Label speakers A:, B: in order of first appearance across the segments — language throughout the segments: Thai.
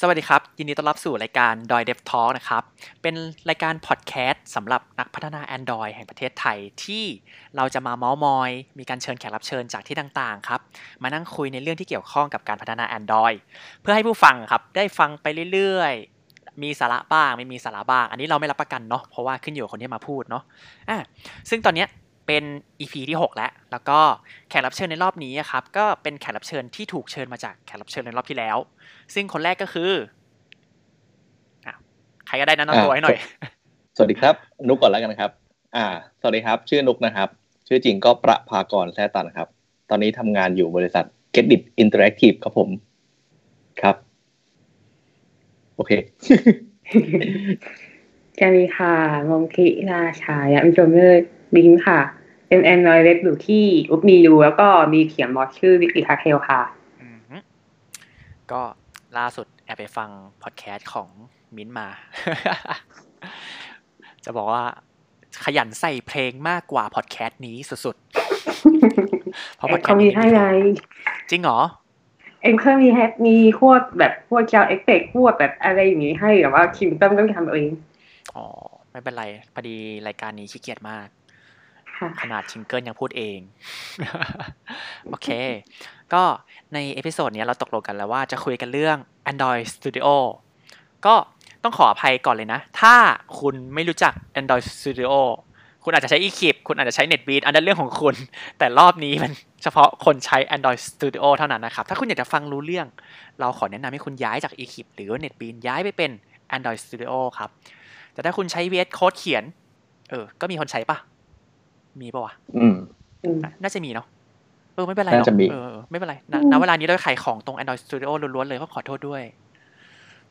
A: สวัสดีครับ ยินดีต้อนรับสู่รายการดอยเดฟทอ l k นะครับ เป็นรายการพอดแคสต์สำหรับนักพัฒนา Android แห่งประเทศไทยที่เราจะมาเมาส์มอย มีการเชิญแขกรับเชิญจากที่ต่างๆครับ มานั่งคุยในเรื่องที่เกี่ยวข้องกับการพัฒนา Android เพื่อให้ผู้ฟังครับ ได้ฟังไปเรื่อยๆ มีสาระบ้างไม่มีสาระบ้าง อันนี้เราไม่รับประกันเนาะเพราะว่าขึ้นอยู่กับคนที่มาพูดเนาะอ่ะซึ่งตอนเนี้ยเป็น EP ที่ 6 แล้ว แล้วก็แขกรับเชิญในรอบนี้อะครับก็เป็นแขกรับเชิญที่ถูกเชิญมาจากแขกรับเชิญในรอบที่แล้ว ซึ่งคนแรกก็คืออ่ะใครก็ได้นะนำตัวให้หน่อย
B: สวัสดีครับ นุกก่อนแล้วกันครับ อ่า สวัสดีครับ ชื่อนุกนะครับ ชื่อจริงก็ประภากรแท้ตันครับ ตอนนี้ทำงานอยู่บริษัท Get It Interactive ครับผม ครับ โอเค
C: จะมีค่ะมงคิราชายะมิจมเนอร์บิงค่ะ เป็นแอนนอยเล็บอยู่ที่อุปมียูแล้วก็มีเขียนบอสชื่อวิกิทาเคลค่ะ
A: อืมก็ล่าสุดแอบไปฟังพอดแคสต์ของมิ้นท์มา จะบอกว่าขยันใส่เพลงมากกว่าพอดแคสต์นี้สุดๆ เพราะพอดแคส
C: เขา
A: ต์
C: มี
A: นี้
C: ให้ไง
A: จริงเหรอ
C: เอ็มเคยมีแฮปมีพวกแบบพวกเจ้าเอ็กเตกพวกแบบอะไรอย่างนี้ให้แต่ว่าคิมเติ้มก็ทำเอง
A: อ๋อ ไม่เป็นไรพอดีรายการนี้ขี้เกียจมาก
C: ค่ะ
A: ขนาดชิงเกิลยังพูดเอง โอเค ก็ในเอพิโซดเนี้ยเราตกลงกันแล้วว่าจะคุยกันเรื่อง Android Studio ก็ต้องขออภัยก่อนเลยนะ ถ้าคุณไม่รู้จัก Android Studio คุณอาจจะใช้ eKeep คุณอาจจะใช้ NetBeat อันนั้นเรื่องของคุณ แต่รอบนี้มันเฉพาะคนใช้ Android Studio เท่านั้นนะครับ ถ้าคุณอยากจะฟังรู้เรื่อง เราขอแนะนำให้คุณย้ายจาก eKeep หรือว่า NetBeat ย้ายไปเป็น Android Studio ครับ แต่ถ้าคุณใช้ VS Code เขียน เออ ก็มีคนใช้ปะมีปะวะ
B: อืม
C: อืม
A: อ่ะน่าจะมีเนาะ เออไม่เป็นไร
B: น่าจะมี
A: เออเออไม่เป็นไรณ
C: อืม
A: ณเวลานี้เราขายของตรง Android Studio ล้วนๆเลยก็ขอโทษด้วย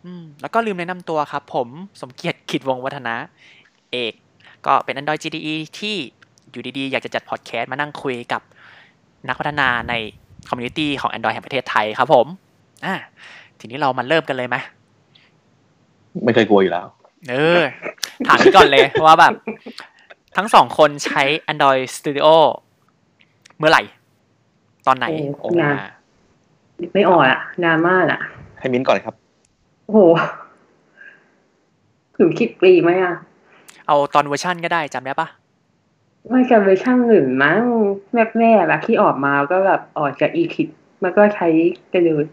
A: อืม แล้วก็ลืมแนะนำตัวครับ ผมสมเกียรติขิดวงศ์วัฒนะเอก ก็เป็น Android GDE ที่อยู่ดีๆ อยากจะจัดพอดแคสต์มานั่งคุยกับนักพัฒนาในคอมมูนิตี้ของ Android แห่งประเทศไทยครับผมอ่ะทีนี้เรามาเริ่มกันเลยไหม
B: ไม่เคยกลัวอยู่แล้ว
A: เออ ถามนี้ก่อนเลย ว่าแบบ ทั้งสองคนใช้ Android Studio เมื่อไหร่ ตอนไหน
C: โอ้โห
A: ออกมาน
C: าน ไม่อ่อนอะนานมากอะ
B: ให้มิ้นก่อนครับ
C: โอ้โหถึงคิดปีไหมอะ
A: เอาตอนเวอร์ชั่นก็ได้จำได้ปะ
C: ไม่จะเวอร์ชั่นหนึ่งมั้งแรกๆอะที่ออกมาก็แบบออกจากอีคิดมันก็ใช้ไปเลย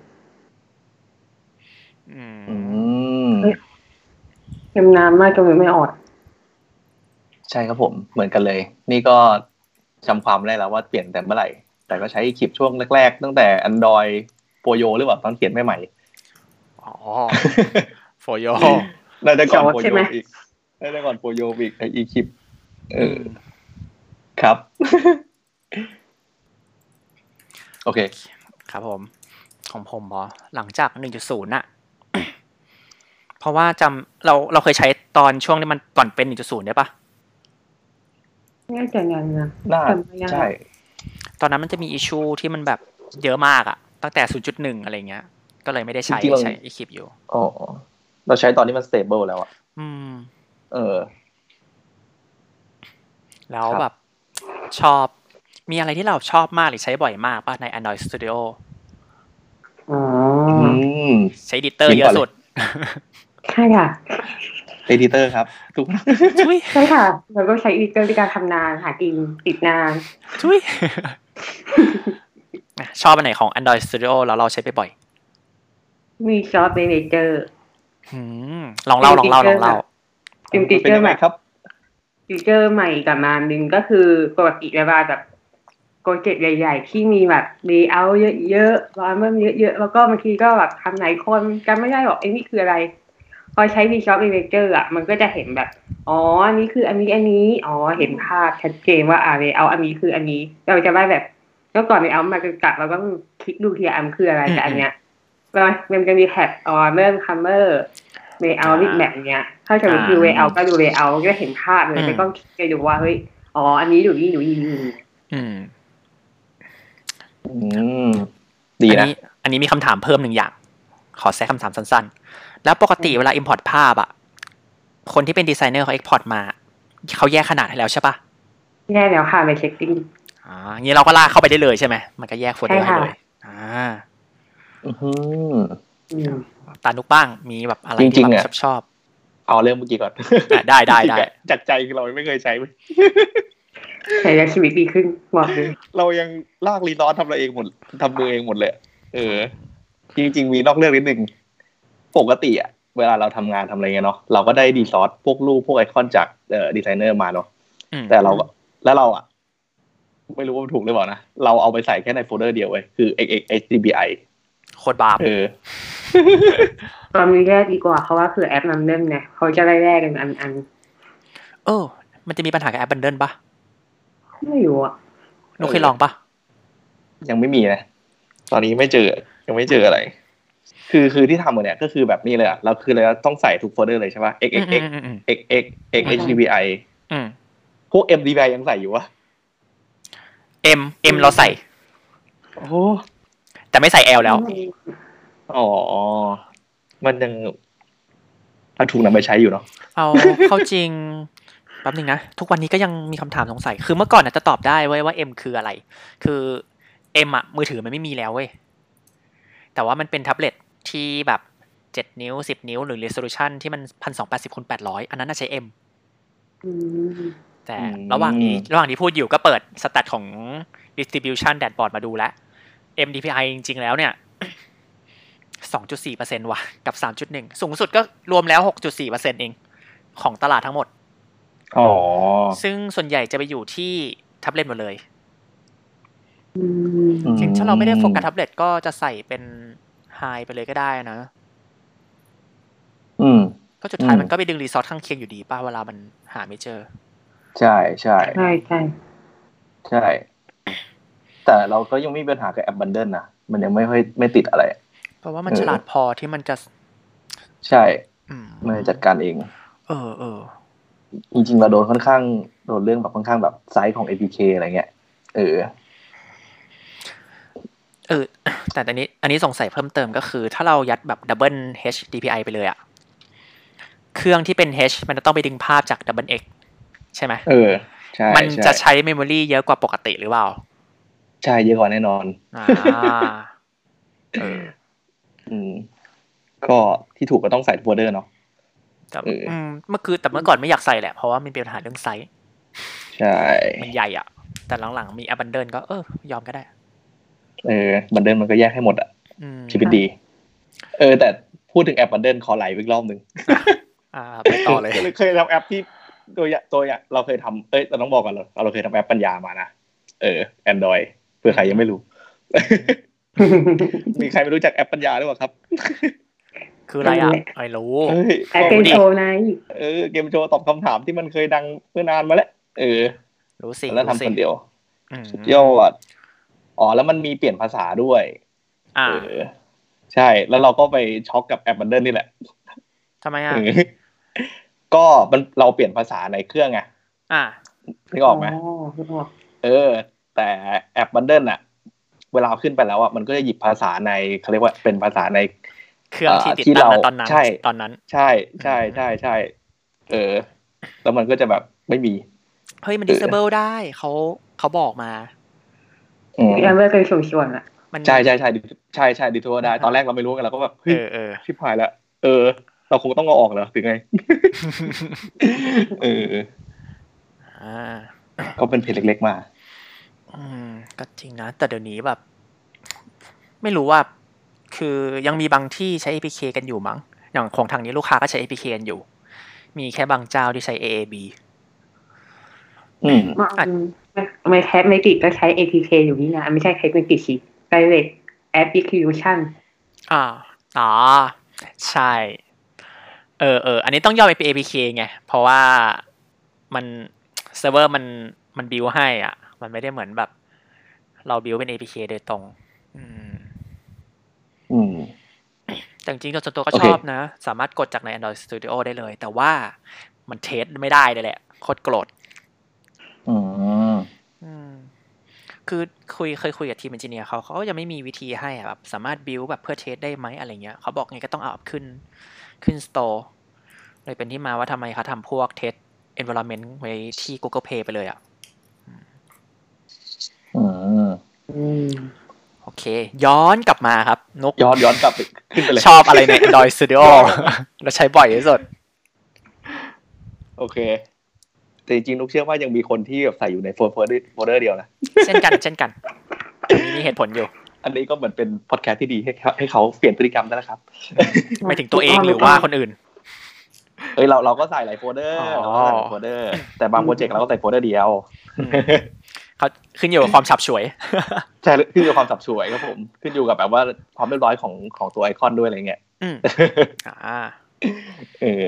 A: อืม
B: อืม
C: ยังนานมากจนยังไม่ออด
B: ใช่ครับผม เหมือนกันเลย นี่ก็จำความไม่ได้แล้วว่าเปลี่ยนแต่เมื่อไหร่ แต่ก็ใช้คลิปช่วงแรก ๆ ตั้งแต่ Android โปรโยหรือเปล่าตอนเขียนใหม่
A: อ๋อ for you
B: ๆ น่าจะก่อนโปร
C: ใช่
B: โย
C: ไหม
B: อีกน่าจะก่อนโปรโยอีกไออีคลิปเออ ครับ โอเค
A: ครับผม ของผมเหรอหลังจาก 1.0น่ะ เพราะว่าจำเราเราเคยใช้ตอนช่วงที่มันก่อนเป็น 1.0 ได้ปะ
C: น่าจะยังนะ
B: น่า
C: จำไม่ได้
B: ใช่
A: ตอนนั้นมันจะมีอิชูที่มันแบบเยอะมากอะตั้งแต่ 0.1 อะไรเงี้ย ก็เลยไม่ได้ใช้
B: จริงๆเรา
A: ใช้อีคลิปอยู่
B: อ๋อเราใช้ตอนนี้มันสเตเบิลแล้วอะ
A: อืม
B: เออ
A: แล้ว
B: ครับ
A: แบบชอบมีอะไรที่เราชอบมากหรือใช้บ่อยมากป่ะใน Android Studio
C: อ๋อ
B: อืม
A: ใช้ดิเตอร์
B: ยิ
A: เย
B: งก่
A: อะ
B: อนเลย
A: สุด
C: ใช่ค่ะ
B: เอดิเตอร์ครับ ทุกคน
A: ทุย
C: ใช่ค่ะ เราก็ใช้อีเกิลในการทำนานหากินติดน าน
A: ทุยอ่ะชอบอันไหนของ Android Studio แล้วเราใช้ไปบ่อย
C: มีจอบเมเนเจอร์
A: หืมลองเล่าลองเล่าลองเล่า
C: เป็นฟีเจอร์ให
B: ป็น
C: ม่
B: ยังไงครับ
C: ฟีเจอร์ใหม่กับมาหนึ่งก็คือปกติเวลาแบบโปรเจกต์ใหญ่ ๆ ที่มีแบบเลเยอร์เยอะๆวอลเลุ่มเยอะๆ แล้วก็บางทีก็แบบทำหลายคนจำไม่ได้หรอกไอ้นี่คืออะไร พอใช้วีช็อปเมเจอร์อ่ะมันก็จะเห็นแบบ อ๋ออันนี้คืออันนี้อันนี้ อ๋อเห็นภาพชัดเจนว่าอ่าเลเอาอันนี้คืออันนี้ เราจะว่าแบบแล้วก่อนเลเอามากลับเราก็คลิกดูทีละอันคืออะไรแต่อันเนี้ยมันมันจะมีแท็บออเริ่มคัมเมอร์เลเยอร์ลิทแมปเนี้ย ถ้าจะดูเลเยอร์ก็ดูเลเยอร์ก็เห็นภาพเลย
A: อืม
C: ไม่ต้องคลิกไปดูว่าเฮ้ยอ๋ออันนี้อยู่นี่อยู่นี่อยู่นี่
A: อืม
B: อืม ดี
A: อั
B: นะ
A: นี้อันนี้มีคำถามเพิ่มหนึ่งอย่าง ขอแทรกคำถามสั้นๆ แล้วปกติเวลา Import ภาพอะคนที่เป็นดีไซเนอร์เขา Export มา เขาแยกขนาดให้แล้วใช่ปะ
C: แย่แล้วค่ะไปเช็คติ้ง
A: อ่างี้เราก็ลากเข้าไปได้เลยใช่ไหมมันก็แยกโฟลเดอร์ให้
C: ใช่ค่ะ
A: เลยอ่า
B: อือหือ
C: อืม
A: ตานุกบ้างมีแบบอะไร
B: จริ
A: ที่
B: งๆ
A: แบบ
B: อะ
A: ชอบชอบ
B: เอาเรื่องเมื่อกี้ก่อน
A: อ่ะได้ได้ได้
B: จากใจคือเราไม่เคยใช้
C: แต่ยังชีวิตดีขึ้นบอกเลย
B: เรายังลากรีลอสทำเราเองหมดทำมือเองหมดเลย เออ จริง ๆ มีนอกเรื่องนิดหนึ่งปกติอะเวลาเราทำงานทำอะไรเงี้ยเนาะเราก็ได้ดีซอสพวกรูปพวกไอคอนจากเอ่อดีไซเนอร์มาเนาะ
A: ๆอืม
B: แต่เราก็แล้วเราอะไม่รู้ว่ามันถูกหรือเปล่านะ เราเอาไปใส่แค่ในโฟลเดอร์เดียวเว้ยคือ xxhdbi
A: โคตรบาป
B: เออ
C: ตอนนี้แรกดีกว่าเพราะว่าคือแอปนำเล่มเนี่ยเขาจะได้แรกกันอันอัน
A: เออ มันจะมีปัญหากับแอปบันเดิลปะ
C: ไม่รู้อะ
A: นุกเคยลองปะ
B: ยังไม่มีนะ ตอนนี้ไม่เจอ ยังไม่เจออะไร คือคือที่ทำเนี่ยก็คือแบบนี้เลยอะเราคือเราต้องใส่ทุกโฟลเดอร์เลยใช่ปะ
A: อืม
B: xxx
A: อืมอืม
B: xx xhdbi
A: อืม
B: พวก mdbi ยังใส่อยู่วะ
A: เอ็มเอ็มเราใส่
B: โอ้โห
A: แต่ไม่ใส่แอลแล้ว
B: อ๋อ มันยังเอาถูกนำไปใช้อยู่เนาะ
A: เอาเข้าจริงแป๊บนึงนะ ทุกวันนี้ก็ยังมีคำถามสงสัย คือเมื่อก่อนอาจจะตอบได้เว้ยว่า M คืออะไร คือเอ็มอะมือถือมันไม่มีแล้วเว้ย แต่ว่ามันเป็นแท็บเล็ตที่แบบ 7 นิ้ว 10 นิ้วหรือ resolution ที่มัน 1280คูณ800 อันนั้นน่าใช้ M
C: อืม
A: แต่
B: อืม
A: ระหว่างนี้ระหว่างที่พูดอยู่ก็เปิดสแตทของ distribution dashboard มาดูแล้ว MDPI จริง ๆ แล้วเนี่ย 2.4%ว่ะ กับ 3.1 สูงสุดก็รวมแล้ว 6.4%เองของตลาดทั้งหมด
B: อ๋อ
A: ซึ่งส่วนใหญ่จะไปอยู่ที่แท็บเล็ตหมดเลย
C: อืม
A: จริงๆถ้าเราไม่ได้โฟกัสแท็บเล็ตก็จะใส่เป็นไฮไปเลยก็ได้นะ
B: อืม
A: ก็สุดท้าย
B: อืม
A: มันก็ไปดึงรีซอสข้างเคียงอยู่ดีป่ะเวลามันหาไม่เจอ
B: ใช่ใช่
C: ใช่ใช่
B: ใช่ แต่เราก็ยังไม่มีปัญหากับแอปบันเดิลนะ มันยังไม่ค่อยไม่ติดอะไร
A: เพราะว่ามัน
B: เออ
A: ฉลาดพอที่มันจะ
B: ใช่
A: อืม
B: มันจัดการเอง
A: เออเออ
B: จริงๆเราโดนค่อนข้างโดนเรื่องแบบค่อนข้างแบบไซส์ของ APK อะไรเงี้ย เออ
A: เออ แต่อันนี้อันนี้สงสัยเพิ่มเติมก็คือ ถ้าเรายัดแบบ Double H DPI ไปเลยอะเครื่องที่เป็น H มันจะต้องไปดึงภาพจาก Double X ใช่ไหม
B: เออ ใช่
A: มัน
B: ใช่
A: จะใช้เมมโมรีเยอะกว่าปกติหรือเปล่า
B: ใช่เยอะกว่าแน่นอน
A: อ่าเออ
B: อืม ก็ที่ถูกก็ต้องใส่โฟลเดอร์เนาะ
A: แต่
B: เอออื
A: มเมื่อคือแต่เมื่อก่อนไม่อยากใส่แหละ เพราะว่ามันเป็นปัญหาเรื่องไซส์
B: ใช่
A: มันใหญ่อะแต่หลังๆมีแอปบันเดิลก็เออยอมก็ได้
B: เออบันเดิลมันก็แยกให้หมดอะ
A: อืม
B: ชีวิตดี เออ แต่พูดถึงแอปบันเดิลขอไหลอีกรอบหนึ่ง
A: อ่าไปต่อเลย
B: คเคยทำแอปที่ตัวอย่างตัวอย่างเราเคยทำเอ้ยเราต้องบอกก่อนเราเราเคยทำแอปปัญญามานะ เออ Android เผื่อใครยังไม่รู้ มีใครไม่รู้จักแอปปัญญาหรือเปล่าครับ
A: คืออะไรอ่ะไม่รู้
B: เฮ้ย
C: แอปเกมโชว์ไง
B: เออเกมโชว์ตอบคำถามที่มันเคยดังเมื่อนานมาแล้ว เออ
A: รู้สิ
B: แล้ว
A: รู้
B: ทำ
A: สิ
B: คนเดียว
A: อืม
B: สุดยอดอ๋อ แล้วมันมีเปลี่ยนภาษาด้วย
A: อ่า
B: เออ ใช่ แล้วเราก็ไปช็อกกับแอปบันเดิลนี่แหละ
A: ทำไมอ่ะ
B: เออ ก็มันเราเปลี่ยนภาษาในเครื่องไง
A: อ่า
B: นึกออกไหม
C: นึกออก
B: เออ แต่แอปบันเดิลอะเวลาขึ้นไปแล้วอะมันก็จะหยิบภาษาในเขาเรียกว่าเป็นภาษาใน
A: เครื่องที่ติด
B: ที่
A: ตั้ง
B: เรา
A: นะตอนนั้น
B: ใช่
A: ตอนนั้น
B: ใช่ ใช่ใช่ใช่เออ แล้วมันก็จะแบบไม่มี
A: เฮ้ยมัน disable ได้เขาเขาบอกมา
B: อืม
C: แอปเบอร์เคยส่งชวนอะ
A: มัน
B: ใช่ใช่ใช่ดิใช่ใช่ดิทัวได้ตอนแรกเราไม่รู้กันเราก็แบบเฮ้
A: เอย อเออ
B: ชิบหายละเออ เราคงต้องเอาออกเหรอถึงไง เออ
A: อ่า
B: ก็เป็นเพจเล็กๆมา
A: อืมก็จริงนะ แต่เดี๋ยวนี้แบบ ไม่รู้ว่า คือยังมีบางที่ใช้ APK กันอยู่มั้ง อย่างของทางนี้ลูกค้าก็ใช้ APK กันอยู่ มีแค่บางเจ้าที่ใช้ AAB
B: อืม
C: ไม่ไม่แคปไม่ติดก็ใช้ APK อยู่นี่นะ ไม่ใช่แคปไม่ติดสิ Private Application
A: อ่าอ๋อใช่ เออเออ อันนี้ต้องยอมไปเป็น APK ไง เพราะว่ามันเซิร์ฟเวอร์มันมันบิวให้อ่ะ มันไม่ได้เหมือนแบบ เราบิวเป็น APK โดยตรง อืม
B: อืม
A: แต่จริงๆส่วนตัวก็
B: โอ
A: ช
B: เค
A: อบนะ สามารถกดจากใน Android Studio ได้เลย แต่ว่ามันเทสไม่ได้เลยแหละ โคตรโกรธ
B: อืม
A: อืมคือคุยเคยคุยกับทีมเอนจิเนียร์เขาเขาก็ยังไม่มีวิธีให้อะแบบสามารถบิวแบบเพื่อเทสได้ไหมอะไรเงี้ยเขาบอกไงก็ต้องเอาขึ้นขึ้นสโตร์เลยเป็นที่มาว่าทำไมเขาทำพวกเทส environment ไว้ที่ Google Play ไปเลยอะ
B: อืม
C: อืม
A: โห โอเค ย้อนกลับมาครับนก
B: ย้อนย้อนกลับไปขึ้นไปเลย
A: ชอบอะไรใน Android Studio เราใช้บ่อยที่สุด
B: โอเค แต่จริงๆนุกเชื่อว่ายังมีคนที่แบบใส่อยู่ในโฟลเดอร์โฟลเดอร์เดียวนะ
A: เช่นกัน เช่นกัน มีเหตุผลอยู่
B: อันนี้ก็เหมือนเป็นพอดแคสต์ที่ดีให้เขาให้เขาเปลี่ยนพฤติกรรมได้แล้วครับ
A: ไม่ถึงตัวเองหรือว่าคน อื่น
B: เฮ้ยเราเราก็ใส่หลายโฟลเดอร์
A: อ๋อ
B: เราก็ใส่หลายโฟลเดอร์ แต่บางโปรเจกต์เราก็ใส่โฟลเดอร์เดียว
A: อืมเขาขึ้นอยู่กับความฉับฉวย
B: ใช่ขึ้นอยู่กับความสับสวยครับผม ขึ้นอยู่กับแบบว่าความเรียบร้อยของของตัวไอคอนด้วยอะไรเงี้ย
A: อืมอ่า
B: เออ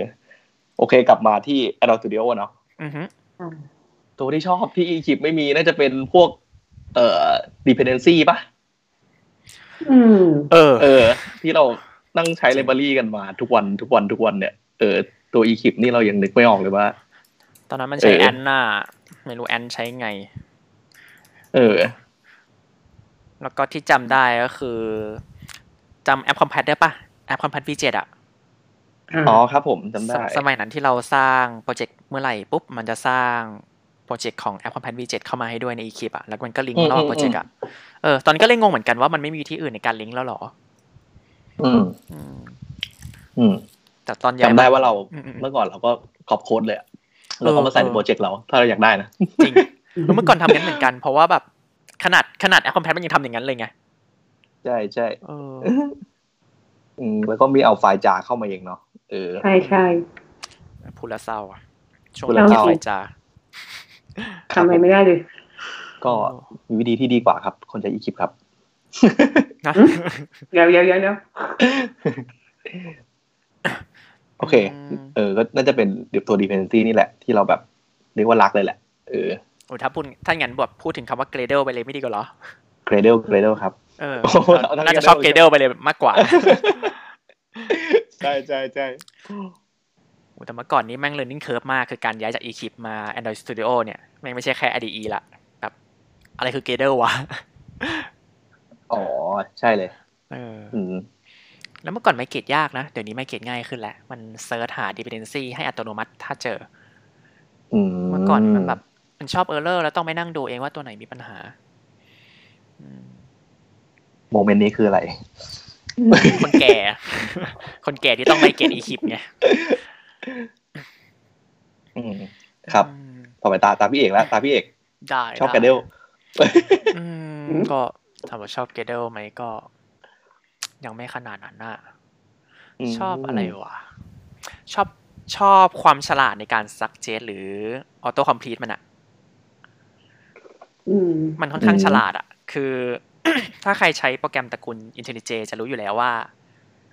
B: โอเคกลับมาที่ Adobe Studio อะเนาะ
A: อือฮึ
B: ตัวที่ชอบที่คลิปไม่มีน่าจะเป็นพวก เอ่อ dependency ป่ะ
C: อืม
A: เออ
B: เออ ที่เรานั่งใช้ไลบรารีกันมาทุกวันทุกวันทุกวันเนี่ยเออตัว e คลิปนี่เรายังนึกไม่ออกเลยว่า
A: ตอนนั้นมันใช้
B: เออ
A: แอนน่าไม่รู้แอนใช้ไง
B: เออ
A: แล้วก็ที่จำได้ก็คือจำแอปคอมแพตได้ปะแอปคอมแพต V7 อ่ะ
B: อ๋อครับผมจำได้
A: สสมัยนั้นที่เราสร้างโปรเจกต์เมื่อไหร่ปุ๊บ มันจะสร้างโปรเจกต์ของ App Compat V7 เข้ามาให้ด้วยใน eClip อ่ะ แล้วมันก็ลิงก์
B: อืม
A: ระหว่างโป
B: อืม
A: รเจกต์อ่ะ เออ ตอนนนก็เลยงงเหมือนกันว่ามันไม่มีที่อื่นในการลิงก์แล้วเหรอ
B: อืม
A: อืม
B: อืม
A: แต่ตอนย้าย
B: จำได้ว่าเรา
A: อืมอืม
B: เมื่อก่อนเราก็ขอบโค้ดเลยอะเราก็มาใส่ใน
A: เออ
B: โปรเจกต์เรา ถ้าเราอยากได้นะ
A: จริงเออเมื่อก่อนทำกันเหมือนกัน เพราะว่าแบบขนาดขนาด App Compat มันยังทำอย่างนั้นเลยไง
B: ใช่ใช่
A: เออ
B: อืมแล้วก็มีเอาไฟล์จาเข้ามาเองเนาะเออ
C: ใช่ใช่
A: พูดแล้วเศร้าอ่ะ ช่วง
B: พูดแล้
A: เรา
B: ว
A: ที่
B: เศร้า
A: ไปจา
C: ทำอะไรไม่ได้เลย
B: ก็มีวิธีที่ดีกว่าครับ คนใช้ e คลิปครับ
A: นะ
C: เดี๋ยวเดี๋ยวเดี๋ยวเดี๋ยว
B: โอเค
A: อืม
B: เออ ก็น่าจะเป็นเดี๋ยวตัว dependency นี่แหละ ที่เราแบบเรียกว่ารักเลยแหละ เออ
A: โอ้ยถ้าพูดถ้างั้นแบบพูดถึงคำว่า Gradle ไปเลยไม่ดีกว่าเหรอ
B: Gradle Gradle ครับ
A: เออ
B: โอ้โห
A: เราน่าจะชอบ
B: เอาทั้ง
A: Gradle ไปเลยมากกว่า
B: ใช่ใช่ใช่
A: โอ้แต่เมื่อก่อนนี้แม่ง learning curve มาก คือการย้ายจาก eKlip มา Android Studio เนี่ย แม่งไม่ใช่แค่ IDE ละแบบอะไรคือ Gradle วะ
B: อ๋อ ใช่เลย
A: เออ
B: อืม
A: แล้วเมื่อก่อนไม่เกตยากนะ เดี๋ยวนี้ไม่เกตง่ายขึ้นแล้ว มันเซิร์ชหา dependency ให้อัตโนมัติถ้าเจอ
B: อืม
A: เมื่อก่อนมันแบบ มันชอบ error แล้วต้องไปนั่งดูเองว่าตัวไหนมีปัญหาอืม
B: โมเมนต์นี้คืออะไร
A: คนแก่ คนแก่ที่ต้องไม่เกต eKlip ไง
B: อืม ครับ
A: อืม
B: ต่อไปตาตาพี่เอกแล้ว ตาพี่เอก
A: ได้
B: ชอบ
A: ได้
B: Gradle
A: อืมก็ถามว่าชอบเกเดลไหมก็ ยังไม่ขนาดนั้นน่ะ
B: ม
A: ชอบอะไรวะชอบชอบความฉลาดในการซักเจตหรือออโต้คอมพลีทมันอะ
C: อืม
A: มันค่อนข้างฉลาดอะคือ ถ้าใครใช้โปรแกรมตระกูล IntelliJ จะรู้อยู่แล้วว่า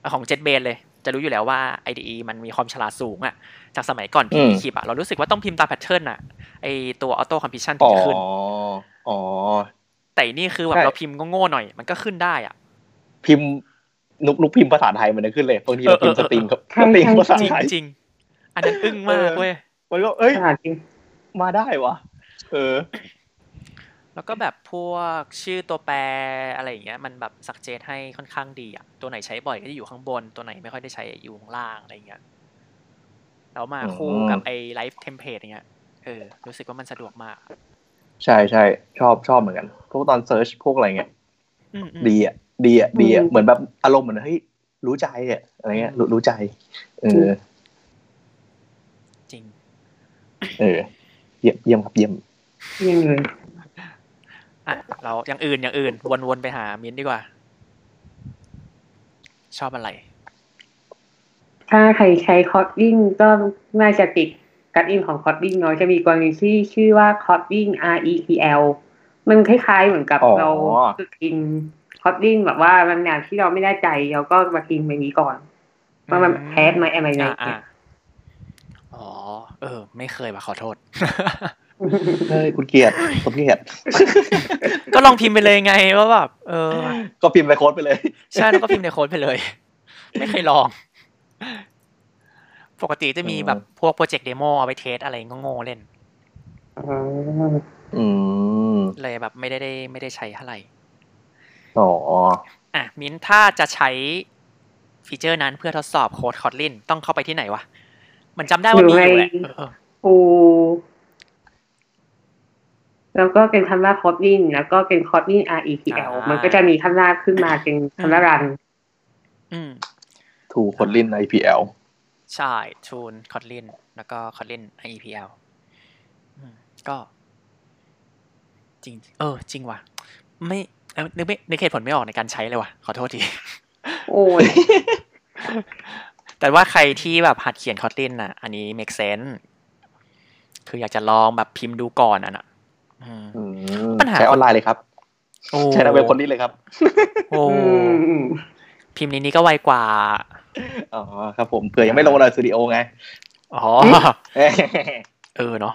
A: เอาของ JetBrains เลย จะรู้อยู่แล้วว่า IDE มันมีความฉลาดสูงอะจากสมัยก่อนพิมพ์ในคลิปอะเรารู้สึกว่าต้องพิมพ์ตามแพทเทิร์นอะไอตัวออโต้คอมพิชชั่นถึ
B: อ๋
A: งจะ
B: อ
A: ขึ้น
B: อ๋อ
A: แต่นี่คือแบบ
B: ใช่
A: เราพิมพ์โง่ๆหน่อย มันก็ขึ้นได้อะ
B: พิมพ์นุกนุกพิมพ์ภาษาไทยมันจะขึ้นเลยบางทีเราพิมพ์
A: เออ
B: ส
A: เออ
B: ตรีมครับ
C: ใช่
B: สตรีม
C: ใช่
B: ภาษา
A: จริง
B: ไทย
A: จริงๆอันนั้นอึ้งมาก
B: เออ
A: เว้ย
B: มันก็เอ้ย
C: ฉลาดจริง
B: มาได้วะเออ
A: แล้วก็แบบพวกชื่อตัวแปรอะไรอย่างเงี้ยมันแบบสักเจตให้ค่อนข้างดีอะตัวไหนใช้บ่อยก็จะอยู่ข้างบน ตัวไหนไม่ค่อยได้ใช้อยู่ข้างล่างอะไรอย่างเงี้ยแล้วมา
B: อืม
A: คู่กับไอ้ไลฟ์เทมเพลตอย่างเงี้ยเออรู้สึกว่ามันสะดวกมาก
B: ใช่ใช่ชอบชอบเหมือนกัน พวกตอนเซิร์ชพวกอะไรเงี้ย
A: อืมอืม
B: ดีอ่ะดีอ่ะดีอ่ะ
C: อืม
B: เหมือนแบบอารมณ์เหมือนเฮ้ยรู้ใจอ่ะอะไรเงี้ยรู้รู้ใจเออ
A: จริง
B: เออเยี่ยมเยี่ยมครับเยี่ยม
C: เยี่ยังเลย
A: อ่ะ เราอย่างอื่นอย่างอื่น วนๆไปหามิ้นท์ดีกว่า ชอบอะไร
C: ถ้าใครใช้คอดดิ้งก็น่าจะติดการอินของคอดดิ้งเนาะจะมีกรณีที่ชื่อว่าคอดดิ้ง R E T L มันคล้ายๆเหมือนกับ
B: อ๋อ
C: เราฝึกอินคอดดิ้งแบบว่าบางอย่างที่เราไม่ได้ใจเราก็มาอินไปนี้ก่อนว่ามันแพ้ไหมอะไรอย่าง
A: อ่ะอ่ะ
C: เงี้ย
A: อ๋อ เออ ไม่เคยว่ะขอโทษ
B: เฮ้ยคุณเกียรติคุณเกียรติ
A: ก็ลองพิมพ์ไปเลยไงว่าแบบเออ
B: ก็พิมพ์ไปโค้ดไปเลย
A: ใช่แล้วก็พิมพ์ในโค้ดไปเลย ไม่เคยลอง ปกติจะมี
B: เออ
A: แบบพวกโปรเจกต์เดโมเอาไปเทสอะไรก็โง่ๆเล่น
C: อ๋อ
B: อืม
A: เลยแบบไม่ได้ได้ไม่ได้ใช้เท่าไหร่
B: อ๋อ
A: อ่ะมิ้นท์ถ้าจะใช้ฟีเจอร์นั้นเพื่อทดสอบโค้ดคอ t ลินต้องเข้าไปที่ไหนวะ มันจำได้ว่ามีอยู่แหละเออ
C: ปู แล้วก็เป็นคันว่าคอสนิ่งแล้วก็เป็นคอสนิ่ง R E T L
A: อ่ามั
C: มันก็จะมีคันว่าขึ้นมาเป็นคันว่ารัน
A: อืม
B: ทูคอดลิน IPL
A: ใช่ชูนคอตลิน แล้วก็คอตลิน IEPL อืมก็จริง เออ จริงว่ะ ไม่เอ้านึกไม่นึกเหตุผลไม่ออกในการใช้เลยว่ะ ขอโทษที
C: โอ้ย
A: แต่ว่าใครที่แบบหัดเขียนคอตลินน่ะ อันนี้ make sense คืออยากจะลองแบบพิมพ์ดูก่อนอ่ะนะอืม
B: อืม
A: ปัญหา
B: ใช้ออนไลน์เลยครับ
A: โอ้
B: ใช้ในเว็บคอดลินเลยครับ
A: โอ้
C: อืม
A: พิมพ์ในนี้ก็ไวกว่า
B: อ๋อครับผมเผื่อยังไม่ลงในสตูดิโอไง
A: อ๋ อ เออเนาะ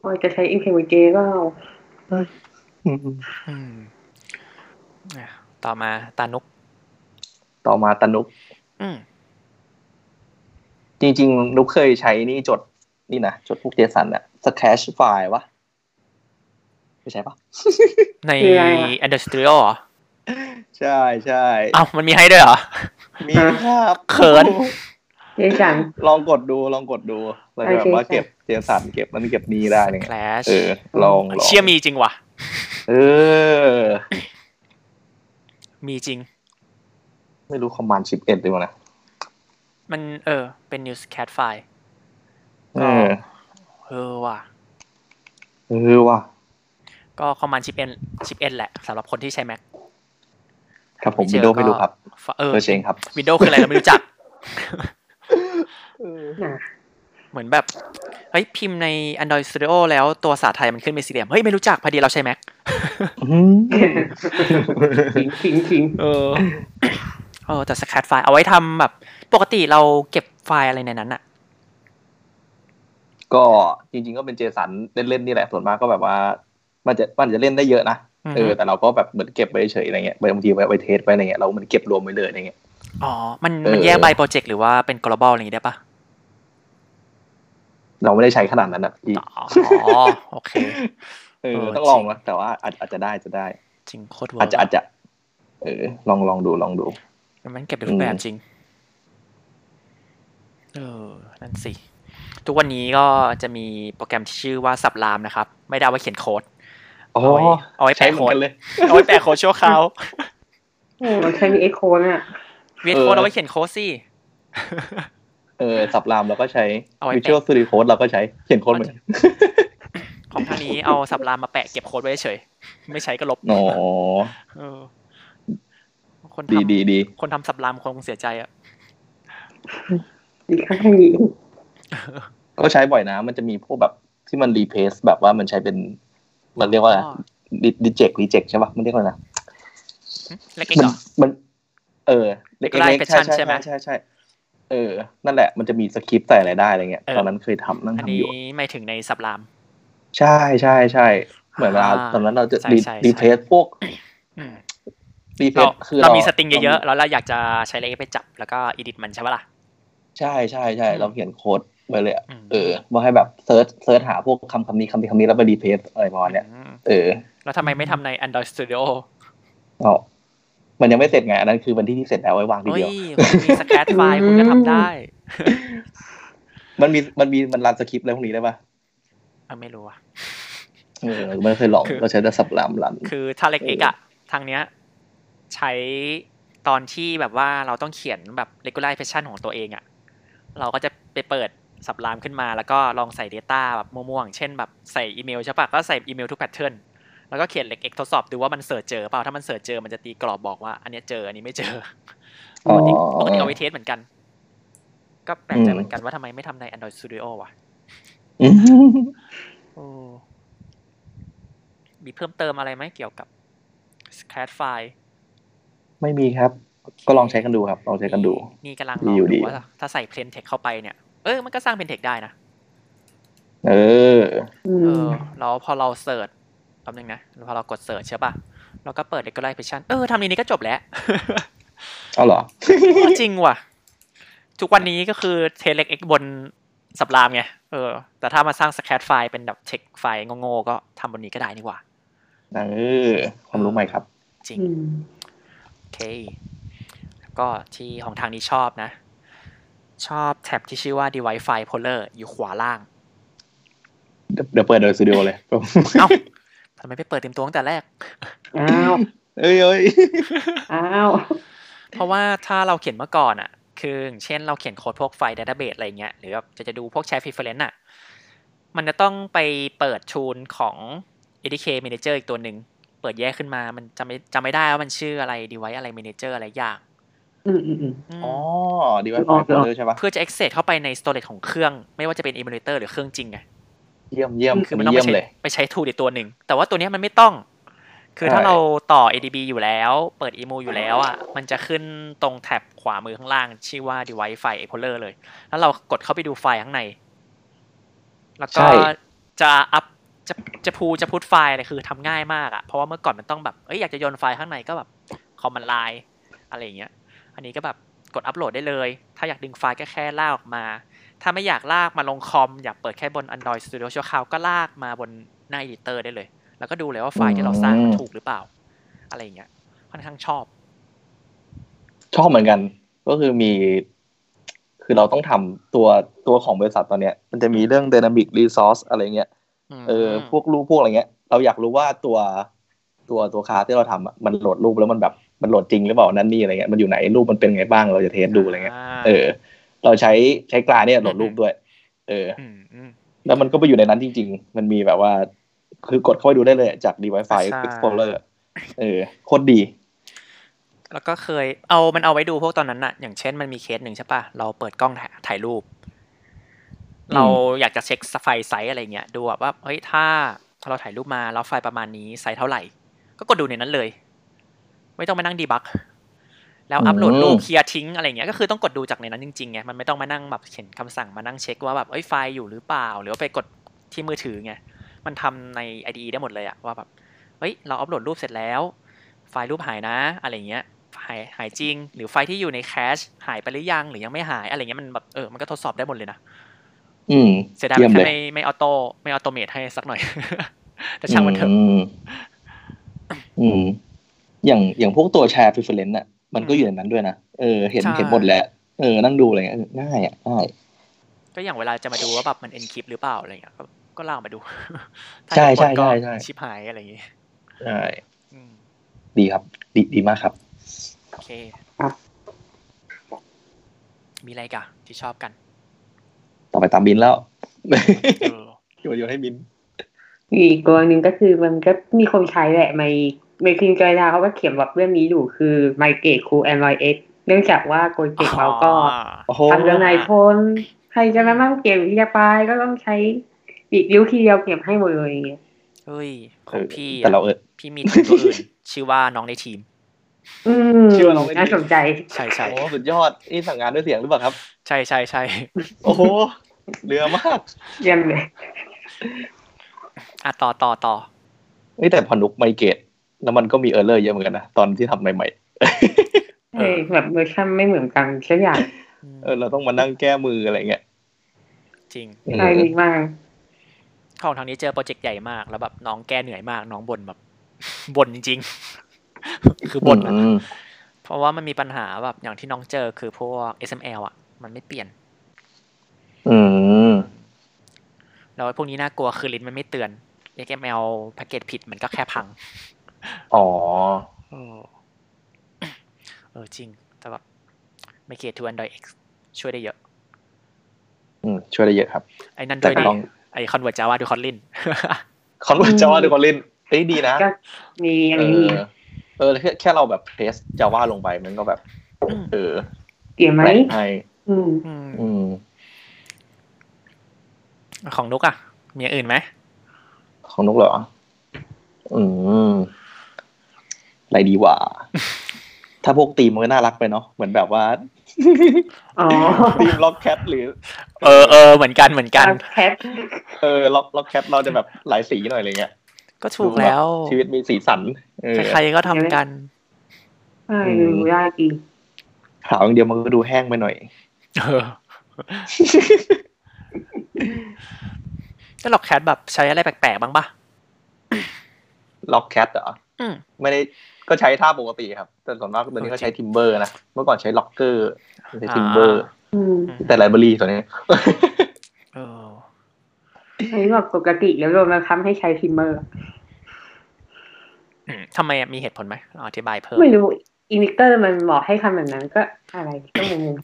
C: โอ้ยจะใช้อินเคมเจก็
A: อืมอ่ะต่อมาตานุก
B: ต่อมาตนุก
A: อืม
B: จริง ๆ นุกเคยใช้นี่จดนี่นะ จดพวกเจสันอะสแคชไฟล์วะไม่ใช่ปะ
A: ใน Android Studio เหรอ
B: ใช่ใช่
A: อ้าวมันมีให้ด้วยเหรอ
B: มีครับ
A: เขิน
C: เจสัน
B: ลองกดดูลองกดดูแล้วก็แบบว่า
C: โอเค
B: เก็บเจสันเก็บมันเก็บนี้ได้เนี่ย
A: Clash
B: เออลองลอง
A: เชี่ยมีจริงว่ะ
B: เออ
A: มีจริง
B: ไม่รู้คอมมานด์ชิปเอ็ดหรือเปล่านะ
A: มันเออ เป็น news cat file
B: เออ
A: เออว่ะ
B: เออว่ะ
A: ก็คอมมานด์ชิปเอ็นชิปเอ็นแหละสำหรับคนที่ใช้ Mac
B: ครับผม
A: ไม่เจอ
B: วิดีโอไม่รู้ครับ
A: ก็เอ
B: เอ
A: อ
B: อเชงครับ
A: วินโดว์คืออะไรเราไม่รู้จัก
C: นะ
A: เหมือนแบบ เฮ้ย พิมพ์ใน Android Studio แล้วตัวภาษาไทยมันขึ้นเป็นสี่เหลี่ยม เฮ้ย ไม่รู้จักพอดีเราใช้ Mac
B: อืม
C: ขิงขิงขิง
A: เออ เออ แต่สแครไฟล์เอาไว้ทำแบบ ปกติเราเก็บไฟล์อะไรในนั้นอะ
B: ก็จริง ๆ ก็เป็นเจสันเล่น ๆ นี่แหละส่วนมากก็แบบว่า มันจะมันจะเล่นได้เยอะนะ
A: อืม
B: เออแต่เราก็แบบเหมือนเก็บไว้เฉยๆอะไรเงี้ยบางทีไว้ไว้เทสไว้อะไรเงี้ยเราเหมือนเก็บรวมไว้เลยอะไรเงี้ย
A: อ๋อ มัน
B: เออ
A: มันแยกใบโปรเจกต์หรือว่าเป็น global อะไรอย่างงี้ได้ปะ
B: เราไม่ได้ใช้ขนาดนั้นนะพี่
A: อ๋อ โอเค
B: เออ
A: เออ
B: ต้องลอง
A: จริง
B: นะแต่ว่าอาจอาจจะได้จะได้
A: จริงโคตรเวอ
B: อาจ
A: ร์
B: จะอาจจะ เออ ลองลองดูลองดู
A: มันเก็บได้ทุกแบบ
B: อืม
A: จริง เออ นั่นสิ ทุกวันนี้ก็จะมีโปรแกรมที่ชื่อว่าสับรามนะครับ ไม่ได้เอาไว้เขียนโค้ด
B: อ๋อ
A: เอาไว้เอาไว้แปะ
B: ใช้เหมือนกัน
A: โค้ด
B: เลย
A: เอาไว้แปะโค้ดชั่วคราว
C: โอ้ยใช้มีเอ็กโคน่ะ
A: เวียด
B: เออ
A: โค้ดเอาไว้เขียนโค้ดสิ
B: เออสับรามเราก็ใช้
A: เอาไว้
B: Visual Studio Code เราก็ใช้เขียนโค้ดเหมือนกัน
A: ของท่างนี้เอาสับรามมาแปะเก็บโค้ดไว้เฉย ไม่ใช้ก็ลบ
B: อ๋อ
A: เออ คน
B: ดี
A: ทำ
B: ดีดี
A: คนทำสับรามคงเสียใจอะ
C: ดีข้างนี้
B: ก็ใช้บ่อยนะมันจะมีพวกแบบที่มันรีเพสแบบว่ามันใช้เป็นมันเรียกว่าอะไร
A: อ๋อ
B: ดิเจกรีเจกใช่ปะมันเรียกว่าอะไรนะ
A: เล็กๆเหรอ
B: มันเออเล็ก
A: Reply
B: ๆ
A: Question
B: ใช่
A: ใช่
B: ใช่ใช่
A: ไหม
B: ใช่ใช่เออ นั่นแหละมันจะมีสคริปต์ใส่อะไรได้อะไรเงี้ย
A: เออ
B: ตอนนั้นเคยทำนั่ง
A: อัน
B: ทำอ
A: นี้
B: ยู่
A: ไม่ถึงในสับราม
B: ใช่ใช่ใช่เหมือนเวลา
A: อ่า
B: ตอนนั้นเราจะ
A: ใช่ใช่
B: รี
A: ใช่
B: เพสพวก
A: อืม
B: รีเพ
A: เรา
B: สคือ
A: เรามีสตริงเยอะๆ แล้วเราอยากจะใช้เลขไปจับ แล้วก็อีดิทมันใช่ปะล่ะ
B: ๆใช่ใช่ใช่เราเขียนโค้ดไปเลยอะ
A: อืม
B: เออว่าให้แบบเซิร์ชเซิร์ชหาพวกคำคำนี้คำนี้คำนี้แล้วไปรีเพสอะไรประมาณเนี้ย
A: อืม
B: เออ
A: แล้วทำไมไม่ทำใน Android Studio
B: เอามันยังไม่เสร็จไงอันนั้นคือวันที่ที่เสร็จแล้วไว้วางที
A: เฮ้
B: เดี
A: ย
B: ยว
A: คุณมีสแคตไฟล์คุณก็ทำได้
B: มันมีมันมีมันรันสคริปต์อะไรพวกนี้ได้ปะ
A: เอาไม่รู้อะ
B: เออไม่เคยลอง
A: คือ
B: ก็ใช้แต่สับรามรัน
A: คือถ้าเล็กๆอะทางเนี้ย ใช้ตอนที่แบบว่าเราต้องเขียนแบบ regularization ของตัวเองอะเราก็จะไปเปิดสับรามขึ้นมา แล้วก็ลองใส่ Data แบบม่วงๆ เช่นแบบใส่อีเมลใช่ปะก็ใส่อีเมลทุกแพทเทิร์น แล้วก็เขียนเล็กๆทดสอบดูว่ามันเสิร์ชเจอเปล่า ถ้ามันเสิร์ชเจอมันจะตีกรอบบอกว่า อันเนี้ยเจอ อันนี้ไม่เจอป
B: อ๋อ
A: กติปกติเอาไว้เทสเหมือนกัน ก็แปลกใจเหมือนกันว่าทำไมไม่ทำใน Android Studio วะ
B: อืม
A: โอ้มีเพิ่มเติมอะไรไหมเกี่ยวกับ Scratch File
B: ไม่มีครับ ก็ลองใช้กันดูครับ ลองใช้กันดู
A: นี่กำลัง
B: ดี
A: ลอง
B: อยู่ดี
A: ดูว่าถ้าใส่เพลนเทคเข้าไปเนี่ย เออ มันก็สร้างเพลนเทคได้นะ
B: เออ
C: อื
A: เอ
C: ม
A: อ แล้วพอเราเสิร์ชแป๊บนึงนะแล้วพอเรากดเสิร์ชใช่ป่ะ แล้วก็เปิด regularization เออทำในนี้ก็จบแล้ว
B: เอาเห รอ
A: เออจริงว่ะ ทุกวันนี้ก็คือเทเล็กเอ็กบนสับรามไง เออ แต่ถ้ามาสร้างสแครไฟล์เป็นแบบเทคไฟล์โง่ๆก็ทำบนนี้ก็ได้นี่หว่า
B: เออ ความรู้ใหม่ครับ
A: จริง
C: อืม
A: โอเค แล้วก็ที่ของทางนี้ชอบนะ ชอบแท็บที่ชื่อว่า device file polar อยู่ขวาล่าง
B: เดี๋ยวเดี๋ยวเปิดโดยสตูดิโอเลย
A: เอ้า ทำไมไม่เปิดเต็มตัวตั้งแต่แรก
C: อ้าว
B: เอ้ยเอ้ย
C: อ้าว
A: เพราะว่าถ้าเราเขียนเมื่อก่อนอ่ะ คืออย่างเช่นเราเขียนโค้ดพวกไฟล์ database อะไรเงี้ย หรือแบบจะจะดูพวกแชร์ preference อ่ะ มันจะต้องไปเปิดชูนของ ADK manager อีกตัวหนึ่ง เปิดแยกขึ้นมา มันจำไม่จำไม่ได้ว่ามันชื่ออะไร device อะไร manager อะไรอยาก
C: อืมอืมอืม
A: อืม
B: อ๋อดีว่า
C: อ๋อ
B: ไฟล์เดอร์ใช่ปะ
A: เพื่อจะ access เข้าไปใน storage ของเครื่อง ไม่ว่าจะเป็น emulator หรือเครื่องจริงไง
B: เยี่ยมเยี่ยม
A: คือมันต้อง
B: เยี่
A: ไป
B: ยม
A: ใช้
B: เลย
A: ไปใช้ทูลอีกตัวหนึ่ง แต่ว่าตัวเนี้ยมันไม่ต้อง คือถ้า
B: ใช่
A: เราต่อ ADB อยู่แล้ว เปิด EMU อยู่แล้วอ่ะ มันจะขึ้นตรงแท็บขวามือข้างล่าง ชื่อว่า device file explorer เลย แล้วเรากดเข้าไปดูไฟล์ข้างใน แล้วก็จะอัพจะจะพูจะพุทไฟล์อะไรคือทำง่ายมากอ่ะ เพราะว่าเมื่อก่อนมันต้องแบบ เอ้ยอยากจะโยนไฟล์ข้างในก็แบบคอมมันไลน์อะไรอย่างเงี้ย อันนี้ก็แบบกดอัปโหลดได้เลย ถ้าอยากดึงไฟล์ก็แค่ลากออกมา ถ้าไม่อยากลากมาลงคอม อยากเปิดแค่บน Android Studio ชั่วคราวก็ลากมาบนหน้า editor ได้เลย แล้วก็ดูเลยว่าไฟล์ที่เราสร้างมันถูกหรือเปล่า อะไรอย่างเงี้ย ค่อนข้างชอบ
B: ชอบเหมือนกัน ก็คือมี คือเราต้องทำตัวตัวของบริษัทตอนเนี้ย มันจะมีเรื่อง dynamic resource อะไรเงี้ย เออ พวกรูปพวกอะไรเงี้ย เราอยากรู้ว่าตัวตัวตัวคลาสที่เราทำอะมันโหลดรูปแล้วมันแบบ มันโหลดจริงหรือเปล่า นั่นนี่อะไรเงี้ย มันอยู่ไหน รูปมันเป็นไงบ้าง เราจะเทสดูอะไรเงี้ย เออ เราใช้ใช้กลาเนี่ยโหลดรูปด้วย เออ
A: มอืม
B: แล้วมันก็ไปอยู่ในนั้นจริง ๆ มันมีแบบว่า คือกดเข้าไปดูได้เลยจาก device file
A: ใช่
B: explorer เออ โคตรดี
A: แล้วก็เคยเอามันเอาไว้ดูพวกตอนนั้นอะอย่างเช่นมันมีเคสหนึ่งใช่ปะเราเปิดกล้องถ่ายถ่ายรูป
B: อืม
A: เราอยากจะเช็คไฟล์ไซส์อะไรเงี้ยดูแบบว่าเฮ้ยถ้าถ้าเราถ่ายรูปมาแล้วไฟล์ประมาณนี้ไซส์เท่าไหร่ ก็กดดูในนั้นเลย ไม่ต้องมานั่งดีบักแล้วอัปโหลดรูปเคลียร์ทิ้งอะไรเงี้ยก็คือต้องกดดูจากในนั้นจริงๆไงมันไม่ต้องมานั่งแบบเขียนคำสั่งมานั่งเช็คว่าแบบเอ้ยไฟล์อยู่หรือเปล่า หรือว่าไปกดที่มือถือไงมันทำใน IDE ได้หมดเลยอะว่าแบบ เฮ้ย เราอัปโหลดรูปเสร็จแล้ว ไฟล์รูปหายนะ อะไรเงี้ย หายหายจริง หรือไฟล์ที่อยู่ในแคชหายไปหรือยัง หรือยังไม่หาย อะไรเงี้ยมันแบบ เออ มันก็ทดสอบได้หมดเลยนะ
B: อืม
A: เสียดาย
B: เยี่ยม
A: แค่
B: เลย
A: ไม่ไม่ออโต้ไม่ออโตเมทให้สักหน่อย แต่ช่างมันเถอะ
B: มอืม อย่างอย่างพวกตัวแชร์ preference อะมันก็อยู่ในนั้นด้วยนะ เออ เห็น
A: ใช่
B: เห็นหมดแหละ เออ นั่งดูอะไรเงี้ยเออง่ายอ่ะง่าย
A: ก็อย่างเวลาจะมาดูว่าแบบมันเอนคริปหรือเปล่าอะไรเงี้ย ก็ก็ลากมาดู ถ้า
B: ใช่
A: จะกดก็
B: ใช่ใช่ใช่
A: ชิบหายอะไรอย่างงี้
B: ใช่
A: อืม
B: ดีครับ ดีดีมากครับ
A: โอเค
C: ครับ
A: มีอะไรอีกอะที่ชอบกัน
B: ต่อไปตามบินแล้ว
A: เออ
B: โยนโยนให้บิน
C: อีกตัวหนึ่งก็คือมันก็มีคนใช้แหละในในคิงจอยดาเขาก็เขียนแบบเรื่องนี้อยู่คือไมเกตคูแอนไลเอ็กเนื่องจากว่าโกลเกตเราก็
A: อ๋อ
B: โอ้โห
C: ทำเรื่องไหนคน ใครจะมามั่งเก็บวิทยาไปก็ต้องใช้บีบริ้วทีเดียวเก็บให้หมดเลยอย่างเงี้ย
A: เฮ้ย ของพี่
B: แต่เรา
A: อะ
B: เออ
A: พี่มีตัวอื่น ชื่อว่าน้องในทีม
C: อืม
B: ชื่อเราไม่ได้
C: น่าสนใจ
A: ใช่ใช่
B: โอ้สุดยอด นี่สั่งงานด้วยเสียงหรือเปล่าครับ
A: ใช่ใช่ใช่
B: โอ้โห เรือมาก
C: เยี่ยมเลย
A: อ่ะต่อต่อต่อ
B: เอ้ยแต่พอนุกไมเกตแล้วมันก็มีเออร์เลอร์เยอะเหมือนกันนะ ตอนที่ทำใหม่
C: ใช่แบบเวอร์ชันไม่เหมือนกันสักอย่าง
A: อืม
B: ๆ เออ เราต้องมานั่งแก้มืออะไรเงี้ย
A: จริง
B: เออ
C: ใช่ดีมาก
A: ของทางนี้เจอโปรเจกต์ใหญ่มาก แล้วแบบน้องแกเหนื่อยมาก น้องบ่นแบบ บ่นจริง ๆ คือบ่นอะ
B: อืม
A: เพราะว่ามันมีปัญหาแบบอย่างที่น้องเจอคือพวก SML อ่ะ มันไม่เปลี่ยน
B: อืม
A: แล้วไอ้พวกนี้น่ากลัวคือลิ้นมันไม่เตือน XML แพ็กเกจผิดมันก็แค่พัง
B: อ๋อ
A: เออ เออจริง แต่แบบไม่เกตทูแอนดรอยเอ็กช่วยได้เยอะ
B: อืม ช่วยได้เยอะครับ
A: ไอ้นั่น
B: แต่
A: ด้วย
B: ก็
A: ดิ
B: ลอง
A: ไอ้คอนเวิร์ตจ าวาดูคอนลิน
B: คอนเวอร์จาวาหรือคอนลินเอ้ยดีนะ
C: ก็มีอัน
B: เอ
C: นี้
B: อ
C: มี
B: เออแค่แค่เราแบบเทสจาวาลงไปมันก็แบบ เออ
C: เกี่ยวไหม
B: แปลกให้
C: อืม
A: อืม
B: อืม
A: ของนุกอะมีอย่างอื่นไหม
B: ของนกเหรอ อืม อะไรดีว่า ถ้าพวกตีมมันก็น่ารักไปเนาะ เหมือนแบบว่า
C: อ๋อ
B: ตีมล็อกแคทหรือ
A: เออเออเหมือนกันเหมือนกัน
C: แคป
B: เออล็อกล็อกแคทเราจะแบบหลายสีหน่อยอะไรเงี้ย
A: ก็ถูกแล้ว
B: ชีวิตมีสีสันเออ
A: ใครๆก็ทำกัน
C: ใช่ดูยากอีก
B: ขาวอย่างเดียวมันก็ดูแห้งไปหน่อย
A: เออ แล้วหลอกแคทแบบใช้อะไรแปลกๆบ้างปะ
B: ล็อกแคทเหรอ
A: อืม
B: ไม่ได้ก็ใช้ท่าปกติครับ แต่ส่วนมากตอนนี้ก็ใช้ทิมเบอร์นะ เมื่อก่อนใช้ล็อกเกอร์ใช้ทิมเบอร์
A: อ่า
C: อืม
B: แต่ไลบรารีตัวนี้
A: เออ
C: อันนี้แบบปกติแล้วโดนมาทำให้ใช้ทิมเมอร์
A: อืมทำไมอะมีเหตุผลไหมลองอธิบายเพิ่ม
C: ไม่รู้อินิเตอร์มันบอกให้ทำแบบนั้นก็อะไรก็ไม่รู้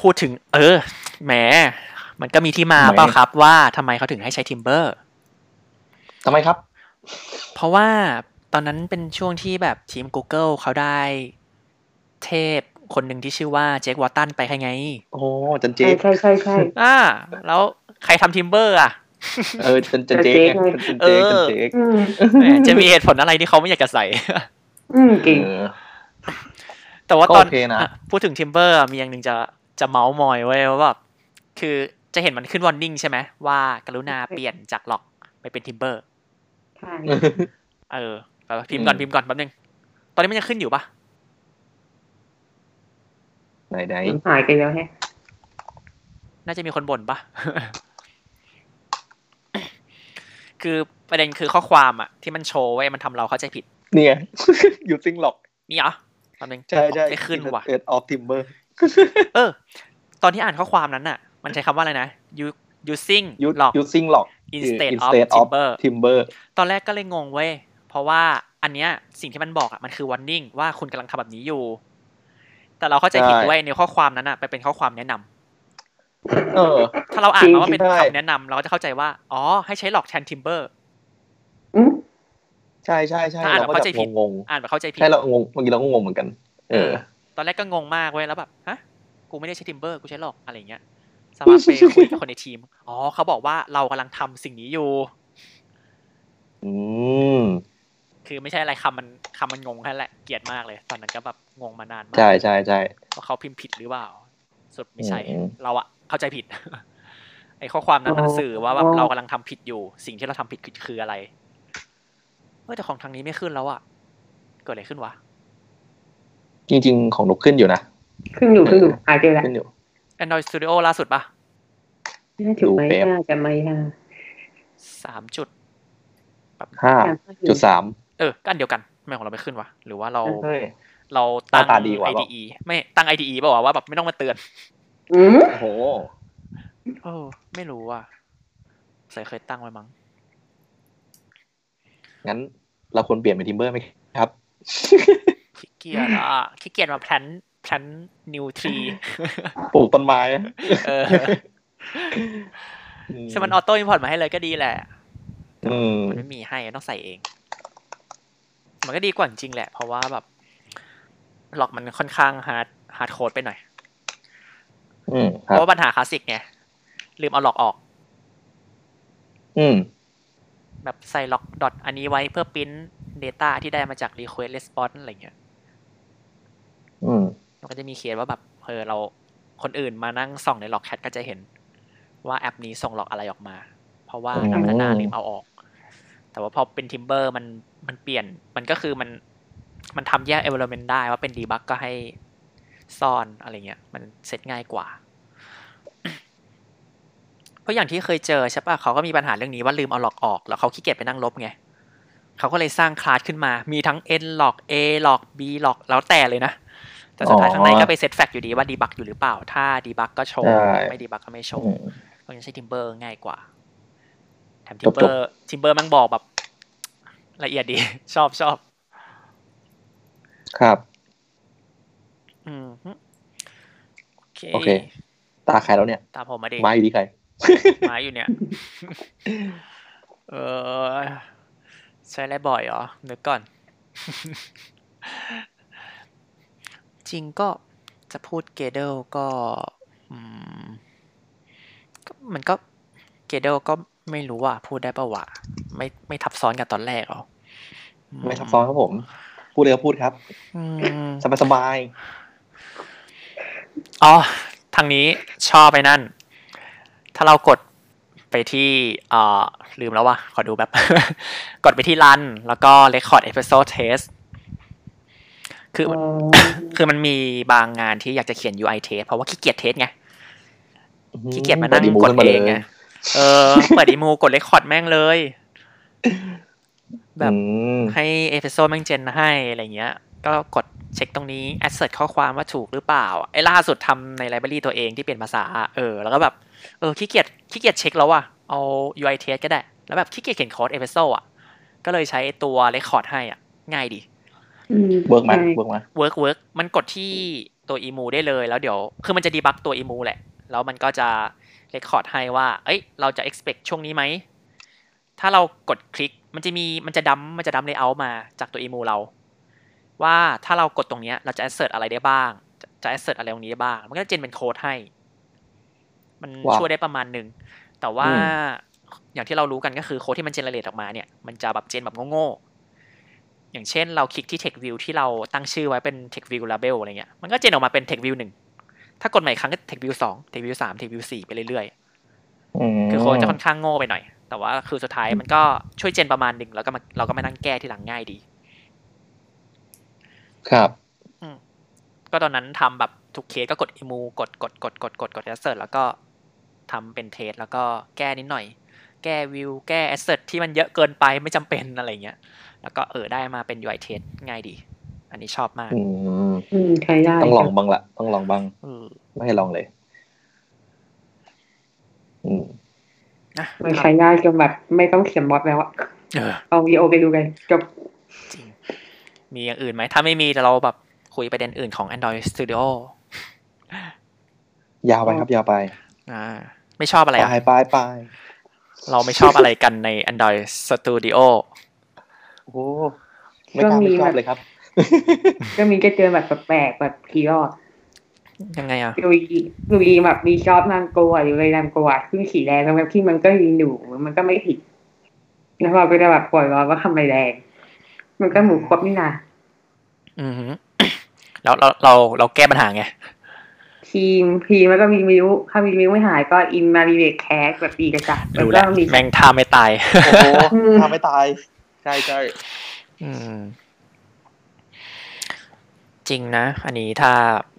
A: พูดถึง เออ แหม มันก็มีที่มา
B: แหม
A: เปล่าครับว่าทำไมเขาถึงให้ใช้ทิมเบอร์
B: ทำไมครับ
A: เพราะว่าตอนนั้นเป็นช่วงที่แบบทีม Google เขาได้เทพคนหนึ่งที่ชื่อว่าเจควอตตันไปใครไง
B: โอ้จันเจ
C: ใช่
B: ก
C: ใช่ใช่ใช่
A: อ่า แล้วใครทำทิมเบอร์อ่ะ
B: เออจันจันเจกไงจันเจกจันเจก
C: อืม
A: แหมจะมีเหตุผลอะไรที่เขาไม่อยากจะใส่
C: อืมจริง
B: เออ
A: แต่ว่า
B: ก็
A: ตอน
B: โอเคนะ
A: อ่ะพูดถึงทิมเบอร์มีอย่างหนึ่งจะจะเมาส์มอยไว้ยว่าแบบคือจะเห็นมันขึ้นวอร์นิ่งใช่ไหมว่ากรุณาเปลี่ยนจากล็อกไปเป็นทิมเบอร์
C: ใช่
A: เออเอาพิมพ์ก่อนพิมพ์ก่อนแป๊บนึง ตอนนี้มันยังขึ้นอยู่ปะ
B: ไหนไหน
C: หายกันแล้วแฮะ
A: น่าจะมีคนบ่นปะ คือประเด็นคือข้อความอะที่มันโชว์ไว้ยมันทำเราเข้าใจผิด
B: ๆเนี่ย ยูซิงหลอก
A: นี่เหรอแป๊บนึง
B: ใช่ใช่
A: ไม่ขึ้นว่ะ
B: เอ็ดออฟทิมเบอร์
A: เออ ตอนที่อ่านข้อความนั้นน่ะ มันใช้คำว่าอะไรนะ You- using
B: ยู
A: หลอก
B: ยูซิงหลอก
A: instead of timber
B: ทิมเบอร์
A: ตอนแรกก็เลยงงเว้ย เพราะว่าอันเนี้ยสิ่งที่มันบอกอะมันคือ warning ว่าคุณกำลังทำแบบนี้อยู่ แต่เราเข้าใจผิด
B: ใช่
A: เว้ยในข้อความนั้นอะไปเป็นข้อความแนะนำ
B: เออ
A: ถ้าเราอ่านมาว่าเป็น
B: จริงๆได้
A: คำแนะนำเราก็จะเข้าใจว่า อ๋อ ให้ใช้หลอกแทนทิมเบอร์
C: อืม
B: ใช่ใช่ใช่
A: ถ้าอ่าน
B: เราก็
A: เข้าใจ
B: จะ
A: ผิด
B: งง
A: อ่านแบบเข้าใจ
B: ๆ
A: ผิด
B: ใช่เรางงเมื่อกี้เราก็งงเหมือนกัน เออ
A: ตอนแรกก็งงมากเว้ยแล้วแบบฮะกูไม่ได้ใช้ทิมเบอร์กูใช้หลอกอะไรอย่างเงี้ยสามารถไปคุยกับคนในทีม อ๋อเขาบอกว่าเรากำลังทำสิ่งนี้อยู่
B: อืม
A: คือไม่ใช่อะไรคำมันคำมันงงแค่นั้นแหละเกลียดมากเลย ตอนนั้นก็แบบงงมานานมาก
B: ใช่ใช่ใช่
A: ว่าเขาพิมพ์ผิดหรือเปล่าสุดไม่ใช่
B: อืม
A: เราอะเข้าใจผิด ไอข้อความนั้นมันสื่อว่าแบบเรากำลังทำผิดอยู่ สิ่งที่เราทำผิดคือคืออะไรเออแต่ของทางนี้ไม่ขึ้นแล้วอะเกิดอะไรขึ้นวะ
B: จริง ๆ ของนกขึ้นอยู่นะ
C: ขึ้นอยู่ขึ้นอยู่หายไปแล้ว
B: ขึ้นอยู่
A: Android Studio ล่าสุดปะ
C: น่าถูกไหม
B: ดูเป๊ะ
C: น่าจะไม่น่า
A: สามจุด
B: ห้าจุดสาม
A: เออก็อันเดียวกันทำไมของเราไม่ขึ้นวะ หรือว่าเรา
B: เฮ้ย
A: เราตั้ง
B: หน้าตาดีกว่า
A: IDE ไม่ตั้ง IDE เปล่าวะว่าแบบไม่ต้องมาเตือน
C: อืม
B: โอ้โห
A: เออ ไม่รู้อ่ะใส่เคยตั้งไว้มั้ง
B: งั้นเราควรเปลี่ยนเป็นทิมเบอร์ไหมครับ
A: ขี้เกียจอ่ะ ขี้เกียจมาแพลนแพลนนิวทรี
B: ปลูกต้นไม้
A: เออ
B: อื
A: ซึ่งมันออโต้อินพอร์ตมาให้เลยก็ดีแหละ
B: อืม
A: มันไม่มีให้ต้องใส่เอง มันก็ดีกว่าจริงๆแหละ เพราะว่าแบบหลอกมันค่อนข้างฮาร์ดฮาร์ดโคดไปหน่อย
B: อืมค
A: เพ
B: รับ
A: ราะว่าปัญหาคลาสสิกไงลืมเอาหลอกออก
B: อืม
A: แบบใส่ล็อกดอทอันนี้ไว้เพื่อปริ้น Data ที่ได้มาจาก Request Response อะไรเงี้ย
B: อืม
A: มันก็จะมีเขียนว่าแบบเออเราคนอื่นมานั่งส่องในล็อกแคทก็จะเห็น ว่าแอปนี้ส่งล็อกอะไรออกมา เพราะว่า
B: อืม
A: นักพัฒนาลืมเอาออก แต่ว่าพอเป็น Timber มันมันเปลี่ยนมันก็คือมันมันทำแยก environment ได้ว่าเป็น debug ก็ให้ซ่อนอะไรเงี้ย มันเซตง่ายกว่า เพราะอย่างที่เคยเจอใช่ปะเขาก็มีปัญหาเรื่องนี้ว่าลืมเอาล็อกออก แล้วเขาขี้เกียจไปนั่งลบไงเขาก็เลยสร้างคลาสขึ้นมา มีทั้ง n ล็อก a ล็อก b ล็อกแล้วแต่เลยนะ แต่สุดท้ายข้างในก็ไปเซตแฟกอยู่ดีว่าดีบักอยู่หรือเปล่า ถ้าดีบักก็โชว์
B: ใช่
A: ไม่ดีบักก็ไม่โช
B: อื
A: ว์
B: ม
A: เพราะงั้นใช้ทิมเบอร์ง่ายกว่า แถมทิ
B: จ
A: ม
B: บ
A: เบ
B: ๆ
A: อร์ทิมเบอร์มันบอกแบบ ละเอียดดี ชอบชอบ
B: ครับ
A: อืมฮึโอเค
B: โอเค ตาใครแล้วเนี่ย
A: ตามผมมาดิ
B: ไม้อยู่ที่ใคร
A: ไม้อยู่เนี่ย เออ ใช้อะไรบ่อยเหรอนึกก่อน จริงก็จะพูดเกเดลก็ อืมก็มันก็เกเดลก็ไม่รู้ว่า พูดได้ปะวะไม่ไม่ทับซ้อนกับตอนแรกเหรออื
B: ไม่ซับซ้อนครับผม พูดเลยก็พูดครับ
A: อืม
B: สบายสบาย
A: อ๋อ ทางนี้ชอบไปนั่น ถ้าเรากดไปที่เอ่อลืมแล้วว่ะ ขอดูแบบ กดไปที่รัน แล้วก็ Record Episode Test คือ
C: อ๋อ
A: คือมันมีบางงานที่อยากจะเขียน UI test เพราะว่าขี้เกียจเทสไง
B: ๆ
A: ขี้เกียจมานั่ง
B: ปิมู
A: กด
B: ขึ้นมา
A: เอ
B: ลย
A: งไง เออ เปิดดีโมกด Record แม่งเลย แบบ
B: อืม
A: ให้เอพิโซดแม่งเจนให้อะไรเงี้ย ก็กดเช็คตรงนี้ assert ข้อความว่าถูกหรือเปล่า ไอ้ล่าสุดทำในไลบรารีตัวเองที่เปลี่ยนภาษา เออ แล้วก็แบบ เออขี้เกียจขี้เกียจเช็คแล้วอะ เอา UI test ก็ได้ แล้วแบบขี้เกียจเขียนโค้ด a p p l e อ่ะ ก็เลยใช้ตัว record ให้อ่ะ ง่ายดี
C: อืม
B: เวิร์กไหม
C: ใช่
B: เวิร์กไหม
A: work work มันกดที่ตัว emu ได้เลยแล้วเดี๋ยว คือมันจะดีบักตัว emu แหละ แล้วมันก็จะ record ให้ว่า เอ้ย เราจะ expect ช่วงนี้ไหม ถ้าเรากดคลิก มันจะมี มันจะดัมมันจะดัม layout มาจากตัว emu เรา ว่าถ้าเรากดตรงเนี้ย เราจะ assert อะไรได้บ้าง จะจะ assert อะไรตรงนี้ได้บ้าง มันก็จะเจนเป็นโค้ดให้ มัน
B: ว้าว
A: ช่วยได้ประมาณหนึ่ง แต่ว่า
B: อื
A: อย่างที่เรารู้กันก็คือโค้ดที่มันเจเนเรตออกมาเนี่ย มันจะแบบเจนแบบโง่ๆ อย่างเช่นเราคลิกที่ Text View ที่เราตั้งชื่อไว้เป็น Text View Label อะไรเงี้ย มันก็เจนออกมาเป็น Text View หนึ่ง ถ้ากดใหม่อีกครั้งก็ Text View สอง Text View สาม Text View สี่ไปเรื่อย
B: อืม
A: ๆ คือโค้ดจะค่อนข้างโง่ไปหน่อย แต่ว่าคือสุดท้ายมันก็ช่วยเจนประมาณหนึ่งแล้วก็มาเราก็มานั่งแก้ที่หลังง่ายดี
B: ครับ
A: ก็ตอนนั้นทำแบบทุกเคสก็กด e m มูกดกดกดกดกดกดแอสเซทแล้วก็ทำเป็นเทสแล้วก็แก้นิดหน่อย แก้วิวแก้แอสเซทที่มันเยอะเกินไปไม่จำเป็นอะไรเงี้ย แล้วก็เออได้มาเป็น UI เทสง่ายดี อันนี้ชอบมาก
B: อืม
C: อืมใช้ได้
B: ต้องลองบ้างละต้องลองบ้าง
A: เออ
B: ไม่ให้ลองเลย อืม
A: นะ
C: มันใช้ได้จนแบบไม่ต้องเขียนบอทแล้วอะ
A: เออ
C: เอาวีโอไปดูกันจ บ
A: จริง มีอย่างอื่นไหม ถ้าไม่มีแต่เราแบบคุยประเด็นอื่นของ Android Studio
B: ยาวไปครับ ยาวไป
A: อ่าไม่ชอบอะไร
B: ไป
A: อะ
B: ไปไป
A: เราไม่ชอบอะไรกันใน Android Studio
B: โอ้โหไม่กล้าไม่ชอบเลยครับ
C: ก็มีก็เจอแบบแปลกๆแบบผีรอด
A: ยังไงอะ
C: ดูอีดูอีแบบมีจอบนางโกะหรืออะไรนางโกะขึ้นสีแดงแล้วแบบที่มันก็ยิงอยู่มันก็ไม่ผิดแล้วเราก็จะแบบปล่อยรอดว่าทำไมแดง มันก็หมูครบนี่นะ
A: อือหือ แล้วเราเราเราแก้ปัญหาไง
C: ทีมทีมแล้วก็มีมิวถ้ามีมิวไม่หายก็อินมารีเวทแคสแบบปีกระจับแล้ว
A: รู้แห
C: ก็
A: ละ
C: มี
A: แม่งท่าไม่ตาย
B: โอ้โห
C: อืม
B: ทำไม่ตาย ใช่ใช่
A: อืม จริงนะ อันนี้ถ้า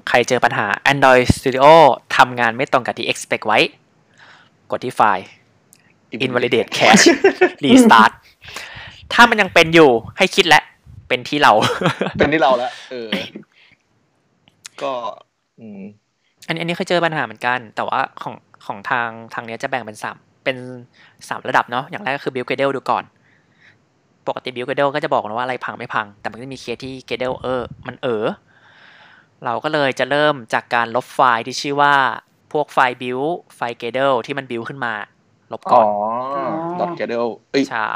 A: ใครเจอปัญหา Android Studio ทำงานไม่ตรงกับที่ expect ไว้ กดที่ไฟล์ invalidate cache restart ถ้ามันยังเป็นอยู่ให้คิดและ เป็นที่เรา
B: เป็นที่เราแล้วเออ ก็ อืม
A: อันนี้อันนี้เคยเจอปัญหาเหมือนกัน แต่ว่าของของทางทางเนี้ยจะแบ่งเป็นสามเป็นสามระดับเนาะอย่างแรกก็คือ build Gradle ดูก่อน ปกติ build Gradle ก็จะบอกนะว่าอะไรพังไม่พัง แต่มันก็จะมีเคสที่ Gradle เออ มันเออ เราก็เลยจะเริ่มจากการลบไฟล์ที่ชื่อว่าพวกไฟล์ build ไฟล์ Gradle ที่มัน build ขึ้นมา ลบก่
B: อ๋
A: อ
B: อ
A: น
B: ดอทเกเดลเอ้ย
A: ใช่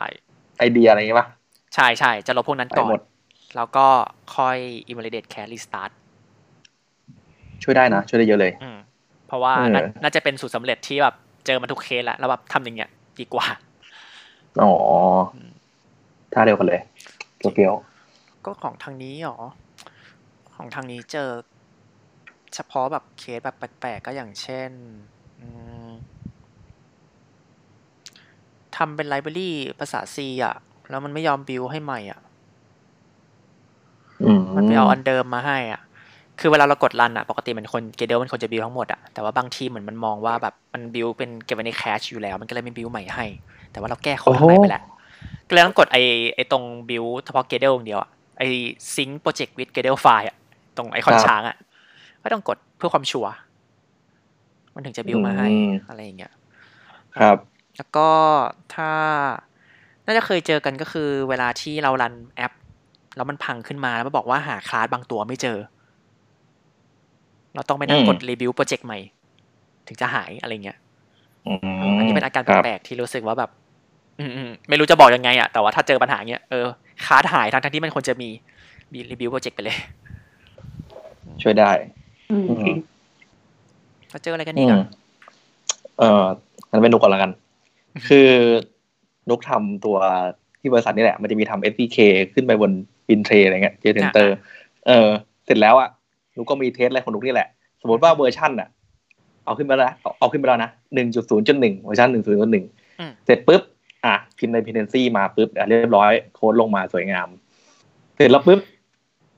B: ไอเดียอะไรอย่างงี้ป่ะ
A: ใช่ใช่จะลบพวกนั้นก่อ
B: ไปหม
A: น
B: ด
A: แล้วก็ค่อย invalidate cache restart
B: ช่วยได้นะ ช่วยได้เยอะเลย
A: อืมเพราะว่า
B: เออ
A: น่าน่าจะเป็นสูตรสำเร็จที่แบบเจอมาทุกเคสแล้วแล้วแบบทำอย่างเงี้ยดีกว่า
B: อ๋อท่าเดียวกันเลยตัวเปียว
A: ก็ของทางนี้หรอ ของทางนี้เจอ เฉพาะแบบเคสแบบแปลกๆก็อย่างเช่นอืมทำเป็นไลบรารีภาษา C อ่ะ แล้วมันไม่ยอมบิวให้ใหม่อ่ะ
B: อืม
A: มันไปเอาอันเดิมมาให้อ่ะ คือเวลาเรากดรันอ่ะ ปกติมันคนเกเดลมันควรจะบิวทั้งหมดอ่ะ แต่ว่าบางทีเหมือนมันมองว่าแบบมันบิวเป็นเก็บไว้ในแคชอยู่แล้ว มันก็เลยไม่บิวใหม่ให้ แต่ว่าเราแก้ข้อใหม่ไปแล้ว ก็เลยต้องกดไอไอตรงบิวเฉพาะเกเดลอย่างเดียวอ่ะ ไอซิงค์โปรเจกต์วิดเกเดลไฟล์อ่ะ ตรงไอคอนช้างอ่ะ ก็ต้องกดเพื่อความชัวร์ มันถึงจะบิวมาให้อะไรอย่างเงี้ย
B: ครับ
A: แล้วก็ถ้าน่าจะเคยเจอกันก็คือเวลาที่เรารันแอป แล้วมันพังขึ้นมาแล้วมันบอกว่าหาคลาสบางตัวไม่เจอ เราต้องไปนั่งกด
B: อืม
A: รีวิวโปรเจกต์ใหม่ ถึงจะหายอะไรเงี้ย
B: อืม
A: อันนี้เป็นอาการ
B: ครับ
A: แปลกๆที่รู้สึกว่าแบบ อืมๆไม่รู้จะบอกยังไงอะแต่ว่าถ้าเจอปัญหาเงี้ยเออคลาสหายทั้งๆที่มันควรจะมีมีรีวิวโปรเจกต์ไปเลย
B: ช่วยได้
C: อืม
B: อืม
A: ถ้าเจออะไรกัน
B: อื
A: อีก
B: ม
A: อะ
B: เอ่องั้นเป็นนุกก่อนละ กัน คือนุกทำตัวที่บริษัทนี่แหละ มันจะมีทำ SDK ขึ้นไปบนบินเทรอะไรเงี้ย เจเทนเตอร์ เออ เสร็จแล้วอ่ะนุกก็มีเทสอะไรของนุกนี่แหละ สมมติว่าเวอร์ชันอ่ะ เอาขึ้นมาแล้วเอาเอาขึ้นมาแล้วนะหนึ่งจุดศูนย์จุดหนึ่งเวอร์ชันหนึ่งศูนย์จุดหนึ่งเสร็จปุ๊บ อ่ะพิมพ์ใน dependency มาปุ๊บอ่ะเรียบร้อยโค้ดลงมาสวยงาม เสร็จแล้วปุ๊บ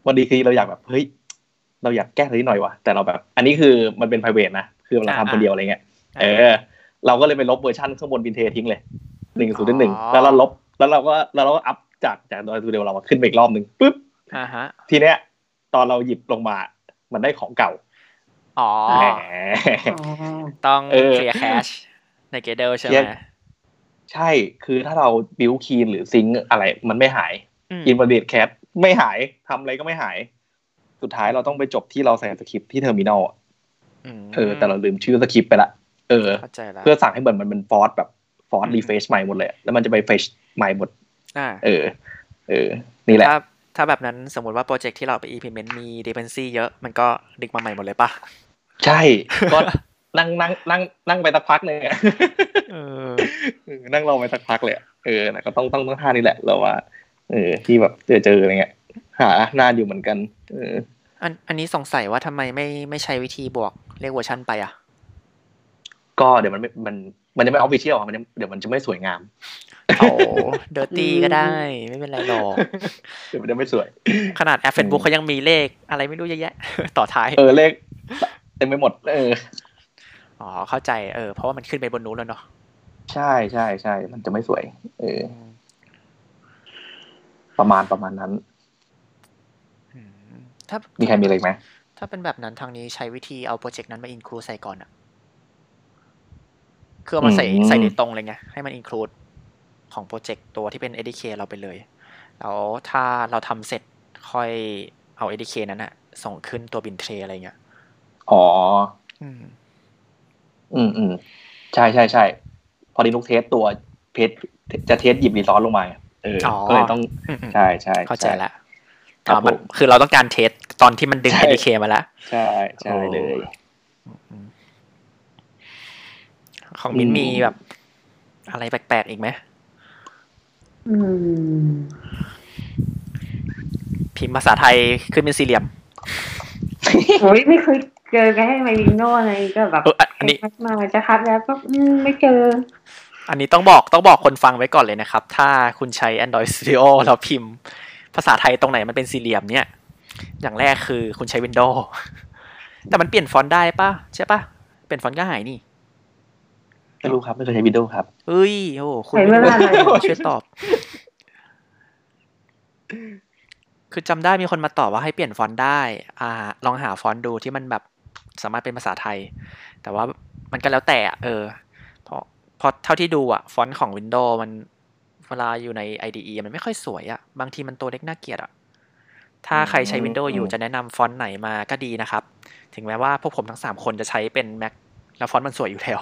B: วันดีคือเราอยากแบบเฮ้ย เราอยากแก้ทีหน่อยวะแต่เราแบบ อันนี้คือมันเป็น private นะคือเราทำคนเดียวอะไรเงี้ย เออเราก็เลยไปลบเวอร์ชันข้างบนบินเททิ้งเลยหนึ่งศูนย์หนึ่งแล้วเราลบแล้วเราก็แล้วเราก็อัพจากจากดอยตูเดียวเรามาขึ้นไปอีกรอบหนึ่งปุ๊บ
A: อ่าฮะ
B: ทีเนี้ย ตอนเราหยิบลงมา มันได้ของเก่า
A: อ๋อ
B: แหม
C: อ๋อ
A: ต้อง
B: เออ
A: เคลียร์แคชในเกเดลใช่ไห
B: เคลี
A: ม
B: ยร์ ใช่คือถ้าเราบิวคีนหรือซิงค์อะไรมันไม่หาย
A: อืม
B: อินวัลเดดแคปไม่หายทำอะไรก็ไม่หาย สุดท้ายเราต้องไปจบที่เราใส่สคริปต์ที่เทอร์มินอลอะ
A: ม
B: เออแต่เราลืมชื่อสคริปต์ไปละเออ
A: เข้าใจแล้ว
B: เพื่อสั่งให้เหมือนมันเป็นฟอร์สแบบฟอร์ส
A: อืม
B: รีเฟชใหม่หมดเลยอะแล้วมันจะไปเฟชใหม่หมด
A: อ่า
B: เออ เออ นี่แหละ
A: ถ้าถ้าแบบนั้นสมมติว่าโปรเจกต์ที่เราไป implement มี dependency เยอะมันก็ดึกมาใหม่หมดเลยปะ
B: ใช่ ก็นั่งนั่งนั่งนั่งไปสักพักหนึ่งอะ
A: เออ
B: เออนั่งรอไปสักพักเลยอะเออนะก็ต้องต้องต้องท่านี้แหละเราว่า เออ ที่แบบเจอเจออะไรเงี้ย หานานอยู่เหมือนกัน เออ
A: อันอันนี้สงสัยว่าทำไมไม่ไม่ใช้วิธีบวกเรียกเวอร์ชันไป อ่ะ
B: ก็เดี๋ยวมันไม่มันมันจะไม่ออฟฟิเชียลมันจะเดี๋ยวมันจะไม่สวยงาม
A: โอ้เดอร์ตี้ก็ได้ ไม่เป็นไรหรอก
B: เดี๋ยวมันจะไม่สวย
A: ขนาดแอปเฟซบุ๊กเขายังมีเลขอะไรไม่รู้เยอะแยะ ต่อท้าย
B: เออเลขเต็มไปหมด เออ
A: อ๋อ เข้าใจเออเพราะว่ามันขึ้นไปบนนู้นแล้วเนาะ
B: ใช่ใช่ใช่มันจะไม่สวย เออ
A: อืม
B: ประมาณประมาณนั้น
A: อืมถ้า
B: มีใครมีอะไรอีกไหม
A: ถ้าเป็นแบบนั้นทางนี้ใช้วิธีเอาโปรเจกต์นั้นมาอินคลูใส่ก่อนอะคือเอามาใส่
B: อืม
A: ใส่ในตรงเลยไงให้มันอินคลูดของโปรเจกต์ตัวที่เป็น ADK เราไปเลย แล้วถ้าเราทำเสร็จค่อยเอา ADK นั้นอะส่งขึ้นตัวบินเทรอะไรเงี้ย
B: อ๋อ
A: อืม
B: อืมอืมใช่ใช่ใช่พอดีนุกเทสตัวเพจจะเทสหยิบรีซอสลงมาไงเอออ
A: อ
B: ก็เลยต้อง
A: อืมอืม
B: ใช่ใช่ช่
A: เข้าใจละ
B: ครั
A: อ่า
B: บ
A: มัน
B: ผม
A: คือเราต้องการเทสตอนที่มันดึง
B: ใช่
A: ADK มาแล้ว
B: ใช่ใช่เลย
A: ของมิน
B: อืม
A: มีแบบ อะไรแปลกๆอีกไหม
C: อืม
A: พิมพ์ภาษาไทยขึ้นเป็นสี่เหลี่ยม
C: โอ้ยไม่เคยเจอแค่ไมลิโน่อะไรก็แบบ
A: เอออันนี้
C: ทักมาจะคัดแล้วก็อืมไม่เจอ
A: อันนี้ต้องบอกต้องบอกคนฟังไว้ก่อนเลยนะครับ ถ้าคุณใช้ Android Studio แล้วพิมพ์ ภาษาไทยตรงไหนมันเป็นสี่เหลี่ยมเนี่ย อย่างแรกคือคุณใช้ Windows แต่มันเปลี่ยนฟอนต์ได้ปะใช่ปะเปลี่ยนฟอนต์ก็หายนี่
B: ไม่รู้ครับไม่เคยใช้วิดีโอครับ
A: เอ้ยโอ้คุณ
C: ใช้เวลาหน่อย
A: ช่วยตอบ คือจำได้มีคนมาตอบว่าให้เปลี่ยนฟอนต์ได้ อ่า ลองหาฟอนต์ดูที่มันแบบสามารถเป็นภาษาไทย แต่ว่ามันก็แล้วแต่อะเออเพราะเพราะเท่าที่ดูอะฟอนต์ของ Windows มันเวลาอยู่ใน IDE มันไม่ค่อยสวยอะบางทีมันตัวเล็กน่าเกลียดอะถ้าใครใช้
B: อืม
A: Windows อยู่จะแนะนำฟอนต์ไหนมาก็ดีนะครับ ถึงแม้ว่าพวกผมทั้ง 3 คนจะใช้เป็น Mac แล้วฟอนต์มันสวยอยู่แล้ว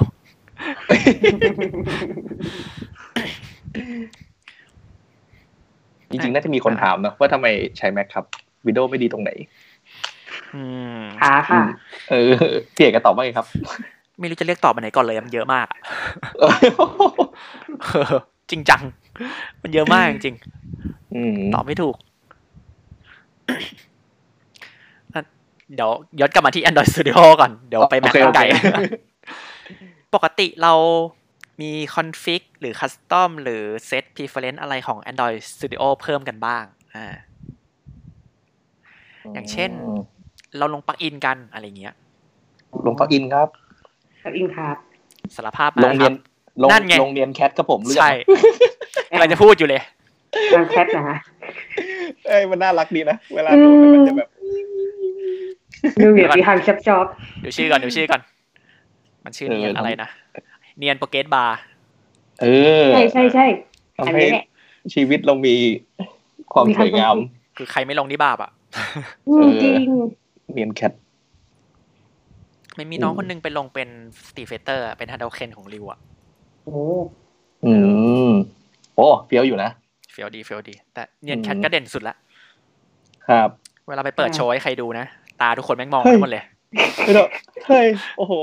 B: จริงๆน่าจะมีคนถามนะว่าทำไมใช้แม็กครับวิดีโอไม่ดีตรงไหน
A: อืม
C: ขาค่ะ
B: เออเสียกระตอบว่าไง ครับ
A: ไม่รู้จะเรียกตอบอันไหนก่อนเลยอะมันเยอะมากอะ เออจริงจัง มันเยอะมากจริง
B: อืม
A: ๆตอบไม่ถูก อ่ะเดี๋ยวย้อนกลับมาที่ Android Studio ก่อน เดี๋ยวไปแม็ก
B: โอเคโอ
A: ไก่
B: เค
A: ปกติเรามีคอนฟิกหรือคัสตอมหรือเซต preference อะไรของ Android Studio เพิ่มกันบ้างอ่า อย่างเช่น เราลงปลักอินกันอะไรเงี้ย
B: ลงเก้าอินครับ
C: กับอิงครับ
A: สารภาพมา
B: ลงเรียน
A: คบ
B: ลง
A: นั่นไง
B: ลงเรียนแคทครับผมรู้จัก
A: ใช่
B: ไหม
A: กำลังจะพูดอยู่เลย
C: ทางแคทนะฮะ
B: เอ้ยมันน่ารักดีนะเวลาดูแล้วมันจะแบบ
C: ดูเหมือนมีทางชับชอบ
A: เดี๋ยวชื่อก่อนเดี๋ยวชื่อก่อน มันชื่อ
B: เออ
A: เนียนอะไรนะ เนียนโปเกตบาร์
B: เออ
C: ใช่ใช่ใช่
B: ทำ
C: อัน
B: ให้
C: นี้แหละ
B: ชีวิตเรามีความสวยงาม
C: มีความสุ
A: คือใครไม่ลงนี่บาปอ่ะ
C: อืมจริง
B: เรียนแคท
A: มันมีน้อง
B: อืม
A: คนหนึงไปลงเป็นสตีเฟเตอร์ เป็นฮันเดลเคนของริวอ่ะ
C: โอ้
B: อืมโอ้เฟี้ยวอยู่นะ
A: เฟียวดีเฟียวดี แต่เนียนแคท
B: อืม
A: ก็เด่นสุดละ
B: ครับ
A: เวลาไปเปิดโชว์ให้ใครดูนะ ตาทุกคนแม่งมอง
B: เฮ้ย
A: กันหมดเลย
B: ไม่ต้องเฮ้ยโอ้โห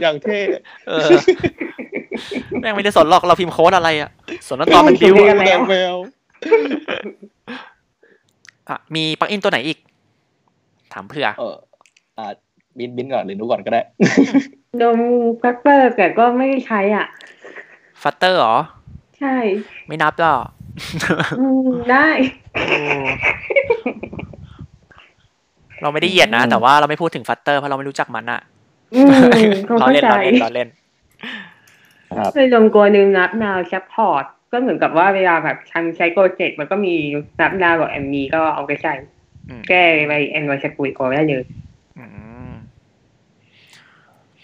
B: อย่างเท่
A: เออ แม่งไม่ได้สนหรอกเราพิมพ์โค้ดอะไรอ่ะ สนว่าตอนมันริว
B: แม
A: อะ
B: วแมว
A: อ่ะมีปลักอินตัวไหนอีก ถามเผื่อ
B: เอออ่าบินบินก่อนหรือนุก่อนก็ได้
C: นมแพปเปอร์แต่ก็ไม่ได้ใช้อ่ะ
A: ฟัตเตอร์หรอ
C: ใช่
A: ไม่นับหรอก
C: อืมได้
A: เราไม่ได้เหยียดนะ
B: อืม
A: แต่ว่าเราไม่พูดถึงฟัตเตอร์เพราะเราไม่รู้จักมันอ่ะ
C: อืมคง
A: เรา
C: เข้า
A: เล่น
C: ใจ
A: เราเล่นเราเล่น
B: ครับ
C: เคยลงตัวหนึ่งนับนาวซัพพอร์ตก็เหมือนกับว่าเวลาแบบทำใช้โปรเจกต์มันก็มีนับนาวกับแอมมีก็เอาไปใช้
A: อืม
C: แก้ไปแอนวอยสกุยก็ได้เลย
A: อืม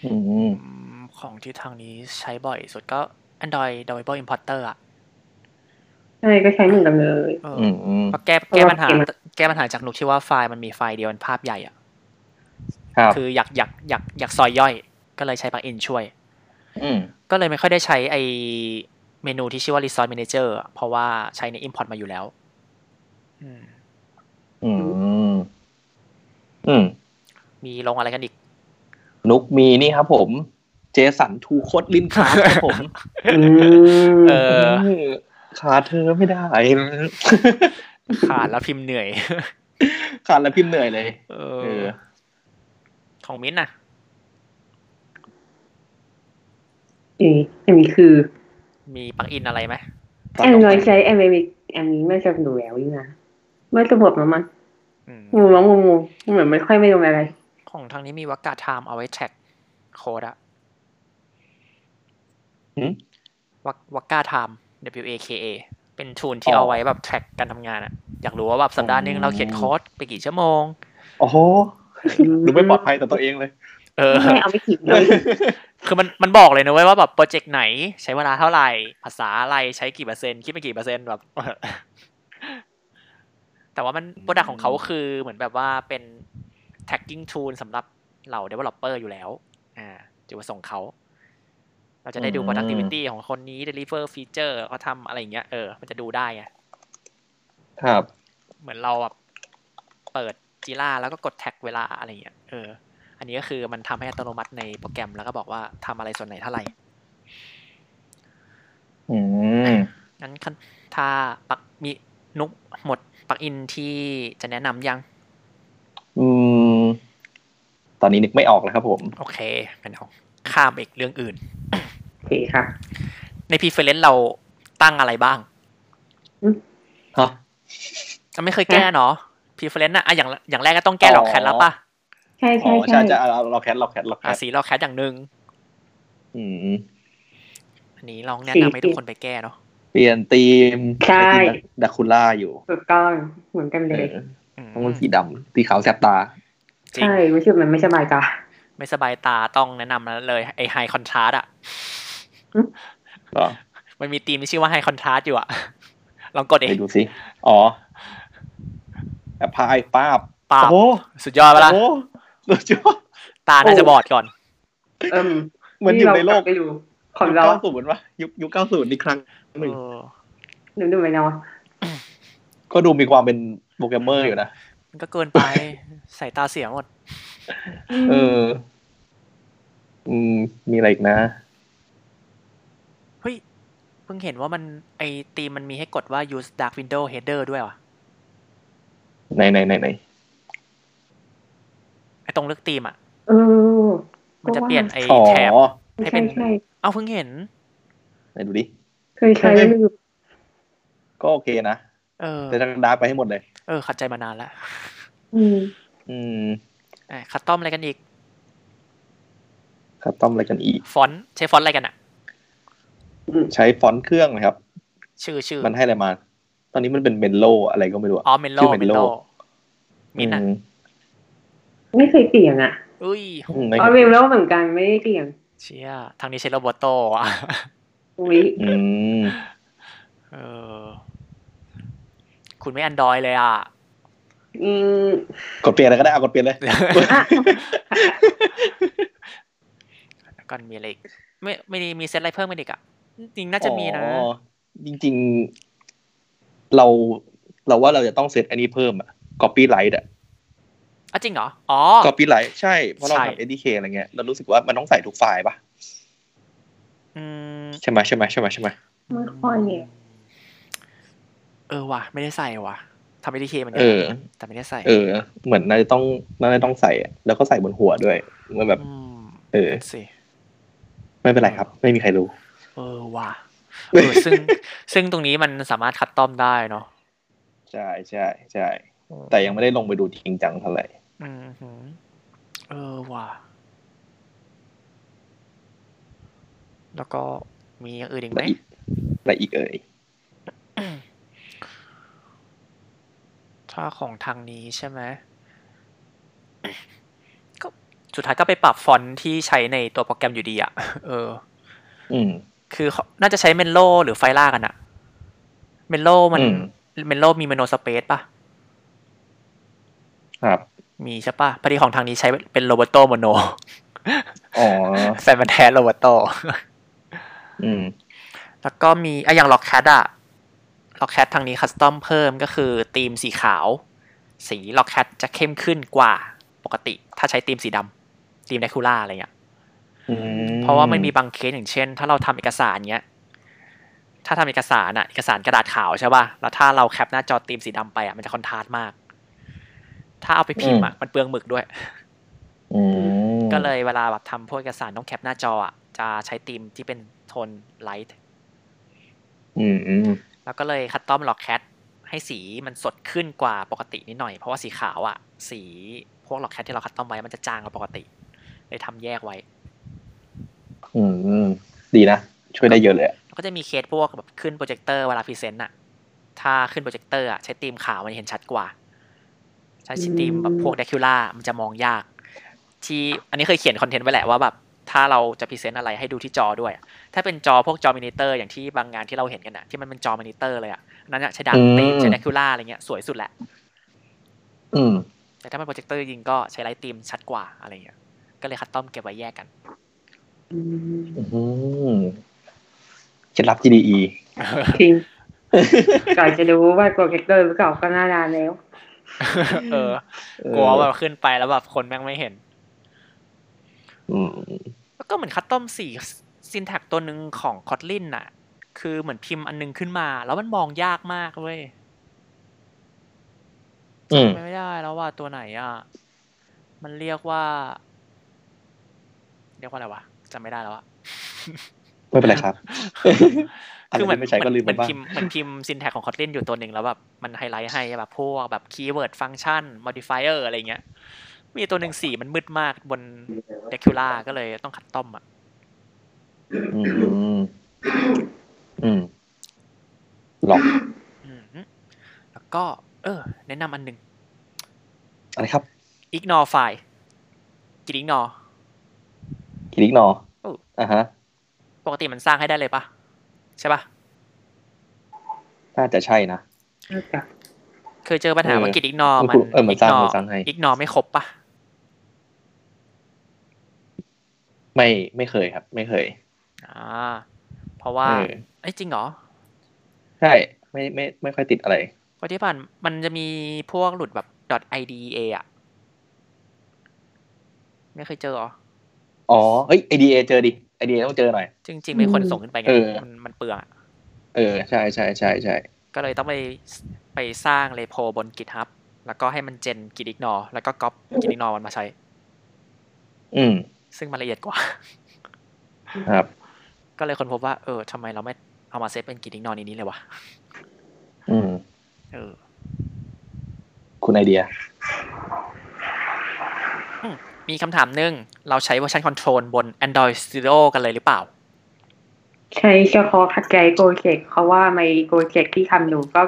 B: อืม
A: อืมของที่ทางนี้ใช้บ่อยสุดก็ a Android Doable Importer อ่ะ
C: ใช่ก็ใช้เหมือนกันเลย
A: เออ
B: อืมอืม
A: เพราะแก้แก้ปัญหา
C: เพราะว่าเกม
A: แก้ปัญหาจากหนุกที่ว่าไฟล์มันมีไฟล์เดียวเป็นภาพใหญ่อ่ะ
B: ครับ
A: คืออยากอยากอยากอยากซอยย่อย ก็เลยใช้ปลั๊กอินช่วย
B: อืม
A: ก็เลยไม่ค่อยได้ใช้ไอเมนูที่ชื่อว่า Resource Manager อะเพราะว่าใช้ใน Import มาอยู่แล้ว อืม
B: อืมอืม
A: มีลงอะไรกันอีก
B: นุกมีนี่ครับผม เจสันทูโคตรลินคาร์ครับ ผม
C: อืม
A: เออ
B: ขาดเธอไม่ได้
A: ขาดแล้วพิมพ์เหนื่อย
B: ขาดแล้วพิมพ์เหนื่อยเลย
A: เอ
B: เอ
A: อ
B: อ
A: ของมิ้นท์น่ะ
C: เอ๊ะอันนี้คือ
A: มีปลั๊กอินอะไรไหม
B: ตัด
C: แอม
B: ก
C: น้อย
B: ไป
C: ใช้แอมเอมิกอันนี้ไม่จำดูแล้วนี่นะไม่จะหมดแล้วมั้ง
A: อืม
C: งูร้องงูงูเหมือนไม่ค่อยไม่ลงอะไร
A: ของทางนี้มีวักกาไทม์เอาไว้แท็กโค้ดอะ
B: หืม
A: วักวักกาไทม์ W A K A เป็นทูน
B: อ๋
A: ที่
B: อ
A: เอาไว้แบบแท็กการทำงานอะอยากรู้ว่าแบบสัปดาห์หนึง
B: อืม
A: เราเขียนโค้ดไปกี่ชั่วโมง
B: โอ้โหดูไม่ปลอดภัยต่อตัวเอง เลย
A: เออ
C: ไม่เอาไปขีดเลย
A: คือมันมันบอกเลยนะเว้ยว่าแบบโปรเจกต์ไหนใช้เวลาเท่าไหร่ ภาษาอะไรใช้กี่เปอร์เซ็นต์ คิดไปกี่เปอร์เซ็นต์แบบ แต่ว่ามันโปรดักของเขาคือเหมือนแบบว่าเป็น tagging tool สำหรับเหล่า developer อยู่แล้ว อ่าจุดประสงค์เขา เราจะได้ดู
B: อืม
A: productivity ของคนนี้ deliver feature เขาทำอะไรอย่างเงี้ยเออมันจะดูได้ไง
B: ครับ
A: เหมือนเราแบบเปิดจีล่าแล้วก็กดแท็กเวลาอะไรอย่างเงี้ยเออ อันนี้ก็คือมันทำให้อัตโนมัติในโปรแกรมแล้วก็บอกว่าทำอะไรส่วนไหนเท่าไหร่
B: อืม
A: งั้นคันถ้าปักมีนุกหมดปักอินที่จะแนะนำยัง
B: อืม ตอนนี้นึกไม่ออกแล้วครับผม
A: โอเคงั้นเอาข้ามไปอีกเรื่องอื่น
C: โอเคครับ
A: ใน preference เราตั้งอะไรบ้าง
B: ฮะ
A: จะไม่เคยแก้เนาะ preference อะอะอย่างอย่างแรกก็ต้องแก้หลอกแคทแล้วป่ะ
C: ใช่
B: อ๋
C: ใช่
B: อใช่
C: ใช่
B: จะเอาเราแคทเราแคทเราแค
A: อ่ะ
B: ท
A: สีหลอกแคทอย่างหนึ่ง
B: อืม
A: อันนี้ลองแนะนำให้ทุกคนไปแก้เนาะ
B: เปลี่ยนทีม
C: ใช่
B: ดักคูล่าอยู่
C: ถูกต้องเหมือนกันเลย
B: เออ
A: อืม
B: ต้องเป็นสีดำสีขาวแสบตา
A: จริง
C: ใช่รู้สึกมันไม่สบายตา
A: ไม่สบายตาต้องแนะนำนั้นเลยไอไฮคอนทราสอะมันมีธีมที่ชื่อว่าไฮคอนทราสอยู่อะลองกดเอ
B: ไป
A: ง
B: ดูสิ อ๋อแอปพายป้าบ
A: ปาบ
B: โอ้โห
A: สุดยอดปะล่ะ
B: โอ้โหสุดยอด
A: ตาน่าจะบอดก่อน
C: เอิ่ม
B: เหมือนอยู่ในโลก
C: ไปดูของ
B: ยุค
C: เรา
B: เก้าศูนย์วะยุคยุคเก้าศูนย์อีกครั้งหนึ่ง
A: เออ
C: หนึ่งดูไปเนาะ
B: ก็ดูมีความเป็นโปรแกรมเมอร์อยู่นะ
A: มันก็เกินไป สายตาเสียหมด
B: เออ อืม มีอะไรอีกนะ
A: เฮ้ย เพิ่งเห็นว่ามันไอตีมมันมีให้กดว่า use dark window header ด้วยว่ะ
B: ไหนไหนไหนไหน
A: ไอตรงเลือกตีมอ่ะ
C: เออ
A: มันจะเปลี่ยนไอ
B: อ๋อ
A: แถบ ให้
C: ใช่
A: เป็น
C: ใช่
A: เอ้าเพิ่งเห็น
B: ไหนดูดิ
C: เคยใช้ลืม
B: ก็โอเคนะ
A: เออ
B: แต่จะดาร์กไปให้หมดเลย
A: เออ ขัดใจมานานแล้ว
C: อืม
B: อืม
A: อ่ะคัดต้อมอะไรกันอีก
B: คัสตอมอะไรกันอีก
A: ฟอนต์ใช้ฟอนต์อะไรกันอ่ะ
B: ใช้ฟอนต์เครื่องนะครับ
A: ชื่อชื่อ
B: มันให้อะไรมา ตอนนี้มันเป็นเมนโลอะไรก็ไม่รู้ะ
A: อ๋อเมนโล
B: ชื่อ
A: เมนโลมินอ่ะ
B: อืม
C: ไม่เคยเปลี่ยนอ่ะ
A: อุ้ย
B: อืมไม่
C: ออเวลแล้วเหมือนกันไม่ได้เปลี่ยน
A: เชี่ยทางนี้ใช้โรบอตโตอ่ะ
C: อุ้ย
B: อืม
A: เออ คุณไม่อันดอย เลยอ่ะ
C: อืม
B: กดเปลี่ยนอะไรก็ได้เอากดเปลี่ยนเลย
C: อ่ะ
A: ก่อนมีอะไรอีกไม่ไม่ได้มีเซตอะไรเพิ่มกันอีกอ่ะจริงๆน่าจะมีนะ
B: อ๋อจริงๆ เราเราว่าเราจะต้องเซตอันนี้เพิ่มอะ copy light อะ
A: อ่ะจริงเหรอ อ๋อ
B: copy light ใช่เพราะเรา
A: ใช่
B: ทำ SDK อะไรเงี้ยเรารู้สึกว่ามันต้องใส่ทุกไฟล์ปะ
A: อืม
B: ใช่ไหมใช่ไหมใช่ไหมใช่ไหม
C: ไม่ค่อยเนี่ย
A: เออว่ะ ไม่ได้ใส่ว่ะทำไอทีเคมัน
B: เออ
A: แต่ไม่ได้ใส่
B: เออ เหมือนน่าจะต้องน่าจะต้องใส่อะแล้วก็ใส่บนหัวด้วยมันแบบ
A: ม
B: เออ
A: นั่นสิ
B: ไม่เป็นไรครับ ไม่มีใครรู้
A: เออว่ะเออ ซึ่ง ซึ่งตรงนี้มันสามารถคัดต้อมได้เนาะ
B: ใช่ใช่ใช่แต่ยังไม่ได้ลงไปดูจริงจังเท่าไหร่
A: อืมหือเออว่ะ แล้วก็มีอย่างอื่นอีกไหม
B: อะไรอีกเอ่ย
A: ถ้าของทางนี้ใช่ไหม ก็สุดท้ายก็ไปปรับฟอนต์ที่ใช้ในตัวโปรแกรมอยู่ดีอะ เออ
B: อืม
A: คือเขาน่าจะใช้เมนโลหรือไฟล่ากันอะเมนโลมัน
B: อืม
A: เมนโลมีเมโนสเปซปะ
B: ครับ
A: มีใช่ปะพอดีของทางนี้ใช้เป็นโรเบโตโมโน
B: อ๋อ
A: แฟนมันธุ์แท้โรเบโต
B: อืม
A: แล้วก็มีอะอย่างล็อกแคทอะล็อกแคททางนี้คัสตอมเพิ่มก็คือธีมสีขาว สีล็อกแคทจะเข้มขึ้นกว่าปกติ ถ้าใช้ธีมสีดำธีมไดคูล่าอะไรเงี้ย
B: อื
A: เพราะว่ามันมีบางเคสอย่างเช่น ถ้าเราทำเอกสารเนี้ย ถ้าทำเอกสารอะเอกสารกระดาษขาวใช่ป่ะ แล้วถ้าเราแคปหน้าจอธีมสีดำไปอะมันจะคอนทราสต์มาก ถ้าเอาไปพิมพ์อะมันเปลืองหมึกด้วย
B: อืม
A: ก็เลยเวลาแบบทำพวกเอกสารต้องแคปหน้าจออะจะใช้ธีมที่เป็นโทนไลท์
B: อืมอืม
A: แล้วก็เลยคัดต้อมล็อกแคทให้สีมันสดขึ้นกว่าปกตินิดหน่อย เพราะว่าสีขาวอะสีพวกล็อกแคทที่เราคัดต้อมไว้มันจะจางกว่าปกติเลยทำแยกไว้
B: อืมอืมดีนะ ช่วยได้เยอะเลยอะ
A: แล้วก็จะมีเคสพวกแบบขึ้นโปรเจคเตอร์เวลาพรีเซนต์อะถ้าขึ้นโปรเจคเตอร์อะใช้ธีมขาวมันเห็นชัดกว่า ใช้ธีมแบบพวกเดคิล่ามันจะมองยาก ที่อันนี้เคยเขียนคอนเทนต์ไว้แหละว่าแบบถ้าเราจะพรีเซนต์อะไรให้ดูที่จอด้วยอะถ้าเป็นจอพวกจอมินิเตอร์อย่างที่บางงานที่เราเห็นกันอะที่มันเป็นจอมินิเตอร์เลยอะอันนั้นอะใช้ดาร์กธีมใช้เดคิล่าอะไรเงี้ยสวยสุดแหละ
B: อืม
A: แต่ถ้ามันโปรเจคเตอร์ยิงก็ใช้ไลท์ตีมชัดกว่าอะไรอย่างเงี้ย ก็เลยคัดต้อมเก็บไว้แยกกัน
C: อืม
B: อืมเคล็ดลับ GDE
C: จริง ก่อนจะรู้ว่าโปรเจคเตอร์หรือเปล่าก็หน่านานแล้ว
A: เออ กลัวว่าขึ้นไปแล้วแบบคนแม่งไม่เห็น
B: อืม
A: แล้วก็เหมือนคัดต้อมสีซินแท็กตัวหนึ่งของคอตลินน่ะ คือเหมือนพิมพ์อันนึงขึ้นมา แล้วมันมองยากมากเว้ย
B: อืม
A: ไม่ได้แล้วว่าตัวไหนอ่ะ มันเรียกว่า เรียกว่าอะไรวะจำไม่ได้แล้วอะ
B: ไม่เป็นไรครับ
A: คือเหมือน
B: อะไรที่ไม่ใช้ก็ลืมไป
A: เหมือน
B: บ้าง
A: พิมพ์เหมือนพิมพ์ซินแท็กของคอตลินอยู่ตัวหนึ่งแล้วแบบมันไฮไลท์ให้แบบพวกแบบคีย์เวิร์ดฟังก์ชันมอดิฟายเออร์อะไรเงี้ย มีตัวหนึ่งสีมันมืดมากบนเดคิล่าก็เลยต้องคัดต้อมอ่ะ
B: อืม อืมหลอก
A: อืมแล้วก็ เออ แนะนำอันหนึ่ง
B: อะไรครับ
A: อิกนอไฟล์กินอิกนอ
B: คลิกนอ
A: เออ
B: อ่าฮะ
A: ปกติมันสร้างให้ได้เลยปะใช่ปะ
B: น่าจะใช่นะ
A: เคยเจอปัญหาว่า
B: เออ
A: กินอิกนอ
B: เออ
A: มัน
B: เออมัน
A: ก
B: สร้าง
A: นอ
B: มันสร้างให้
A: อิกนอไม่ครบปะ
B: ไม่ไม่เคยครับ ไม่เคย
A: อ่า เพราะว่า
B: เออ
A: เอ้ยจริงเหรอ
B: ใช่ ไม่ไม่ไม่ค่อยติดอะไร
A: ปฏิบัติมันจะมีพวกหลุดแบบ .idea อ่ะ ไม่เคยเจอเหรอ
B: อ๋อเฮ้ย IDA เจอดิ IDA ต้องเจอหน่อย
A: จริงๆไม่ควรส่งขึ้นไปไง
B: เออ
A: มันมันเปลืองอะ
B: เออ ใช่ใช่ใช่ใช่
A: ก็เลยต้องไปไปสร้างเลโพบน GitHub แล้วก็ให้มันเจน git ignore แล้วก็ก๊อป git ignore มันมาใช้
B: อืม
A: ซึ่งมันละเอียดกว่า
B: ครับ
A: ก็เลยคนพบว่า เออทำไมเราไม่เอามาเซตเป็น git ignore ในนี้เลยวะ
B: อืม
A: เออ
B: คุณไอเดีย
A: มีคำถามหนึง เราใช้เวอร์ชันคอนโทรลบน Android Studio กันเลยหรือเปล่า
C: ใช้เฉพาะขัดใจโกเจกเพราะว่าไม่โกเจกที่ทำอยู่ก็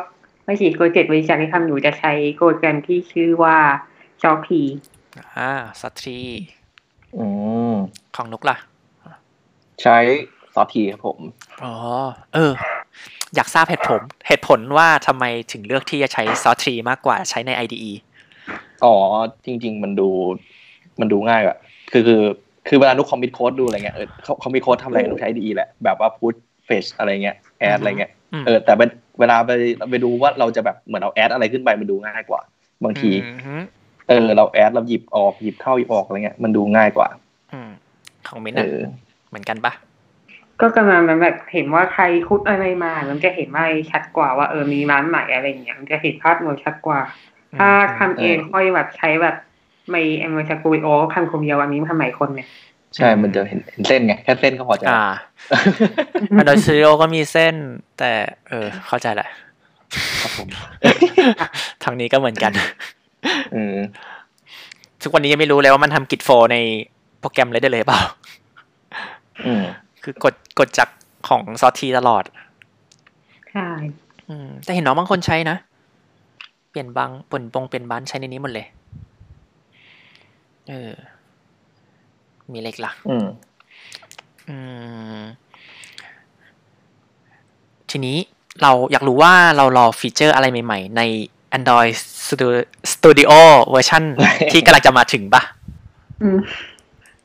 C: ไม่ใช่โกเจกบริษัทที่ทำอยู่จะใช้โกแกรมที่ชื่อว่าจอพี
A: อ่าสตรี
B: อืม
A: ของนุกล่ะ
B: ใช้ซอสทีครับผม
A: อ๋อ เออ อยากทราบเหตุผล เหตุผลว่าทำไมถึงเลือกที่จะใช้ซอสทรีมากกว่าใช้ใน IDE
B: อ๋อ จริง ๆ มันดู มันดูง่ายกว่าคือคือ คือเวลานุกคอมมิตโค้ดดูอะไรเงี้ยเออคอมมิตโค้ดทำอะไรนุกใช้ IDE แหละ แบบว่าพุชเฟชอะไรเงี้ยแอดอะไรเงี้ย
A: อืม
B: เออแต่เป็นเวลาไปไปดูว่าเราจะแบบเหมือนเราแอดอะไรขึ้นไปมันดูง่ายกว่า บางที
A: อืมอืม
B: เออเราแอดเราหยิบออกหยิบเข้าหยิบออกอะไรเงี้ยมันดูง่ายกว่า
A: อืมของมิ้นท์
B: เอ
A: อะ
B: อ
A: เหมือนกันปะ
C: ก็กำลังแบบเห็นว่าใครคุดอะไรมา มันจะเห็นว่าชัดกว่าว่าเออมีร้านใหม่อะไรอย่างเงี้ยมันจะเห็นภาพมันชัดกว่า ถ้าทำเอง
B: เออ
C: ค่อยแบบใช้แบบไม่เอ็มเวอร์ชันกูโอทำคนเดียวอันนี้ทำหมายคนเนี่ย
B: ใช่ มันจะเห็นเห็นเส้นไง แค่เส้นก็พอใจ
A: อ่า Android Studio ก็มีเส้น แต่เออ เข้าใจแหละ
B: ครับผม
A: ทางนี้ก็เหมือน กัน
B: เออ
A: ทุกวันนี้ยังไม่รู้เลยว่ามันทำกิจโฟในโปรแกรมเลยได้เลยเปล่า
B: อืม
A: คือกดกดจากของซอสทรีตลอด
C: ใช่
A: อืม แต่เห็นน้องบางคนใช้นะ เปลี่ยนบางเปลี่ยนปงเปลี่ยนบ้านใช้ในนี้หมดเลย เออ มีเล็กละ
B: อืม
A: อืม ทีนี้เราอยากรู้ว่าเรารอฟีเจอร์อะไรใหม่ๆ ใน Android Studio- Studio เวอร์ชัน ที่กำลังจะมาถึงปะ
C: อืม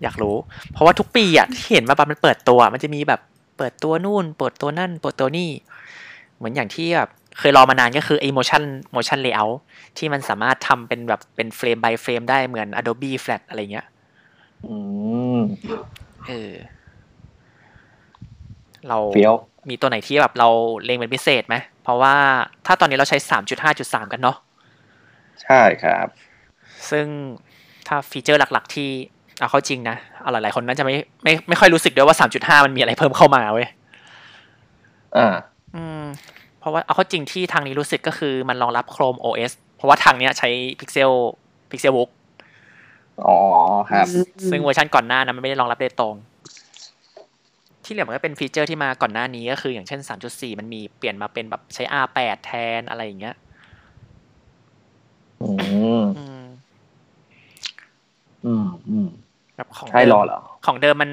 A: อยากรู้ เพราะว่าทุกปีอ่ะที่เห็นมาปั๊บมันเปิดตัว มันจะมีแบบเปิดตัวนู่น เปิดตัวนั่น เปิดตัวนี่ เหมือนอย่างที่แบบเคยรอมานานก็คือไอ้ motion motion layout ที่มันสามารถทำเป็นแบบเป็นเฟรม by เฟรมได้เหมือน Adobe Flash อะไรเงี้ย
B: อืม
A: เออ เรา
B: เฟี้ยว
A: มีตัวไหนที่แบบเราเล็งเป็นพิเศษไหม เพราะว่าถ้าตอนนี้เราใช้ 3.5.3 กันเนาะ
B: ใช่ครับ
A: ซึ่งถ้าฟีเจอร์หลัก ๆ ที่เอาเข้าจริงนะเอาหลายๆคนน่าจะไม่ไม่ไม่ค่อยรู้สึกด้วยว่า 3.5 มันมีอะไรเพิ่มเข้ามาเว้ย
B: อ่า
A: อืมเพราะว่าเอาเข้าจริงที่ทางนี้รู้สึกก็คือมันรองรับ Chrome OS เพราะว่าทางเนี้ยใช้ Pixel Pixelbook
B: อ๋อครับ
C: อืม
A: ซึ่งเวอร์ชันก่อนหน้านะมันไม่ได้รองรับโดยตรง ที่เหลือมันก็เป็นฟีเจอร์ที่มาก่อนหน้านี้ก็คืออย่างเช่น 3.4 มันมีเปลี่ยนมาเป็นแบบใช้ R8 แทนอะไรอย่างเงี้ย
B: อืม
A: อืม
B: อืมอืม
A: แบบของ
B: ใช่
A: เดิม
B: รอเหรอ
A: ของเดิมมัน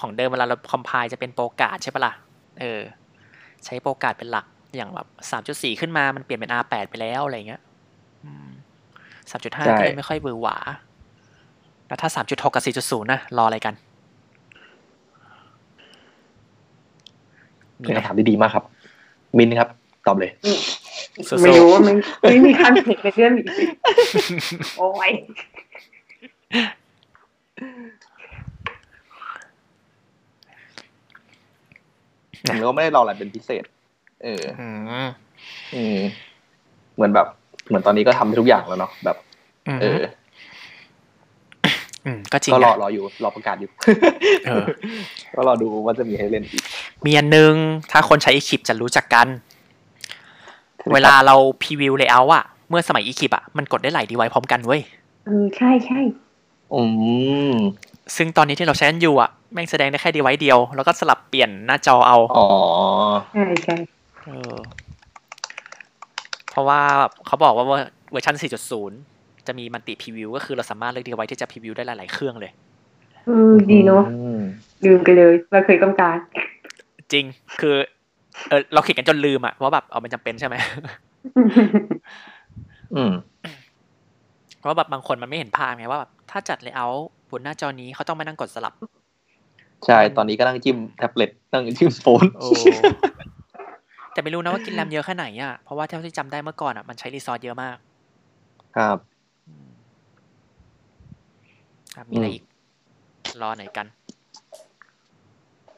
A: ของเดิมเวลาเราคอมไพล์จะเป็นโปรกาดใช่ปะล่ะเออ ใช้โปรกาดเป็นหลักอย่างแบบ 3.4 ขึ้นมามันเปลี่ยนเป็น R8 ไปแล้วอะไรอย่างเงี้ยอืม
B: ใช่
A: 3.5 ก็เลยไม่ค่อยบือหวา แล้วถ้า 3.6 กับ 4.0 นะ รออะไรกัน มี
B: เป็น
A: ไหม
B: คำถามที่ดีมากครับ มินครับ ตอบเลย
A: สู้ๆ
C: ไม่รู้ว่ามันไม่มีคันเห็นในเรื่องนี้โอ้ย
A: นะ
B: ผมก็ไม่ได้รออะไรเป็นพิเศษ เออ
A: อืม
B: อืม เหมือนแบบ เหมือนตอนนี้ก็ทำได้ทุกอย่างแล้วเนาะ แบบ เออ
A: มก็จริง
B: ก็รอ
A: นะ
B: รออยู่ รอประกาศอยู่
A: เออ
B: ก็รอดูว่าจะมีให้เล่นอีก
A: มีอันนึง ถ้าคนใช้อีคิปจะรู้จักกัน เวลาเราพรีวิวเลเยอร์อะเมื่อสมัยอีคิปอะมันกดได้หลายดีไวพร้อมกันเว้ย
C: เออใช่ใช่
B: อืม
A: ซึ่งตอนนี้ที่เราใช้กันอยู่อะแม่งแสดงได้แค่ดีไวเดียว แล้วก็สลับเปลี่ยนหน้าจอเอา
B: อ๋อ
C: ใช่ใช่
A: เออเพราะว่าเขาบอกว่าเวอร์เวอร์ชัน 4.0 จะมีมันติพรีวิวก็คือเราสามารถเลือกดีไวที่จะพรีวิวได้หลาย ๆ เครื่องเลย
C: เออดีเนาะลืมไปเลยเราเคยต้อง การ
A: จริงคือเออเราเขียนกันจนลืมอะว่าแบบเอามันจำเป็นใช่ไหม
B: อืม
A: เพราะว่าแบบบางคนมันไม่เห็นภาพไงว่าแบบถ้าจัดเลเยอร์บนหน้าจอนี้เขาต้องมานั่งกดสลับ
B: ใช่ ตอนนี้ก็นั่งจิ้มแท็บเล็ต นั่งจิ้มโฟน
A: โอ้ แต่ไม่รู้นะว่ากินแรมเยอะแค่ไหนอ่ะ เพราะว่าเท่าที่จำได้เมื่อก่อนอ่ะ มันใช้รีซอสเยอะมาก
B: ครับ
A: อืมอ่ะมีอะไรอีก รอไหนกัน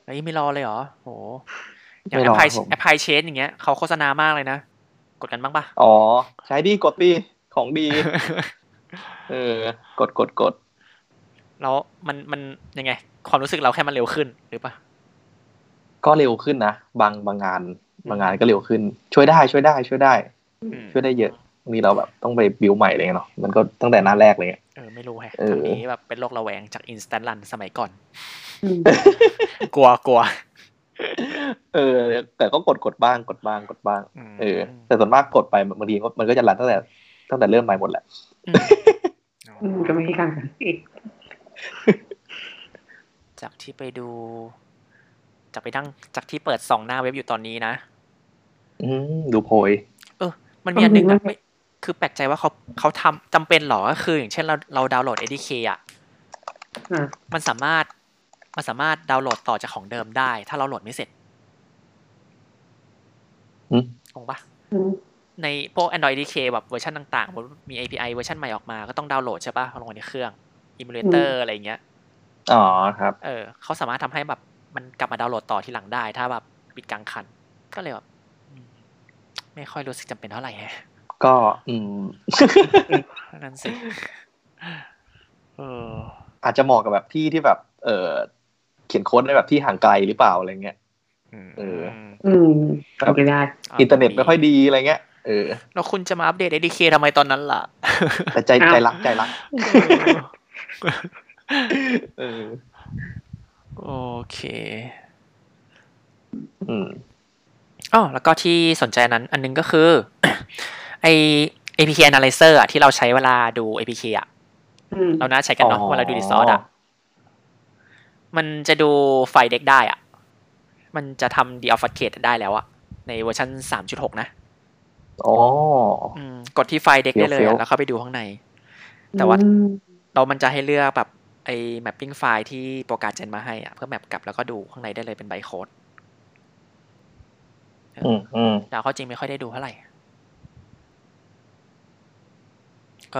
A: เฮ้ยไม่รอเลยเหรอโหอย่าง
B: ไม่
A: แอ
B: รอ
A: ปพลาย
B: ครับผม
A: แอปพลายเชนอย่างเงี้ยเขาโฆษณามากเลยนะ กดกัน บ้างปะ
B: อ๋อ ใช้ดีกดดี ของดี เออ กดกดกด
A: แล้วมันมันยังไง ความรู้สึกเราแค่มันเร็วขึ้นหรือปะ
B: ก็เร็วขึ้นนะ บางบางงาน บางงานก็เร็วขึ้น ช่วยได้ ช่วยได้ ช่วยได้
A: อืม
B: ช่วยได้เยอะ มีเราแบบต้องไปบิวใหม่อะไรเลยเนาะ มันก็ตั้งแต่หน้าแรกเลยอะ
A: เออไม่รู้แฮะ
B: เออ
A: ทางนี้แบบเป็นโรคระแวงจากอินสแตนต์รันสมัยก่อน
C: อืม
A: กลัวกลัว
B: เออ แต่ก็กดกดบ้าง กดบ้าง กดบ้าง
A: ม
B: เออ แต่ส่วนมากกดไปบางทีมันก็จะรันตั้งแต่ตั้งแต่เริ่มใหม่หมดแหละ
C: อืมก็ไม่ใช่การสังเกต
A: จากที่ไปดู จากไปนั่งจากที่เปิดสองหน้าเว็บอยู่ตอนนี้นะ
B: อืมดูโพย
A: เออ มันมีอันหนึงอะไม่คือแปลกใจว่าเขาเขาทำจำเป็นเหรอก็คือ อย่างเช่นเราเราดาวน์โหลด ADK อ่ะ
C: อ่ะ
A: มันสามารถ มันสามารถดาวน์โหลดต่อจากของเดิมได้ ถ้าเราโหลดไม่เสร็จ
B: อืม
A: งงปะ
C: อืม
A: ในพวก Android ADK แบบเวอร์ชันต่างๆมันมี API เวอร์ชันใหม่ออกมาก็ต้องดาวน์โหลดใช่ปะลงไว้ในเครื่องอิมูเลเตอร์อะไรอย่างเงี้ย
B: อ๋อครับ
A: เออเขาสามารถทำให้แบบมันกลับมาดาวน์โหลดต่อทีหลังได้ ถ้าแบบปิดกลางคัน ก็เลยแบบอืมไม่ค่อยรู้สึกจำเป็นเท่าไหร่แฮะ
B: ก็ อืม
A: นั่นสิเออ
B: อาจจะเหมาะกับแบบที่ที่แบบ เออเขียนโค้ดในแบบที่ห่างไกลหรือเปล่าอะไรเงี้ย เออ
C: อืมก็ไม่ได้
B: อินเทอร์เน็ตไม่ค่อยดีอะไรเงี้ย เออ
A: แล้วคุณจะมาอัปเดต ADK ทำไมตอนนั้นล่ะ
B: แต่ใจใจรักใจรัก เออ
A: โอเค
B: อืม
A: อ๋อแล้วก็ที่สนใจนั้น อันนึงก็คือ ไอ APK Analyzer อะที่เราใช้เวลาดู APK อะ
C: อืม
A: เราน่าใช้กันเนาะ
B: อ๋อ
A: เวลาดูดิซอสอ่ะ มันจะดูไฟล์เด็กได้อ่ะ มันจะทำดีออฟฟัตเคตได้แล้วอ่ะ ในเวอร์ชัน3.6 นะ
B: อ๋อ
A: อืมกดที่ไฟล์เด็กได้เลย
B: เฟี้ยว
A: อะ
B: ๆ
A: แล้วเข้าไปดูข้างใน แต่ว่า
C: อืม
A: เรามันจะให้เลือกแบบไอ้ mapping ไฟล์ที่โปรการเจนมาให้อะเพื่อแมปกลับแล้วก็ดูข้างในได้เลยเป็นใบโค้ด
B: อืมอืม
A: แต่เขาจริงไม่ค่อยได้ดูเท่าไหร่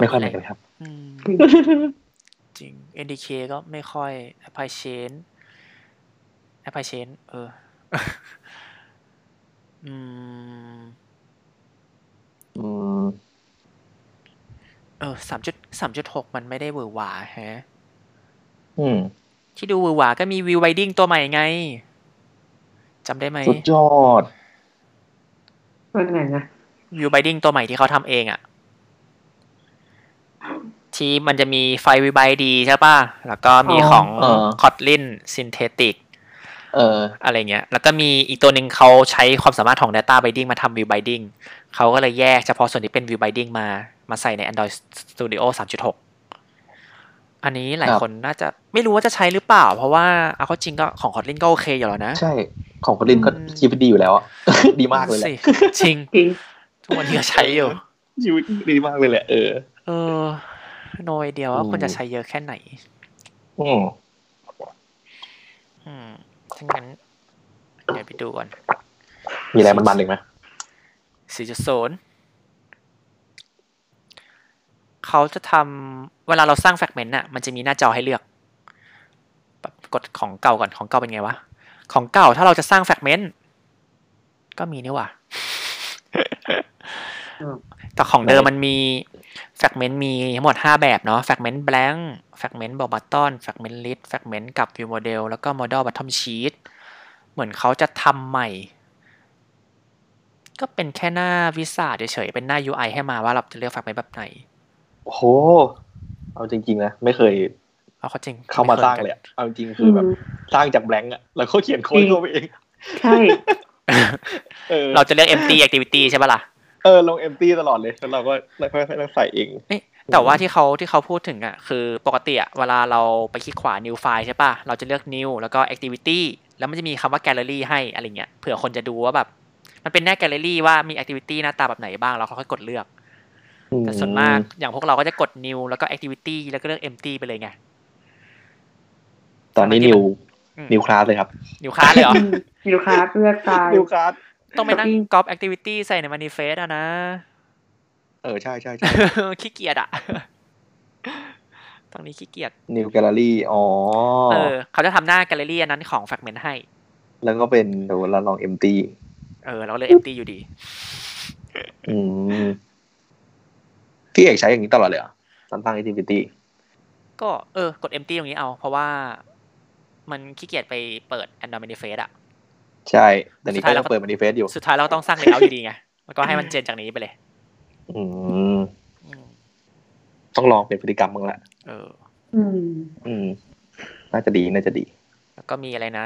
B: ไม่ค่อยเหมือนกันครับ
A: อืม จริง NDK ก็ไม่ค่อย Apply Chain Apply Chain เออ อืม
B: อืม
A: เออสามจุดสามจุดหกมันไม่ได้หวือหวาแฮะ
B: อืม
A: ที่ดูหวือหวาก็มีวิวไวดิ้งตัวใหม่ไงจำได้ไหม
B: สุดยอด
C: วันไหนนะ
A: วิวไวดิ้งตัวใหม่ที่เขาทำเองอะที่มันจะมีไฟวิวไบดีใช่ป่ะ แล้วก็มีของ
B: อ๋อ
A: คอตลินซินเทติก
B: เออ
A: อะไรเงี้ย แล้วก็มีอีกตัวหนึ่งเขาใช้ความสามารถของ Data Binding มาทำ View Binding เขาก็เลยแยกเฉพาะส่วนที่เป็น View Binding มา มาใส่ใน Android Studio 3.6 อันนี้หลาย
B: ครับ
A: คนน่าจะไม่รู้ว่าจะใช้หรือเปล่า เพราะว่าเอาเข้าจริงก็ของ Kotlin ก็โอเคอยู่แล้วนะ
B: ใช่ ของคนลินก็
A: อืม
B: ชีวิตดีอยู่แล้วอะ ดีมากเลยแหละ
A: สิจริง
C: จริง
A: ทุกวันนี้ก็ใช้อยู่
B: ชีวิตดีมากเลยแหละเออ
A: เออโนยเดียวว่า
B: อืม
A: คนจะใช้เยอะแค่ไหน
B: อืม
A: อืมถ้างั้น เดี๋ยวไปดูก่อน
B: มีอะไรมันๆอีกไหม
A: 4.0 เขาจะทำเวลาเราสร้างแฟกเมนต์น่ะ มันจะมีหน้าจอให้เลือกแบบกดของเก่าก่อนของเก่าเป็นไงวะ ของเก่าถ้าเราจะสร้างแฟกเมนต์ก็มีนี่หว่า แต่ของเดิมมันมีแฟกเมนต์มีทั้งหมด 5 แบบเนาะแฟกเมนต์แบงค์แฟกเมนต์บอบัตตอนแฟกเมนต์ลิสแฟกเมนต์กับวิวโมเดลแล้วก็โมเดลบัตทอมชีตเหมือนเขาจะทำใหม่ ก็เป็นแค่หน้าวิสาเฉยๆเป็นหน้า UI ให้มาว่าเราจะเลือกแฟกเมนต์แบบไหน
B: โห เอาจริงๆนะ ไม่เคย
A: เอาเข้าจริง
B: เข้ามาสร้างเลยอะเอาจริงๆคือแบบ
C: ม
B: สร้างจากแบงก์อะแล้วก็เขียนโค้ดเข้าไปเอง
C: ใช่
B: เออ
A: เราจะเลือก empty activity ใช่ปะล่ะ
B: เออลงเอมตี้ตลอดเลยแล้วเราก็ค่อยๆนั่งใส่เอง
A: เอ๊ะแต่ว่าที่เขาที่เขาพูดถึงอ่ะคือปกติอ่ะเวลาเราไปคลิกขวา new file ใช่ป่ะ เราจะเลือก new แล้วก็ activity แล้วมันจะมีคำว่า gallery ให้อะไรเงี้ยเผื่อคนจะดูว่าแบบ มันเป็นหน้า gallery ว่ามี activity หน้าตาแบบไหนบ้างแล้วเขาค่อยกดเลือก แต่ส่วนมากอย่างพวกเราก็จะกด new แล้วก็ activity แล้วก็เลือก empty ไปเลยไง
B: ตอนนี้
A: สมัยนี้
B: นิว
A: อืม
B: นิวคลาสเลยครับ
A: new class เลยเหรอ
C: ยูคาเลือกตาย
B: นิวคลาส
A: ต้องไปนั่ง
C: Copy
A: copy activity ใส่ใน manifest อ่ะนะ
B: เออใช่ใช่ใช่
A: ขี้เกียจอ่ะ ตรงนี้ขี้เกียจ
B: นิวแกลเลอรี่อ๋อ
A: เออเขาจะทำหน้า gallery อันนั้นของ fragment ให้
B: แล้วก็เป็นเดี๋ยวเราลองเอมตี้
A: เออเราก็เลือก empty อยู่ดี
B: อืมพี่เอกใช้อย่างนี้ตลอดเลยเหรอ่ะตอนสร้าง activity
A: ก็เออกด empty ตรงนี้เอา เพราะว่ามันขี้เกียจไปเปิด Android Manifest อะ
B: ใช่แต่นี้ก็ยังเปิด manifest อยู่
A: สุดท้ายเราก็ต้องสร้าง layout อยู่ดีไง แล้วก็ให้มันเจนจากนี้ไปเลย
B: อืม
A: อืม
B: ต้องลองเป็นพฤติกรรมบ้างละ
A: เออ
C: อืม
B: อืม น่าจะดีน่าจะดี
A: แล้วก็มีอะไรนะ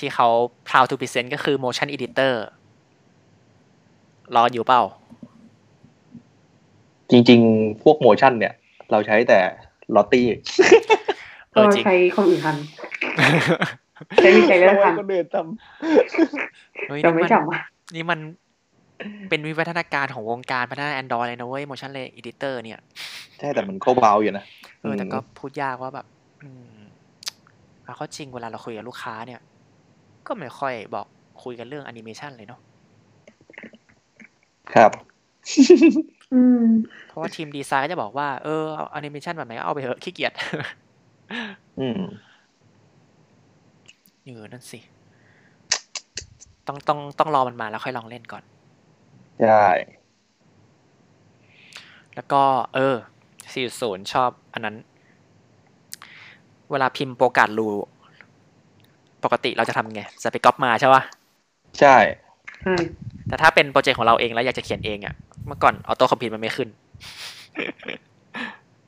A: ที่เขา proud to present ก็คือ motion editor รออยู่เปล่า
B: จริง ๆ พวกโมชั่นเนี่ย เราใช้แต่ลอตตี้
A: เอ
C: ก็
A: อจริง
C: ใช้คนอื่นทำใช้วิจัยแล้วท
B: ให้คนอื่นท
A: เฮ้ยนี่
C: ำเราไม่
A: มัน
C: จับว่ะ
A: นี่มันเป็นวิวัฒนาการของวงการพัฒนา Android เลยนะเว้ย motion editor เนี่ย
B: ำใช่แต่มันก็เบาอยู่นะ
A: เออแต่ก็พูดยากว่าแบบ อืมเอาเข้าจริงเวลาเราคุยกับลูกค้าเนี่ย ก็ไม่ค่อยบอกคุยกันเรื่องแอนิเมชันเลยเนาะ
B: ครับ
C: อืม
A: เพราะว่าทีมดีไซน์ก็จะบอกว่า เออเอาแอนิเมชันแบบไหนก็เอาไปเถอะขี้เกียจ
B: อืม
A: เออนั่นสิ ต้องต้องต้องรอมันมาแล้วค่อยลองเล่นก่อน
B: ใช่
A: แล้วก็ เออ 4.0 ชอบอันนั้น เวลาพิมพ์โปรการดรูปกติเราจะทำไง จะไปก๊อปมาใช่ปะ
B: ใช่
C: ใช่
A: แต่ถ้าเป็นโปรเจกต์ของเราเองแล้วอยากจะเขียนเองอะเมื่อก่อนออโต้คอมพิวต์มันไม่ขึ้น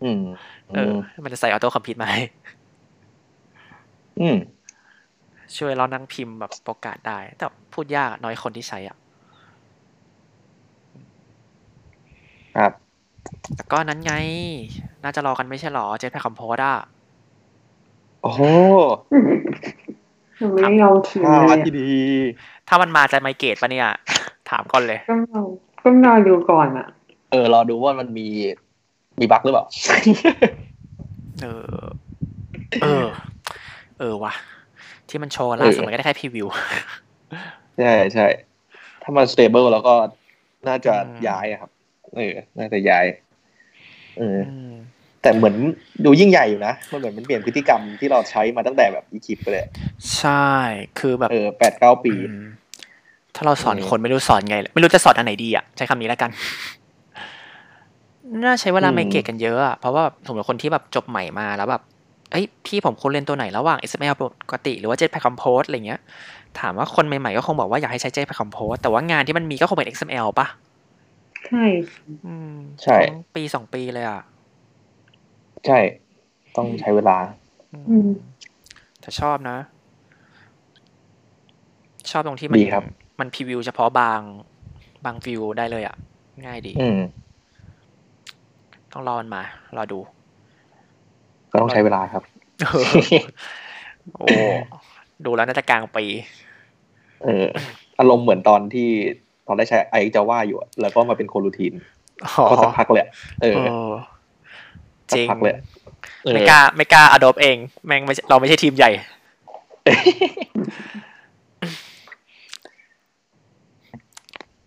B: อืม
A: เออ มันจะใส่ออโต้คอมพิวต์มา ให้
B: อืม
A: ช่วยเรานั่งพิมพ์แบบประกาศได้ แต่พูดยากอะน้อยคนที่ใช้อ่ะ
B: ครับ
A: แต่ก็นั้นไง น่าจะรอกันไม่ใช่หรอ เจ p แพคคอมโพสอ่ะ
B: โอ้โห
C: เราไม่ได้ลองเขียน
B: ข้าว
C: เล
B: ที่
C: ยอะ
B: ดี
A: ถ้ามันมาจะไมเกตปะเนี่ย ามก่อนเลย
C: ต้องรอต้องรอดูก่อนอ่ะ
B: เออรอดูว่ามันมีมีบั๊กหรือเปล่า
A: เออ เออ เออว่ะ ที่มันโชว์ล่าสุดมันก็ได้แค่พรีวิว
B: ใช่ใช่ถ้ามันสเตเบิลแล้วก็น่าจะ
A: อืม
B: ย้ายอะครับเออน่าจะย้ายเออ
A: อืม
B: แต่เหมือนดูยิ่งใหญ่อยู่นะมันเหมือนมันเปลี่ยนพฤติกรรมที่เราใช้มาตั้งแต่แบบอีคิปไปเลย
A: ใช่ คือแบบ
B: เออแปดเก้าปี
A: อืมถ้าเราสอน
B: เออ
A: คนไม่รู้สอนไงเลยไม่รู้จะสอนอันไหนดีอ่ะ ใช้คำนี้แล้ว กัน น่าใช้เวลา
B: อืม
A: ไมเกตกันเยอะอะเพราะว่าแบบผมเป็นคนที่แบบจบใหม่มาแล้วแบบ เอ้ยพี่ผมควรเรียนตัวไหนระหว่าง SML ปกติ หรือว่า Jetpack Compose อะไรเงี้ย ถามว่าคนใหม่ๆก็คงบอกว่าอยากให้ใช้ Jetpack Compose แต่ว่างานที่มันมีก็คงเป็น XML ปะ
C: ใช่
A: อืม
B: ใช่
A: ของปีสองปีเลยอ่ะ
B: ใช่ ต้องใช้เวลา
A: อืม
C: อืม
A: แต่ชอบนะ ชอบตรงที่มัน
B: ดีครับ
A: มันพรีวิวเฉพาะบางบางวิวได้เลยอ่ะ ง่ายดี
B: อืม
A: ต้องรอมันมารอ ดู
B: ก็ต้องใช้เวลาครับ
A: โอ้ดูแล้วน่าจะกลางปี
B: เอออารมณ์เหมือนตอนที่ตอนได้ใช้ไอจาว่าอยู่อะแล้วก็มาเป็นโครูทีน
A: อ๋อ
B: ก็สักพักเลยอะเออ
A: เออจริง
B: สักพักเลย เออ
A: ไม่กล้าไม่กล้าอดอบเอง แม่งไม่ใช่เราไม่ใช่ที มใหญ่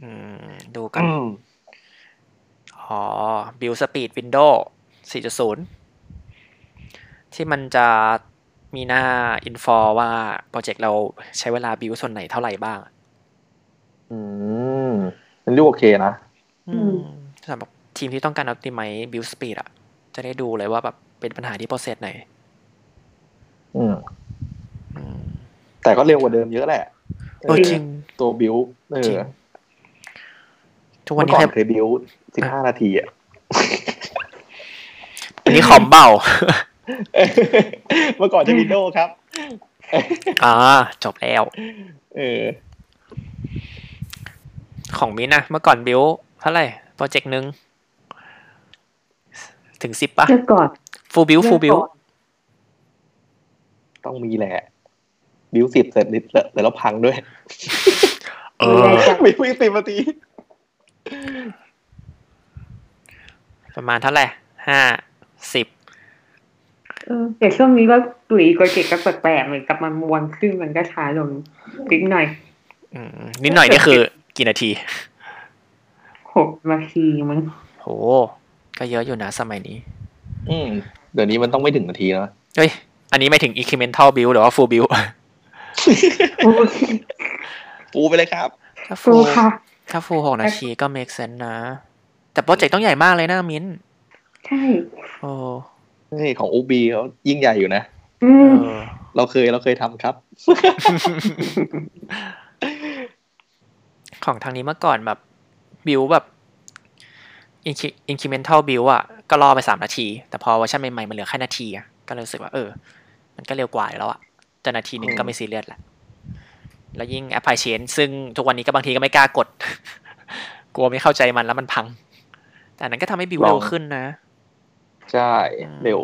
A: อืม ดูกัน
B: อืม
A: อ๋อ Build Speed Windows 4.0 ที่มันจะมีหน้า info ว่าโปรเจกต์เราใช้เวลา build ส่วนไหนเท่าไหร่บ้าง
B: อืมมันดูโอเคนะ
A: อื
C: อื
A: ม
C: ม
A: สำหรับทีมที่ต้องการ optimize build speed อะจะได้ดูเลยว่าแบบเป็นปัญหาที่ process ไหน
B: อืม
A: อืม
B: แต่ก็เร็วกว่าเดิมเยอะแหละ
A: เออจริง
B: ตัวบิวเอ
A: จริ
B: อง
A: ทุกวั
B: เมื่
A: น
B: อ
A: นี้
B: ก่
A: แค่
B: อนเคยบิวสิบห้านาทีอ่ะ
A: อันนี้คอมเบา
B: เมื่อก่อนจะวินโดว์ครับ
A: อ่า จบแล้ว
B: เออ
A: ของมินท์นะเมื่อก่อน build เท่าไหร่ โปรเจกต์หนึ่งถึงสิบป่ะ
C: เลือกก่อน
A: full build full build
B: ต้องมีแหละ บิวสิบเสร็จนิดเสร็จแล้วพังด้วย
A: เอ
C: เอ
A: อ
C: อ
B: บิวอีกสิบนาที
A: ประมาณเท่าไหร่ห้าสิบ
C: เออแต่ช่วงนี้ก็ตุ๋ยโกยเกตก็แปลกๆเหมือนกับมันมวนขึ้นมันก็ช้าลงนิดหน่อย
A: อืมนิดหน่อยนี่ คือกี่นาที
C: หกนาทีมั้ง
A: โห ก็เยอะอยู่นะสมัยนี้
B: อืมเดี๋ยวนี้มันต้องไม่ถึงนาทีแล้วนะ
A: เฮ้ย อันนี้ไม่ถึง incremental build หรือว่า full build
C: โอ้ย
B: ปูไปเลยครับ
A: ถ้า
C: สู้
A: full
C: ค่ะ
A: ถ้าฟูหกนาทีก็ make sense นะ แต่โปรเจกต์ต้องใหญ่มากเลยนะมิ้น
C: ใช่
A: โอ้
B: นี่ของอูบีเขายิ่งใหญ่อยู่นะ
C: อื
A: เอ
C: ม
A: อ
B: เราเคยเราเคยทำครับ
A: ของทางนี้เมื่อก่อนแบบบิวแบบ incre- incremental build อ่ะ ก็รอไปสามนาที แต่พอเวอร์ชันใหม่ๆ มันเหลือแค่นาทีอะก็เลยรู้สึกว่า เออ มันก็เร็วกว่าอยู่แล้วอ่ะแต่นาทีหนึ่งก็ไม่ซีเรียสละแล้วยิ่ง a p p l y chain ซึ่งทุกวันนี้ก็บางทีก็ไม่กล้ากด กลัวไม่เข้าใจมันแล้วมันพัง แต่อันนั้นก็ทำให้บิวเร็วขึ้นนะ
B: ใช่ เร็ว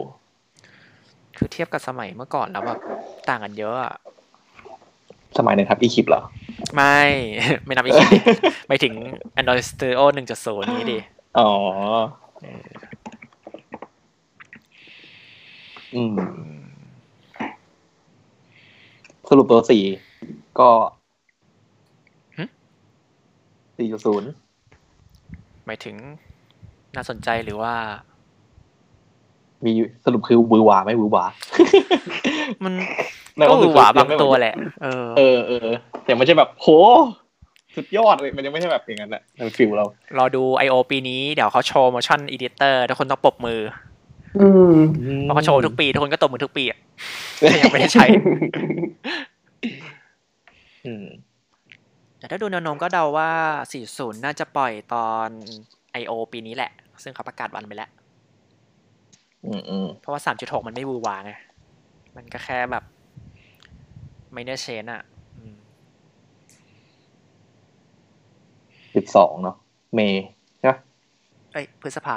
A: คือเทียบกับสมัยเมื่อก่อนแล้วแบบต่างกันเยอะอะ
B: สมัยหนึงครับ อีคิปเหรอ
A: ไม่ ไม่นับอีกทีไม่ถึง Android Studio 1.0 นี้ดิ
B: อ๋อ อืม สรุปตัวสี่ก็สี่จุดศูนย์
A: หมายถึงน่าสนใจหรือว่า
B: มีสรุปคือวือหวาไหม่วือหวา
A: มัน
B: แล้ว
A: ก็หวือหวา
B: คื
A: บางตัวแหละ เออ
B: เออเออแต่มันไม่ใช่แบบโหสุดยอดเลย มันยังไม่ใช่แบบอย่างนั้นแหละมันฟิลเรา
A: รอดู I.O. ปีนี้เดี๋ยวเขาโชว์ motion editor ทุกคนต้องปรบมือ
C: อืม
A: เพราะเขาโชว์ทุกปี ทุกคนก็ตบมือทุกปี อ่ะแต่ยังไม่ได้ใช้
B: อืม
A: แต่ถ้าดูแนวโน้มก็เดาว่า 40 น่าจะปล่อยตอน I.O. ปีนี้แหละ ซึ่งเขาประกาศวันไปแล้ว
B: อืมอืม
A: เพราะว่า 3.6 มันไม่บูวาไง มันก็แค่แบบ minor change อ่ะอืม
B: สิบสองเนาะเมย์ใช่ปะ
A: เอ้ยพฤษภา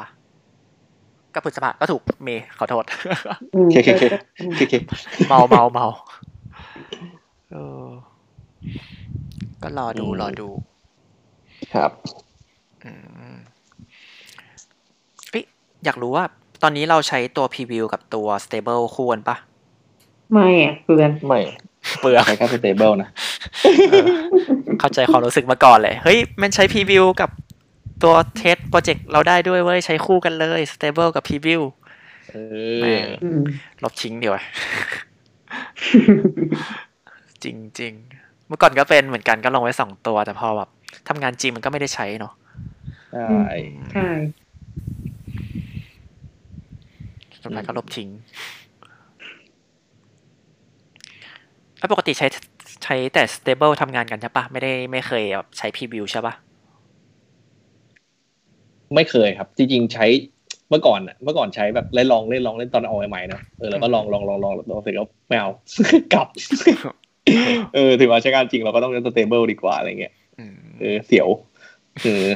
A: กับพฤษภาก็ถูกเมย์ขอโทษ
C: อืม
B: เคเคเคเคเค
A: เมาเมาเมาเออ ก็รอดูรอดู
B: ครับ
A: อืมเอ้ยอยากรู้ว่า ตอนนี้เราใช้ตัว preview กับตัว stable คู่กันปะ
C: ไม่อะเพื่อน
B: ไม่
A: เปลือก
B: ใช้แค่สเตเบิลนะ
A: เข้าใจความรู้สึกมาก่อนเลย เฮ้ย มันใช้ preview กับตัวเทสโปรเจกต์เราได้ด้วยเว้ย ใช้คู่กันเลย stable กับ preview
B: เอ
A: แม่
B: อง
C: อืม
A: ลบทิ้งดีกว่า จริงจริงๆ เมื่อก่อนก็เป็นเหมือนกันก็ลงไว้สองตัวแต่พอแบบทำงานจริงมันก็ไม่ได้ใช้เนาะ
B: ใช่
C: ใช่
A: สุดท้ายก็ลบทิ้ง แล้วปกติใช้ใช้แต่ stable ทำงานกันใช่ปะไม่ได้ไม่เคยแบบใช้ preview ใช่ปะ
B: ไม่เคยครับ จริงๆใช้เมื่อก่อนอะเมื่อก่อนใช้แบบเล่นลองเล่นลองเล่นตอนออกใหม่ๆนะเออแล้วก็ลองลองลองลองลองเสร็จแล้วไม่เอา ก ลับ เออถึงมาใช้งานจริงเราก็ต้องเล่นสเตเบิลดีกว่าอะไรเงี้ย
A: อืม
B: เออเสียวเออ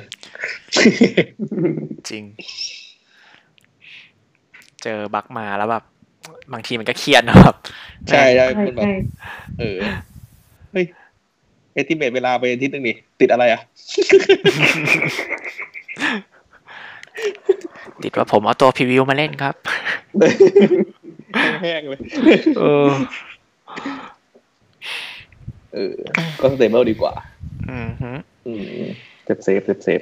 A: จริง เจอบั๊กมาแล้วแบบบางทีมันก็เครียดเนอะแบบ
B: ใช่ใช่
C: ใช่
B: มันแบบ
C: ใช่
B: เออเฮ้ยเอติเมตเวลาไปอาทิตย์หนึงนี่ติดอะไรอ่ะ
A: ติดว่าผมเอาตัว preview มาเล่นครับ
B: แห้งๆเลย
A: เออ
B: เออ ก็สเตเบิลดีกว่า
A: อืมฮึ
B: อืมเซฟเซฟเซฟเซฟ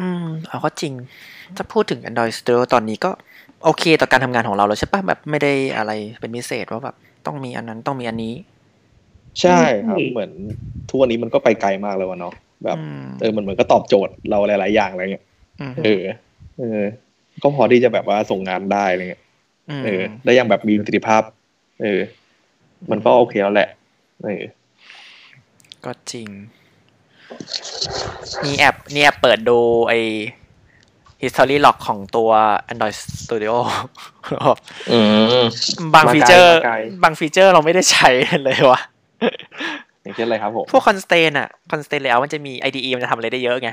A: อืมเอาก็จริง ถ้าพูดถึง Android Studio ตอนนี้ก็โอเคต่อการทำงานของเราแล้วใช่ปะแบบไม่ได้อะไรเป็นพิเศษว่าแบบต้องมีอันนั้นต้องมีอันนี้
B: ใช่ครับ เหมือนทุกวันนี้มันก็ไปไกลมากแล้ววะเนาะแบบ
A: อืม
B: เออมันเหมือนก็ตอบโจทย์เราหลาย ๆ อย่างอะไรเงี้ย
A: ม
B: เออเออ ก็พอที่จะแบบว่าส่งงานได้อะไรเงี้ย
A: ม
B: เออได้อย่างแบบมีประสิทธิภาพ เออ มันก็โอเคแล้วแหละเออ
A: ก็จริง มีแอปนี่แอปเปิดดูไอ history log ของตัว Android Studio
B: อืม
A: บางฟีเจอร์
B: มาไกล
A: บางฟีเจอร์เราไม่ได้ใช้เลยวะ
B: อย่างเช่นอะไรครับผม
A: พวก constraint อะ constraint แล้วมันจะมี IDE มันจะทำอะไรได้เยอะไง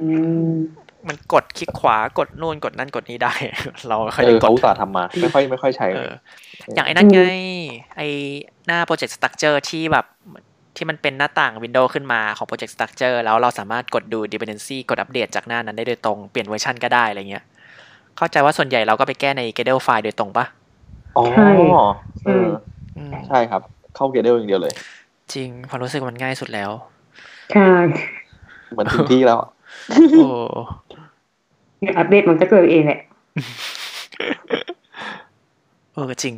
C: อืม
A: มันกดคลิกขวากดนู่นกดนั่นกดนี้ ได้ เราไม่ค่อย
B: เอ
A: ได้
B: อก เขา
A: ด
B: อุตส่าห์ทำมา ไม่ค่อยไม่ค่อยใช้
A: เออ อย่างไอ้นั่นไง ไอ้หน้า Project Structure ที่แบบที่มันเป็นหน้าต่าง Windows ขึ้นมาของ Project Structure แล้วเราสามารถกดดู dependency กดอัปเดตจากหน้านั้นได้โดยตรง เปลี่ยนเวอร์ชันก็ได้อะไรเงี้ย เข้าใจว่าส่วนใหญ่เราก็ไปแก้ใน Gradle file โดยตรงปะ
B: อ๋อเออ
A: อืม
B: ใช่ครับ เข้าเกเดลอย่างเดียวเลย
A: จริงความรู้สึกมันง่ายสุดแล้ว
C: ใช่
B: เหมือนถึงที่แล้ว
A: โอ้
C: เนี่ยอัปเดตมันก็เกิดเองแหละ
A: เออจริง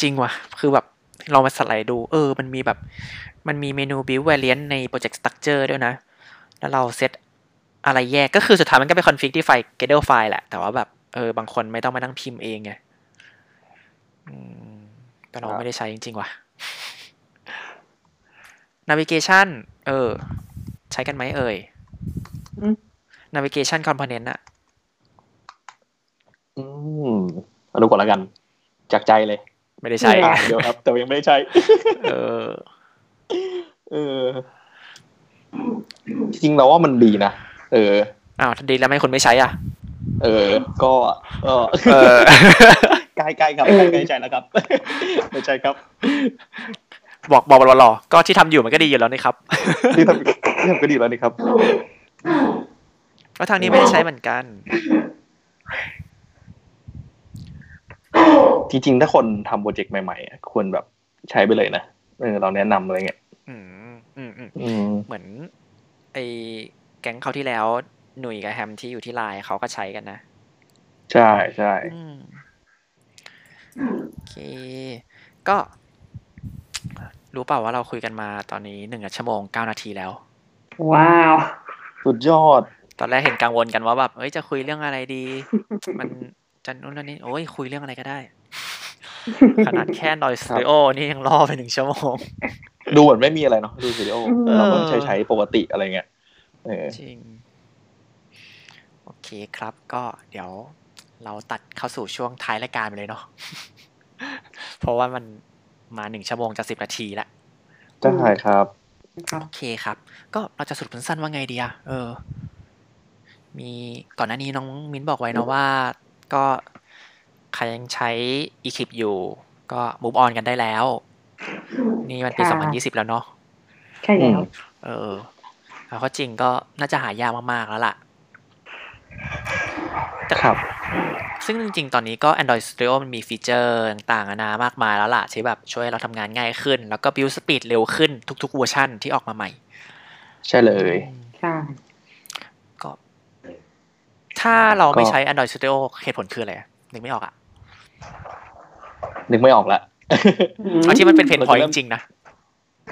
A: จริงว่ะ คือแบบเรามาสไลด์ดู เออ มันมีแบบ มันมีเมนู build variant ใน Project Structure ด้วยนะ แล้วเราเซตอะไรแยก ก็คือสุดท้ายมันก็ไปคอนฟิกที่ไฟล์ Gradle file แหละ แต่ว่าแบบ เออ บางคนไม่ต้องมานั่งพิมพ์เองไงอืมแต่เรา
B: ครับ
A: ไม่ได้ใช้จริง ๆ ว่ะ navigation เออ ใช้กันไหมเอ่ย
C: อืม
A: navigation component อะ
B: อืมอนุก่อนแล้วกัน จากใจเลย
A: ไม่ได้ใช้
C: ไม่ได้
B: อ่านเดียวครับ แต่ว่ายังไม่ได้ใช้
A: เออ
B: เออ จริงๆเราว่ามันดีนะ เออ
A: อ้าวดีแล้วไม่คนไม่ใช้อ่ะ
B: เออ ก็เออ
A: เอ อ
B: ใกล้ๆครับใกล้ๆใช่แล้วครับ ไม่ใช่ครับ
A: บอกบอกหล่อๆก็ที่ทำอยู่มันก็ดีอยู่แล้วนี่ครับ
B: นี่ทำนี่ทำก็ดีแล้วนี่ครับ
A: ก็ทางนี้ไม่ได้ใช้เหมือนกัน
B: จริง ๆ ถ้าคนทำโปรเจกต์ใหม่ๆอ่ะควรแบบใช้ไปเลยนะเออเราแนะนำอะไรเงี้ย
A: อืมอืมอืม
B: อืม
A: เหมือนไอแก๊งเขาที่แล้ว หนุ่ยกับแฮมที่อยู่ที่ไลน์เขาก็ใช้กันนะ
B: ใช่ใช่
A: อืมโอเค ก็รู้เปล่าว่าเราคุยกันมาตอนนี้หนึ่งชั่วโมงเก้านาทีแล้ว
C: ว้าว
B: สุดยอด
A: ตอนแรกเห็นกังวลกันว่าแบบเอ้ยจะคุยเรื่องอะไรดี มันจะนู้นแล้วนี่โอ้ยคุยเรื่องอะไรก็ได้ ขนาดแค่ดอยสตูดิโอนี่ยังล่อไปหนึ่งชั่วโมง
B: ดูเหมือนไม่มีอะไรเนาะดูวิดีโอ
A: เออ
B: เราก็ใช้ใช้ปกติอะไรเงี้ยเออ
A: จริง โอเคครับก็เดี๋ยวเราตัดเข้าสู่ช่วงท้ายรายการไปเลยเนาะ เพราะว่ามันมาหนึ่งชั่วโมงจะสิบนาทีละ
B: ใช่ครับ
C: ครับ
A: โอเคครับ ก็เราจะสรุปสั้นๆว่าไงดีอะเออ มีก่อนหน้านี้น้องมิ้นบอกไว้เนาะว่าก็ใครยังใช้ e c l i p อยู่ ก็ move on กันได้แล้ว นี่มันปี
C: ค่ะ
A: 2020 แล้วเนาะ
C: ใช่แล้ว
A: เออแล้วก็จริงก็น่าจะหายากมาก ๆ แล้วล่ะ
B: ครับ
A: ซึ่งจริง ๆ ตอนนี้ก็ Android Studio มันมีฟีเจอร์ต่างๆนานามากมายแล้วล่ะ ที่แบบช่วยเราทำงานง่ายขึ้น แล้วก็ build speed เร็วขึ้นทุก ๆ เวอร์ชั่นที่ออกมาใหม่
B: ใช่เลย
A: อืม
C: ใช่
A: ก็ ถ้าเราไม่
B: ก็
A: ใช้ Android Studio เหตุผลคืออะไรอะนึกไม่ออกอะ
B: นึกไม่ออกละ
A: เอาที่มันเป็นเพนพอย
B: เราจะเริ่ม
A: จริงๆนะ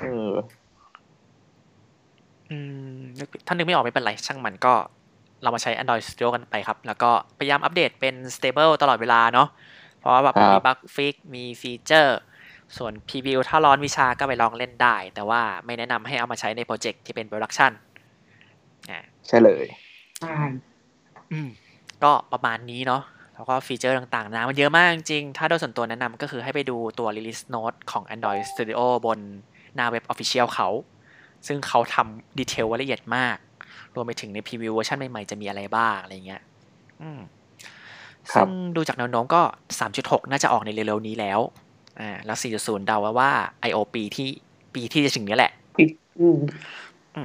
B: เออ
A: อืมนึกถ้านึกไม่ออกไม่เป็นไร ช่างมันก็เรามาใช้ Android Studio กันไปครับ แล้วก็พยายามอัปเดตเป็น stable ตลอดเวลาเนาะเพราะว่าแบบ
B: ครับ
A: มีบั๊กฟิกมีฟีเจอร์ ส่วน preview ถ้าร้อนวิชาก็ไปลองเล่นได้ แต่ว่าไม่แนะนำให้เอามาใช้ในโปรเจกต์ที่เป็น production อ่า
B: ใช่เลย
C: ใช่
A: อืมก็ประมาณนี้เนาะแล้วก็ฟีเจอร์ต่างๆนะมันเยอะมากจริงๆถ้าโดยส่วนตัวแนะนำก็คือให้ไปดูตัว Release Note ของ Android Studio บนหน้าเว็บ Official เขา ซึ่งเขาทำดีเทลไว้ละเอียดมาก รวมไปถึงในพรีวิวเวอร์ชันใหม่ๆ จะมีอะไรบ้าง อะไรเงี้ยอืม
B: ครั
A: ซึ่
B: บ
A: งดูจากแนวโน้มก็ 3.6 น่าจะออกในเร็วๆนี้แล้วอ่าแล้ว 4.0 เดาไว้ว่า I.O. ปีที่ปีที่จะถึงเนี้ยแหละ
C: อืม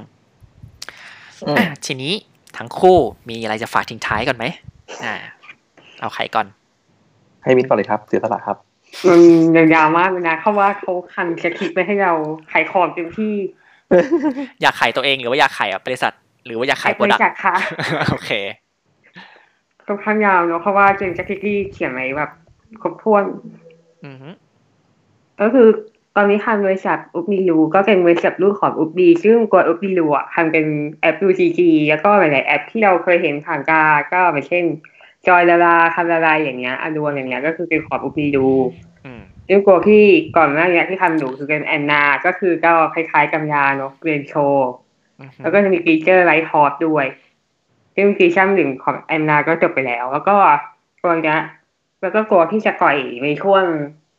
B: อืม
A: อ่ะทีนี้ทั้งคู่มีอะไรจะฝากทิ้งท้ายก่อนไหมอ่า เอาใครก่อน
B: ให้มิ้นก่อนเลยครับเสียสละครับ
C: มันยังยาวมากเลยนะเขาว่าเขาคันจะคิดไปให้เราขายของเต็มที่
A: อยากขายตัวเองหรือว่าอยากขายบริษัท หรือว่าอยากขายโปร
C: บริ
A: ดักต์
C: จาคค่ะ
A: โอเค
C: ค่อนข้างยาวเนอะเพราะว่าเจนแจ็คกี้เขียนไว้แบบครบถ้วน
A: อือฮึ
C: ก็คือตอนนี้ทำบริษัทอุบมีรูก็เป็นบริษัทลูกของอุบดีซึ่งกวนอุบมีรูอ่ะทำเป็นแอป UGG แล้วก็หลาย ๆ แอปที่เราเคยเห็นผ่านตาก็อย่างเช่น จอยลาลาคาราลายอย่างเงี้ยอดวนอย่างเงี้ยก็คือเป็นของอุบมีรู
A: อืม
C: ซึ่งกลัวที่ก่อนหน้าเนี้ยที่ทำอยู่คือเป็นแอนนา ก็คือก็คล้าย ๆกำยาเนาะเรียนโชว์
A: อือฮึ
C: แล้วก็จะมีฟีเจอร์ไลท์ฮอร์สด้วย ซึ่งซีซั่นหนึ่งของแอนนาก็จบไปแล้ว แล้วก็ตัวเนี้ยแล้วก็กลัวที่จะปล่อยในช่วง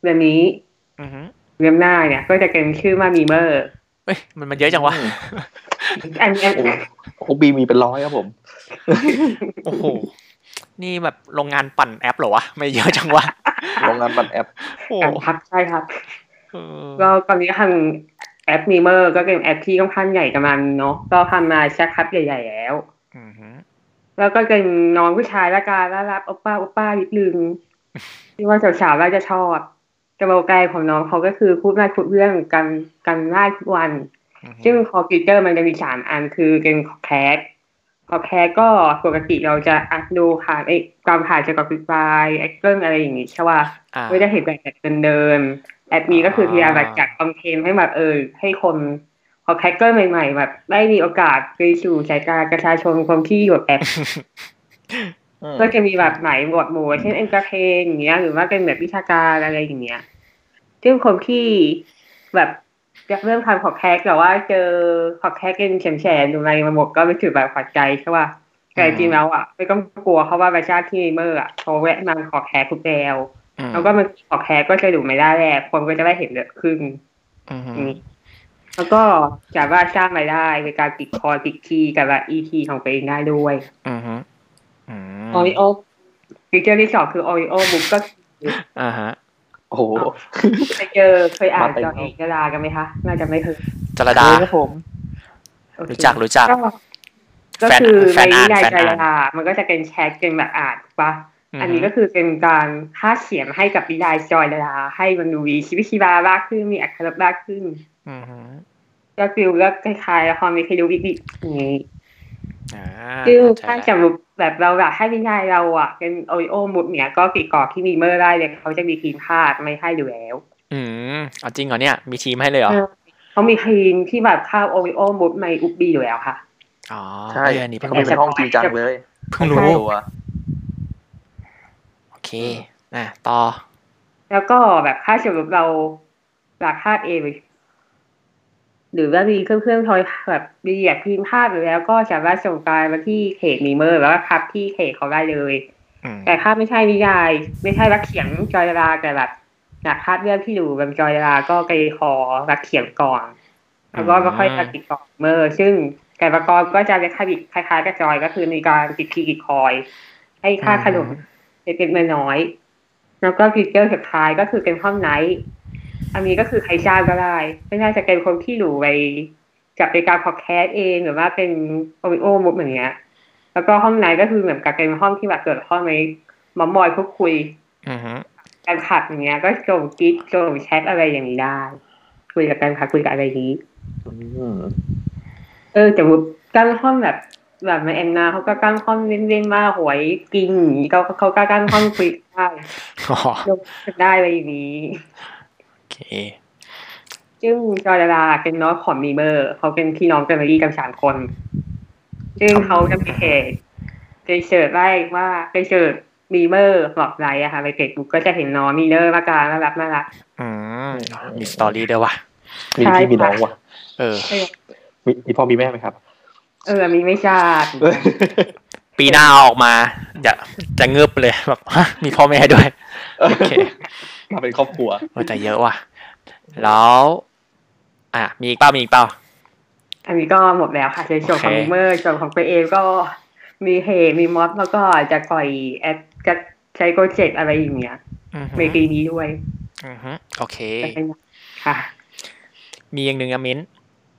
C: เดือนนี้
A: อือฮึ
C: เรื่องหน้าเนี่ยก็จะเป็นชื่อมามีเมอร์
A: เอ้ยมันมันเยอะจังวะ
B: อืม
C: อันอัน
B: โอ้โหบีมีเป็นร้อยครับผม
A: โอ้โห นี่แบบโรงงานปั่นแอปเหรอวะ ไม่เยอะจังวะ
B: โรงงานปั่นแอป
A: โอ้
C: อันครับใช่ครับ
A: เออ
C: ก็ตอนนี้ทางแอปมีเมอร์ก็เป็นแอปที่ค่อนข้างใหญ่กันมันเนาะก็ทำมาชักครับใหญ่ๆแล้ว
A: อือฮึ
C: แล้วก็เป็นน้องผู้ชายละกันละรับโอปป้าโอปป้านิดนึงที่ว่าสาวๆว่าจะชอบกระโปรงไกลของน้องเขาก็คือพูดมาคุดเรื่องกันกันได้ทุกวัน
A: อือฮึ
C: ซึ่งคอมพิวเตอร์มันจะมีสามอันคือเป็นคอแคสคอแคสก็ปกติเราจะอัดดูผ่านไอ้ตามผ่านจากคอมพิวเตอร์แอคเกิลอะไรอย่างงี้ใช่ป่ะ
A: อ่า
C: ไม่ได้เห็นแบบแบบเดิมๆแอปนี้ก็คือพยายามแบบจัดคอนเทนต์ให้แบบเออ ให้คนคอแคสเกอร์ใหม่ๆแบบได้มีโอกาสไปสู่สายตาประชาชนคนที่อยู่กับแอป
B: อืม
C: ก็จะมีแบบไหนหมวดหมู่เช่นเอนเตอร์เทนอย่างเงี้ยหรือว่าเป็นแบบวิชาการอะไรอย่างเงี้ยซึ่งคนที่แบบอยากเริ่มทำขอแคกแต่ว่าเจอขอแคกเป็นแฉนๆอยู่ในระบบก็ไม่ถือแบบขัดใจใช่ป่ะแต่จริงแล้วอ่ะไม่ต้องกลัวเขาะว่าประชาติที่เมอร์อ่ะเขาแวะมาขอแคกทุกแนว
A: อืม
C: แล้วก็มันขอแคกก็จะดูไม่ได้แหละคนก็จะได้เห็นเยอะขึ้น
A: อือฮึ
C: แล้วก็สามารถสร้างรายได้ในการติดคอร์สติดคีย์กับว่า EP ของตัวเองได้ด้วย
A: อือฮึอืม
C: โอริโอฟีเจอร์ที่สองคือโอริโอบุ๊กก็
A: อ่าฮะ
B: โอ้โห
C: เคยเจอเคยอ่าน
B: มาเต็ม
C: จอเอกดากันไหมคะ น่าจะไม่เคย
A: จรดา
B: เออครับผม
C: โอเค
A: รู้จักรู้จัก
C: ก็
A: แฟน
C: คือ
A: แฟน
C: ในนิ
A: อ่าน
C: ยาย
A: แฟน
C: จา
A: อ่าน
C: รดามันก็จะเป็นแชทเป็นแบบอ่านปะอันนี้ก็
A: อ
C: คือเป็นการค่าดเขียนให้กับนิยายจอยดาราให้มันดูมีชีวิตชีวามากขึ้นมีอักขระมากขึ้น
A: ฮึอือฮึ
C: ก็ฟิลก็คล้ายๆละครวิทยุอีกอย่างนี้
A: อ่า
C: ซึ่ง
A: เข้
C: ถ้า
A: ใจ
C: จะ
A: ละ
C: แบบเราอยากให้นิยายเราอ่ะ เป็นโอริโอบุ๊กเนี่ยก็ติดต่อที่มีเมอร์ได้เลยเขาจะมีทีมภาคไม่ให้อยู่แล้ว
A: อืมเอาจริงเหรอเนี่ย มีทีมให้เลยเหรอ
C: เออเขามีครีมที่แบบข้าวโอริโอมุดในอุบบีอยู่แล้วค่ะ
A: อ๋อ
B: ใช่
A: เอออันนี้
B: มั
A: เพิ่
B: น
A: งรู้
B: ก็เป็นห้องจริงจังเลย
A: เพิ่งรู้
B: ตัว
A: โอเค อ่ะ ต่อ
C: แล้วก็แบบค่าสมมติเราหลักค่าเองหรือว่ามีเครื่องเครื่องๆทอยแบบมีอยากพิมพ์ภาพอยู่แล้วก็สามารถส่งไฟล์มาที่เพจมีเมอร์แล้วก็พับที่เพจเขาได้เลย
A: อืม
C: แต่ถ้าไม่ใช่นิยาย ไม่ใช่รักเขียนจอยดาราแต่แบบหนักคาดเรื่องที่อยู่แบบจอยดาราก็ไปขอรักเขียนก่อน แล้วก็ไม่ค่อยมาติดต่อเมอร์ซึ่งแต่ประกอบก็จะเป็นคดีคล้ายๆกับจอยก็คือมีการติดคีกิดคอย ให้ค่าขนมเป็นเป็นๆน้อยๆแล้วก็ฟีเจอร์สุดท้ายก็คือเป็นห้องไนท์อันนี้ก็คือใครจ้างก็ได้ ไม่น่าจะเป็นคนที่อยู่ใน จับรายการพอดแคสต์เองหรือว่าเป็นโอมิโอมุกอย่างเงี้ย แล้วก็ห้องในก็คือเหมือนกับเป็นห้องที่แบบเกิดห้องไว้มามอยพูดคุย
A: อือฮึ
C: การขับอย่างเงี้ย ก็ส่งกิ๊กส่งแชทอะไรอย่างนี้ได้ คุยกับการขับคุยกับอะไรอย่างนี้
B: อืม
C: เออแต่ว่ากั้นห้องแบบแบบมาแอนนาเขาก็กั้นห้องเล่นๆมาหวยกินอย่างงี้เขาเขาก็กั้นห้องคุยได้
A: อ๋อ
C: ลงได้อะไรอย่างนี้
A: โอเค
C: ซึ่งจอยดาราเป็นน้องของมีเบอร์เขาเป็นพี่น้องกันมาดีกันสามคน ซึ่งเขาจะไปเพจไปเสิร์ชได้ว่าไปเสิร์ชมีเบอร์หลอกไลน์อะค่ะในเฟซบุ๊กก็จะเห็นน้องมีเบอร์มากลางน่ารักน่ารัก
A: อืมมีสตอรี่ด้วยว่ะ
D: มี
C: ใช่
D: พี่มีน้อง
C: ค่ะ
D: วะ
A: เออ
C: เออ
D: มีมีพ่อมีแม่ไหมครับ
C: เออมีไม่ชาติ
A: ปีหน้าออกมาจะจะเงือบเลยแบบฮะมีพ่อแม่ด้วย
B: โอ
A: โอ
B: เค
A: เค
B: มาเป็นครอบครัว
A: โอ้ยแต่เยอะว่ะ แล้ว อ่ะ มีอีกเปล่ามีอีกเปล่า
C: อันนี้ก็หมดแล้วค่ะในส่วนของ
A: โอเค
C: มีเบอร์ส่วนของตัวเองก็มีเพจมีม็อบแล้วก็จะก่อยแอดจะใช้โปรเจกต์อะไรอย่างเงี้ย
A: อือฮึ
C: ในปีนี้ด้วย
A: อือฮึโอเค
C: ค่ะ
A: มีอย่างหนึ่งอะมิ้น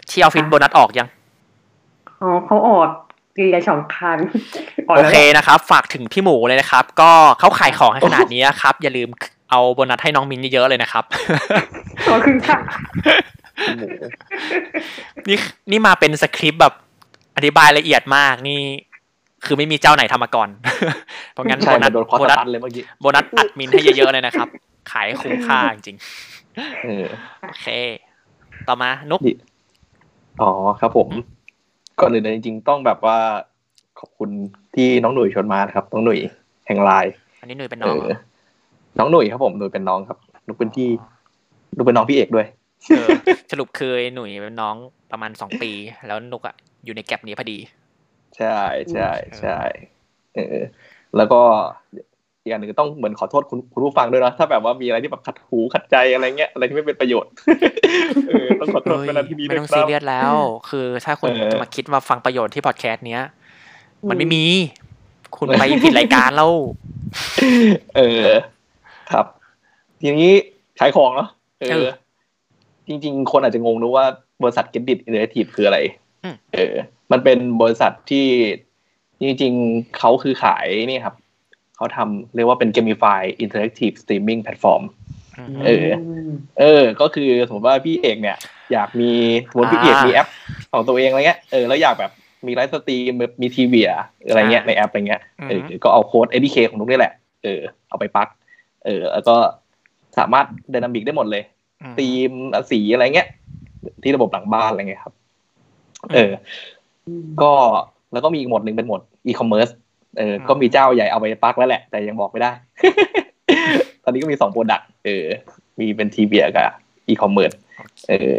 A: ที่ออฟฟิศ
C: ค่ะ
A: โบนัสออกยัง
C: อ๋อเขาออกปีละสองคัน
A: โอเคนะครับ ฝากถึงพี่หมูเลยนะครับ ก็เขาขายของให้ขนาดนี้นะครับ อย่าลืมเอาโบนัสให้น้องมิ้นเยอะๆเลยนะครับ
C: ขอบคุณค่ะ
B: หมู
A: นี่นี่มาเป็นสคริปต์แบบอธิบายละเอียดมากนี่ คือไม่มีเจ้าไหนทำมาก่อน เพราะงั้น
B: ใช่
A: โบนัส
B: โดนคอส
A: โบนัส
B: ตันเลยเมื่อกี้
A: โบนัสอัดมินให้เยอะๆเลยนะครับ ขายคุ้มค่าจริง
B: เออ
A: ๆโอเค ต่อมานุก
B: ดี อ๋อครับผม ก่อนอื่นเลยจริง ๆ ต้องแบบว่า ขอบคุณที่น้องหนุ่ยชวนมานะครับ น้องหนุ่ยแห่งไลน์
A: อันนี้หนุ่ยเป็น
B: เอ
A: น้อง
B: อน้องหนุ่ยครับผมหนุ่ยเป็นน้องครับนุกเป็นที่นุกเป็นน้องพี่เอกด้วย
A: เออสรุปคือหนุ่ยเป็นน้องประมาณสองปี แล้วนุกอะอยู่ในแก็บนี้พอดี
B: ใช่ใช่ใช่เออ แล้วก็อีกอย่างหนึ่งก็ต้องเหมือนขอโทษคุณคุณผู้ฟังด้วยนะถ้าแบบว่ามีอะไรที่แบบขัดหูขัดใจอะไรเงี้ยอะไรที่ไม่เป็นประโยชน์ เออต้องขอโทษ
A: เอ้ย
B: เวลาที่นี้
A: ไม่
B: ด้วย
A: ต้อง
B: ค
A: ซี
B: รับ
A: เรียสแล้ว คือถ้าคุณ
B: เออ
A: จะมาคิดมาฟังประโยชน์ที่พอดแคสต์เนี้ย มันไม่มี คุณไปผิดรายการแล้ว
B: เออ ครับ ทีนี้ขายของเนาะเอ
A: เอ
B: อ
A: อ
B: จริง ๆ คนอาจจะงงนึกว่าบริษัทเก t ดิ t อินเทอร์แอคทีฟคืออะไร
A: อืม
B: เออ มันเป็นบริษัทที่จริง ๆเขาคือขายนี่ครับ เขาทำเรียกว่าเป็นเกม i ฟายอินเทอร์แอคทีฟสตรีมมิ่งแพลตฟอร์ม เออ
C: ม
B: เออ ก็คือสมมติว่าพี่เอกเนี่ย อยากมีสมมติพี่
A: อ่า
B: เอกมีแอปของตัวเองอะไรเงี้ย เออ แล้วอยากแบบมีไลฟ์สตรีมแบบมีทีวีอะอะไรเงี้ย
A: อ่า
B: ในแอปอะไรเงี้ย เออ
A: อือฮึ
B: ก็เอาโค้ด APK ของนุกนี่แหละ เออ เอาไปปลัก เออ แล้วก็สามารถไดนามิกได้หมดเลย ธีมสีอะไรเงี้ย ที่ระบบหลังบ้านอะไรเงี้ยครับ เออ ก็แล้วก็มีอีกหมวดหนึ่งเป็นหมวดอีคอมเมิร์ซเออ
A: อืม
B: ก็มีเจ้าใหญ่เอาไปปักแล้วแหละ แต่ยังบอกไม่ได้ ตอนนี้ก็มีสองโปรดักต์เออ มีเป็นทีเบียกับอีคอมเมิร์ซเออ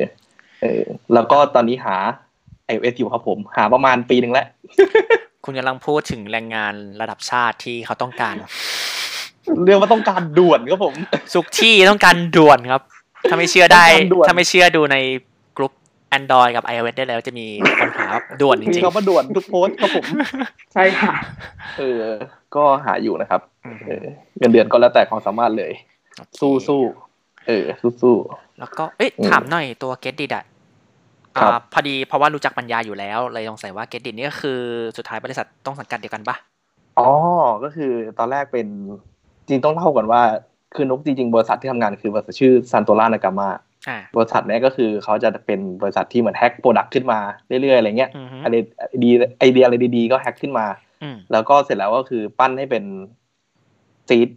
B: เออ แล้วก็ตอนนี้หา iOS อยู่ครับผม หาประมาณปีหนึ่งแล้ว
A: คุณกำลังพูดถึงแรงงานระดับชาติที่เขาต้องการ
B: เรื่องว่าต้องการด่วนครับผม
A: สุกที่ต้องการด่วนครับ ถ้าไม่เชื่อได้
B: ต้องการด่วน
A: ถ้าไม่เชื่อดูในกลุ่ม Android กับ iOS ได้แล้วจะมีคนหาแบบด่วนจ
B: มี
A: ริง
B: คำว่าด่วนทุกโพสต์ ครับผม
C: ใช่ค่ะ
B: เออ ก็หาอยู่นะครับ
A: ๆอืม
B: เออ เงินเดือนก็แล้วแต่ความสามารถเลย
A: โอเค
B: สู้สู้เออ สู้สู้
A: แล้วก็เอ๊ะ
B: อืม
A: ถามหน่อยตัว Get Did อะ
B: ครับ
A: อ่าพอดีเพราะว่ารู้จักปัญญาอยู่แล้ว เลยสงสัยว่า Get Did นี่ก็คือสุดท้ายบริษัทต้องสังกัดเดียวกันปะ
B: อ๋อ ก็คือตอนแรกเป็นจริงต้องเล่าก่อนว่า คือนกจริงๆบริษัทที่ทำงานคือบริษัทชื่อซันโต r านากามา
A: อ่า
B: บริษัทเนี้ยก็คือเขาจะเป็นบริษัทที่เหมือนแฮกโปรดักต์ขึ้นมาเรื่อยๆอะไรเงี้ย
A: อือฮึ
B: อะไรดีไอเดียอะไรดีๆก็แฮกขึ้นมา
A: อืม
B: แล้วก็เสร็จแล้วก็คือปั้นให้เป็นซีด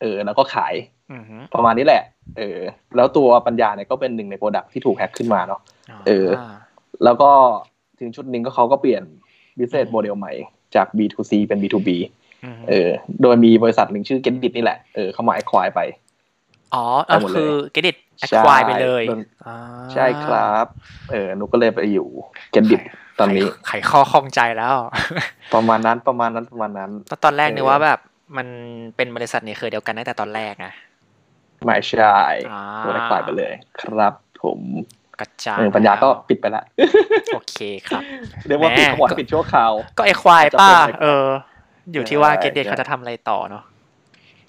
B: เออ แล้วก็ขาย
A: อือฮึ
B: ประมาณนี้แหละ เออ แล้วตัวปัญญาเนี่ยก็เป็นหนึ่งในโปรดักต์ที่ถูกแฮกขึ้นมาเนาะ เออ แล้วก็ถึงชุดหนึ่งก็เขาก็เปลี่ยน business model ใหม่จาก B2C เป็น B2B
A: ม
B: เออ โดยมีบริษัทหนึ่งชื่อ Gendit นี่แหละ เออ เขามา acquire ไป
A: อ๋อเอ
B: เอา
A: อ
B: หมดเลย
A: คือ get it
B: ใช่
A: acquire ไปเลยอ่า
B: ใช่ครับ เออหนูก็เลยไปอยู่ Gendit ตอนนี้
A: ไขไขข้อข้องใจแล้ว
B: ประมาณนั้น ประมาณนั้น ประมาณนั้น
A: ตอนตอนแรกนึก
B: เออ
A: ว่าแบบมันเป็นบริษัทในเครือเดียวกันตั้งแต่ตอนแรกนะ
B: ไม่ใช่
A: อ่า
B: ตัว acquire ไปเลย ครับผม
A: กระจาย
B: เออปัญญาก็ปิดไปละ
A: โอเคครับ
B: เรียกว่า
A: แหม
B: ปิดขวดปิดชั่วคราว
A: ก็ไอควายป้า
B: จะเป็น
A: เออ อยู่ที่ว่า
B: ใช่
A: get it เขาจะทำอะไรต่อเนาะ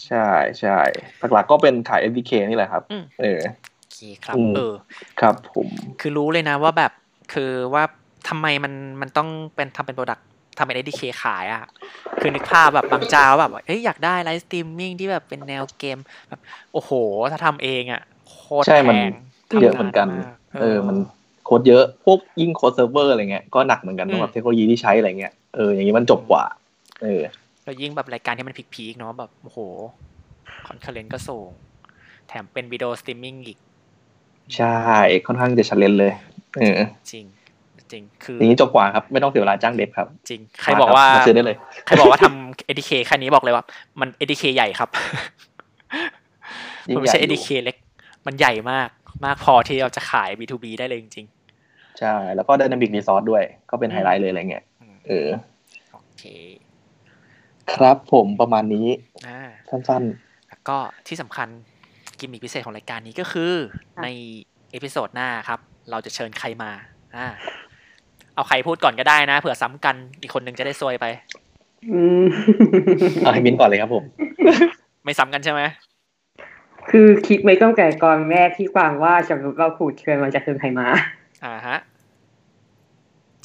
B: ใช่ใช่หลักๆก็เป็นขาย SDK นี่แหละครับ
A: อืม
B: เออ
A: โอเคครับ
B: อืม
A: เออ
B: ครับผม
A: คือรู้เลยนะว่าแบบ คือว่าทำไมมันมันต้องเป็นทำเป็นโปรดักทำเป็น SDK ขายอะ่ะ คือนึกภาพแบบบางเจ้าแบบเอ้ยอยากได้ไลฟ์สตรีมมิ่งที่แบบเป็นแนวเกมแบบโอ้โห ถ้าทำเองอะ่ะโคตร
B: ใช่
A: แพ
B: มัน
A: ง
B: เยอะเหมือนกัน
A: ทำาา
B: เออมันโคตรเยอะพวกยิ่งโคตรเซิร์ฟเวอร์อะไรเงี้ยก็หนักเหมือนกันสำหรับเทคโนโลยีที่ใช้อะไรเงี้ยเอออย่างนี้มันจบกว่า เออ
A: แล้วยิ่งแบบรายการที่มันพีคๆเนาะแบบโอ้โหคอนเทนต์ก็สูง แถมเป็นวิดีโอสตรีมมิ่งอีก
B: ใช่ค่อนข้างจะชันเลนเลยเออ
A: จริง จริงคือ
B: อ
A: อย่าง
B: นี้จบกว่าครับไม่ต้องเสียเวลาจ้างเด็บครับ
A: จริง ใครบอกว่า
B: มครัมาซื้อได้เลย
A: ใครบอกว่าทำ ADK แค่นี้บอกเลยว่า มัน ADK ใหญ่ครับ
B: ยิ่
A: มั
B: ง
A: นไม่
B: ใหญ่
A: ใช่
B: อยู่
A: ADK เล็ก มันใหญ่มากมากพอที่เราจะขาย B2B ได้เลยจริง
B: ใช่ แล้วก็ไดนามิกรีซอสด้วย ก็เป็นไฮไลท์เลยอะไรเงี้ย
A: ๆอืม
B: เออ
A: โอเค
B: ครับผมประมาณนี้
A: อ่า
B: สั้น
A: แล้วก็ที่สำคัญกิมมิคพิเศษของรายการนี้ก็คือ
C: ค่ะ
A: ในเอพิโซดหน้าครับ เราจะเชิญใครมาอ่าเอาใครพูดก่อนก็ได้นะเผื่อซ้ำกันอีกคนนึงจะได้ซวยไป
C: อื ม
B: ๆเอาให้มินก่อนเลยครับผม
A: ไม่ซ้ำกันใช่ไหม
C: คือคิดไว้ตั้งแต่ก่อนแม่ที่ฟังว่าจะรู้เราขูดเชิญมาจะเชิญใครมา
A: อ่าฮะ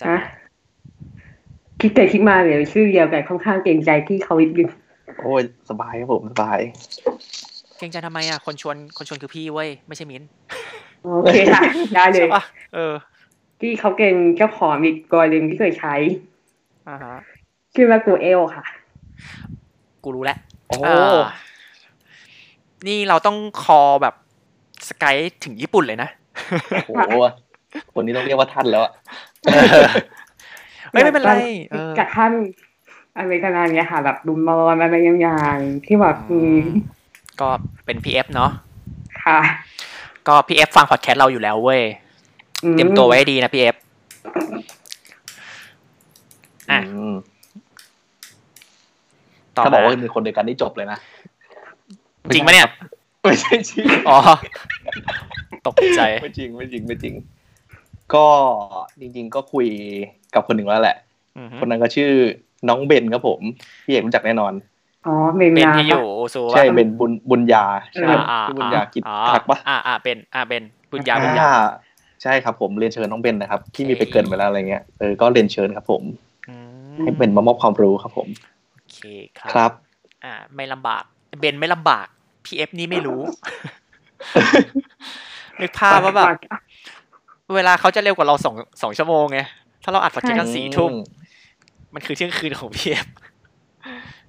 A: จ้ะ
C: ฮะคิดแต่คิดมาเดี๋ยวชื่อเดียวกันค่อนข้างเกรงใจที่เขาวิทย์อยู่
B: โอ้ยสบายครับผมสบาย
A: เก่งใจทำไมอ่ะคนชวนคนชวนคือพี่เว้ยไม่ใช่มิ้น
C: โอเคค่ะ ได้เล
A: ใช่
C: ย
A: ปะเออ
C: ที่เขาเก่งเจ้าของอีกกอลิงที่เคยใช้
A: อ่าฮะ
C: ชื่อว่าตัวเอลค่ะ
A: กูรู้แล้ว
B: โอ้
A: เอนี่เราต้องคอแบบสกายถึงญี่ปุ่นเลยนะ
B: โอ้โหคนนี้ต้องเรียกว่าท่านแล้วอะ
A: เฮ้ยไม่เป็นไรเออ
C: จากท่านอเมริกันอะไรเงี้ยค่ะ แบบดุมบอลอะไรอย่างๆที่แบบ
A: อื
C: อื
A: ม
C: ม
A: ก็เป็น PF เนาะ
C: ค่ะ
A: ก็ PF ฟังพอดแคสต์เราอยู่แล้วเว้ย
C: อื
A: เตรียมตัวไว้ให้ดีนะ PF อ่ะ
B: อืม
A: ต่อ
B: ถ้าบอกว่า
A: มา
B: เป็นคนเดียวกันนี่จบเลยนะ
A: จริงปะเนี่ย
B: ไม่ใช่จริง
A: อ๋อ ตกใจ
B: ไม่จริงไม่จริงไม่จริง ก็จริง ๆ ก็คุยกับคนหนึ่งแล้วแหละ
A: อือฮึ
B: คนนั้นก็ชื่อน้องเบนครับผมพี่เอกรู้จักแน่นอน
C: อ๋อเมน
A: เป็น
C: นา
A: ที่อยู่โอซู
B: ใช่
A: ปะ
B: เบนบุญบุญญาใช่ไหม
A: อ่า
B: ชื่อบุญ
A: อ่า
B: ญากิจ
A: อ่า
B: ทักปะ
A: อ่าอ่าเป็นอ่าเป็นบุญญาบุญญา
B: อ่ใช่ครับผมเรียนเชิญน้องเบนนะครับ ที่มีไปเกรินไปแล้วอะไรเงี้ยเออก็เรียนเชิญครับผม
A: อืม
B: ให้เบนมามอบความรู้ครับผม
A: โอเคครับ
B: ครับ
A: อ่า ไม่ลำบาก เบนไม่ลำบาก PF นี่ไม่รู้ นึกภาพว่าแบบ เวลาเขาจะเร็วกว่าเราสองสองชั่วโมงไง ถ้าเราอัดพอดแคสต์กัน
B: ใช่
A: สี่ทุ่ม
B: อืม
A: มันคือเที่ยงคืนของพีเอฟ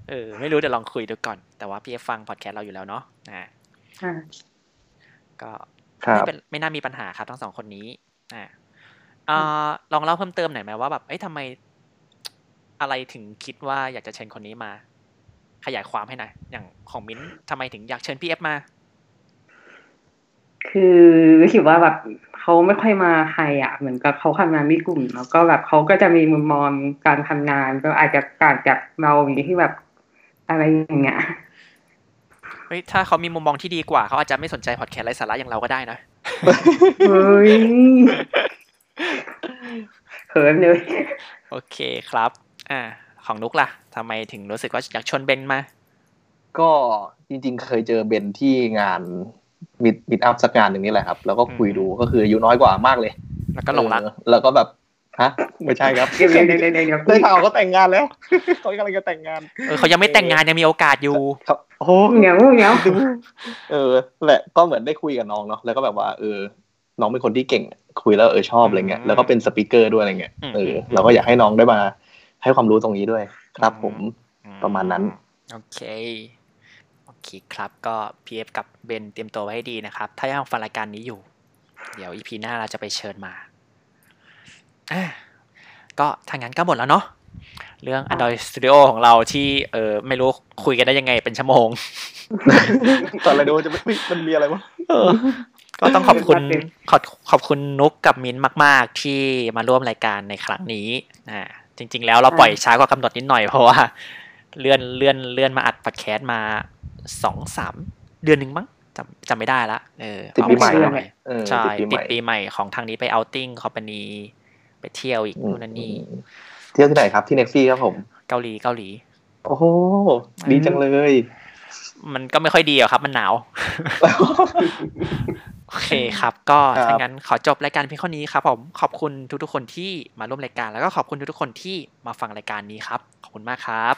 A: เออ ไม่รู้เดี๋ยวลองคุยดูก่อน แต่ว่าพีเอฟฟังพอดแคสต์เราอยู่แล้วเนาะนะ
C: ค่ะ
A: ก็
B: ครั
A: ไม่
B: บ
A: เป็นไม่น่ามีปัญหาครับทั้งสองคนนี้อ่าเอ่อลองเล่าเพิ่มเติมหน่อยไหมว่าแบบเอ้ยทำไม อะไรถึงคิดว่าอยากจะเชิญคนนี้มา ขยายความให้หน่อยอย่างของมิ้นท์ทำไมถึงอยากเชิญพีเอฟมา
C: คือรู้สึกว่าแบบเขาไม่ค่อยมาใครอ่ะ เหมือนกับเขาทำงานมีกลุ่ม แล้วก็แบบเขาก็จะมีมุมมองการทำงานก็อาจจะต่างจากเราอย่างที่แบบอะไรอย่างเงี้ย
A: เฮ้ยถ้าเขามีมุมมองที่ดีกว่าเขาอาจจะไม่สนใจพอดแคสต์ไร้สาระอย่างเราก็ได้นะ
C: เฮ้ยเขินเลย
A: โอเคครับ อ่า ของนุกล่ะทำไมถึงรู้สึกว่าอยากชวนเบนมา
B: ก็จริง ๆ เคยเจอเบนที่งานมิดมิดอัพสักงานหนึ่งนี่แหละครับ แล้วก็คุยดูก็คืออายุน้อยกว่ามากเลย
A: แล้วก็หลงรัก
B: เออแล้วก็แบบฮะไม่ใช่ครับ
C: เดี๋ยวเดี๋ยวเดี๋ยวเดี๋ยวเดี๋ยว
B: ได้ข่าวก็แต่งงานแล้ว เขากำลังจะแต่งงาน
A: เออเขายังไม่แต่งงานยังมีโอกาสอยู่
B: ครับโอ้โห
C: เดี๋ยวเดี๋ยว
B: เออแหละก็เหมือนได้คุยกับน้องเนาะแล้วก็แบบว่าเออ น้องเป็นคนที่เก่งคุยแล้วเออชอบอะไรเงี้ย
A: อืม
B: แล้วก็เป็นสปีกเกอร์ด้วยอะไรเงี้ย
A: อืม
B: เอออ
A: ม
B: เราก็อยากให้น้องได้มาให้ความรู้ตรงนี้ด้วย ครับผม ประมาณนั้น
A: โอเค โอเคครับ ก็ PF กับเบนเตรียมตัวไว้ให้ดีนะครับ ถ้ายังฟังรายการนี้อยู่ เดี๋ยวอีพีหน้าเราจะไปเชิญมาอ่ะก็ทางนั้นก็หมดแล้วเนาะ เรื่อง Android Studio ของเราที่ เออไม่รู้คุยกันได้ยังไงเป็นชั่วโมง
B: ตอนแรกดูว่าจะไม่เฮ้ยมันมีอะไรวะ
A: เออก็ต้องขอบคุณขอบขอบคุณนุกกับมิ้นท์มาก ๆ ที่มาร่วมรายการในครั้งนี้อ่าจริง ๆ แล้วเราปล่อยช้ากว่ากำหนดนิดหน่อยเพราะว่า เลื่อนเลื่อนเลื่อนมาอัดพอดแคสต์มาสองสามเดือนหนึ่งมั้งจำจำไม่ได้ละเออ
B: ติดปีใหม่
A: เอาไป
B: เออ
A: ใช่
B: ติด
A: ติ
B: ปี
A: ด
B: ใหม่
A: ปีใหม่ของทางนี้ไปเอาติ้งคอมพานีไปเที่ยวอีก
B: อืม
A: นู่นนั่นนี่
B: เที่ยวที่ไหนครับที่เน็กซี่ครับผม
A: เกาหลีเกาหลี
B: โอ้โหดีจังเลย
A: มันก็ไม่ค่อยดีหรอกครับ มันหนาว โอเคครับ ก็
B: ครับ
A: ถ้างั้นขอจบรายการเพียงเท่านี้ครับผมขอบคุณทุกๆคนที่มาร่วมรายการ แล้วก็ขอบคุณทุกๆคนที่มาฟังรายการนี้ครับ ขอบคุณมากครับ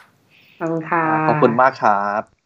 C: ขอบคุณค่ะ
B: ขอบคุณมากครับ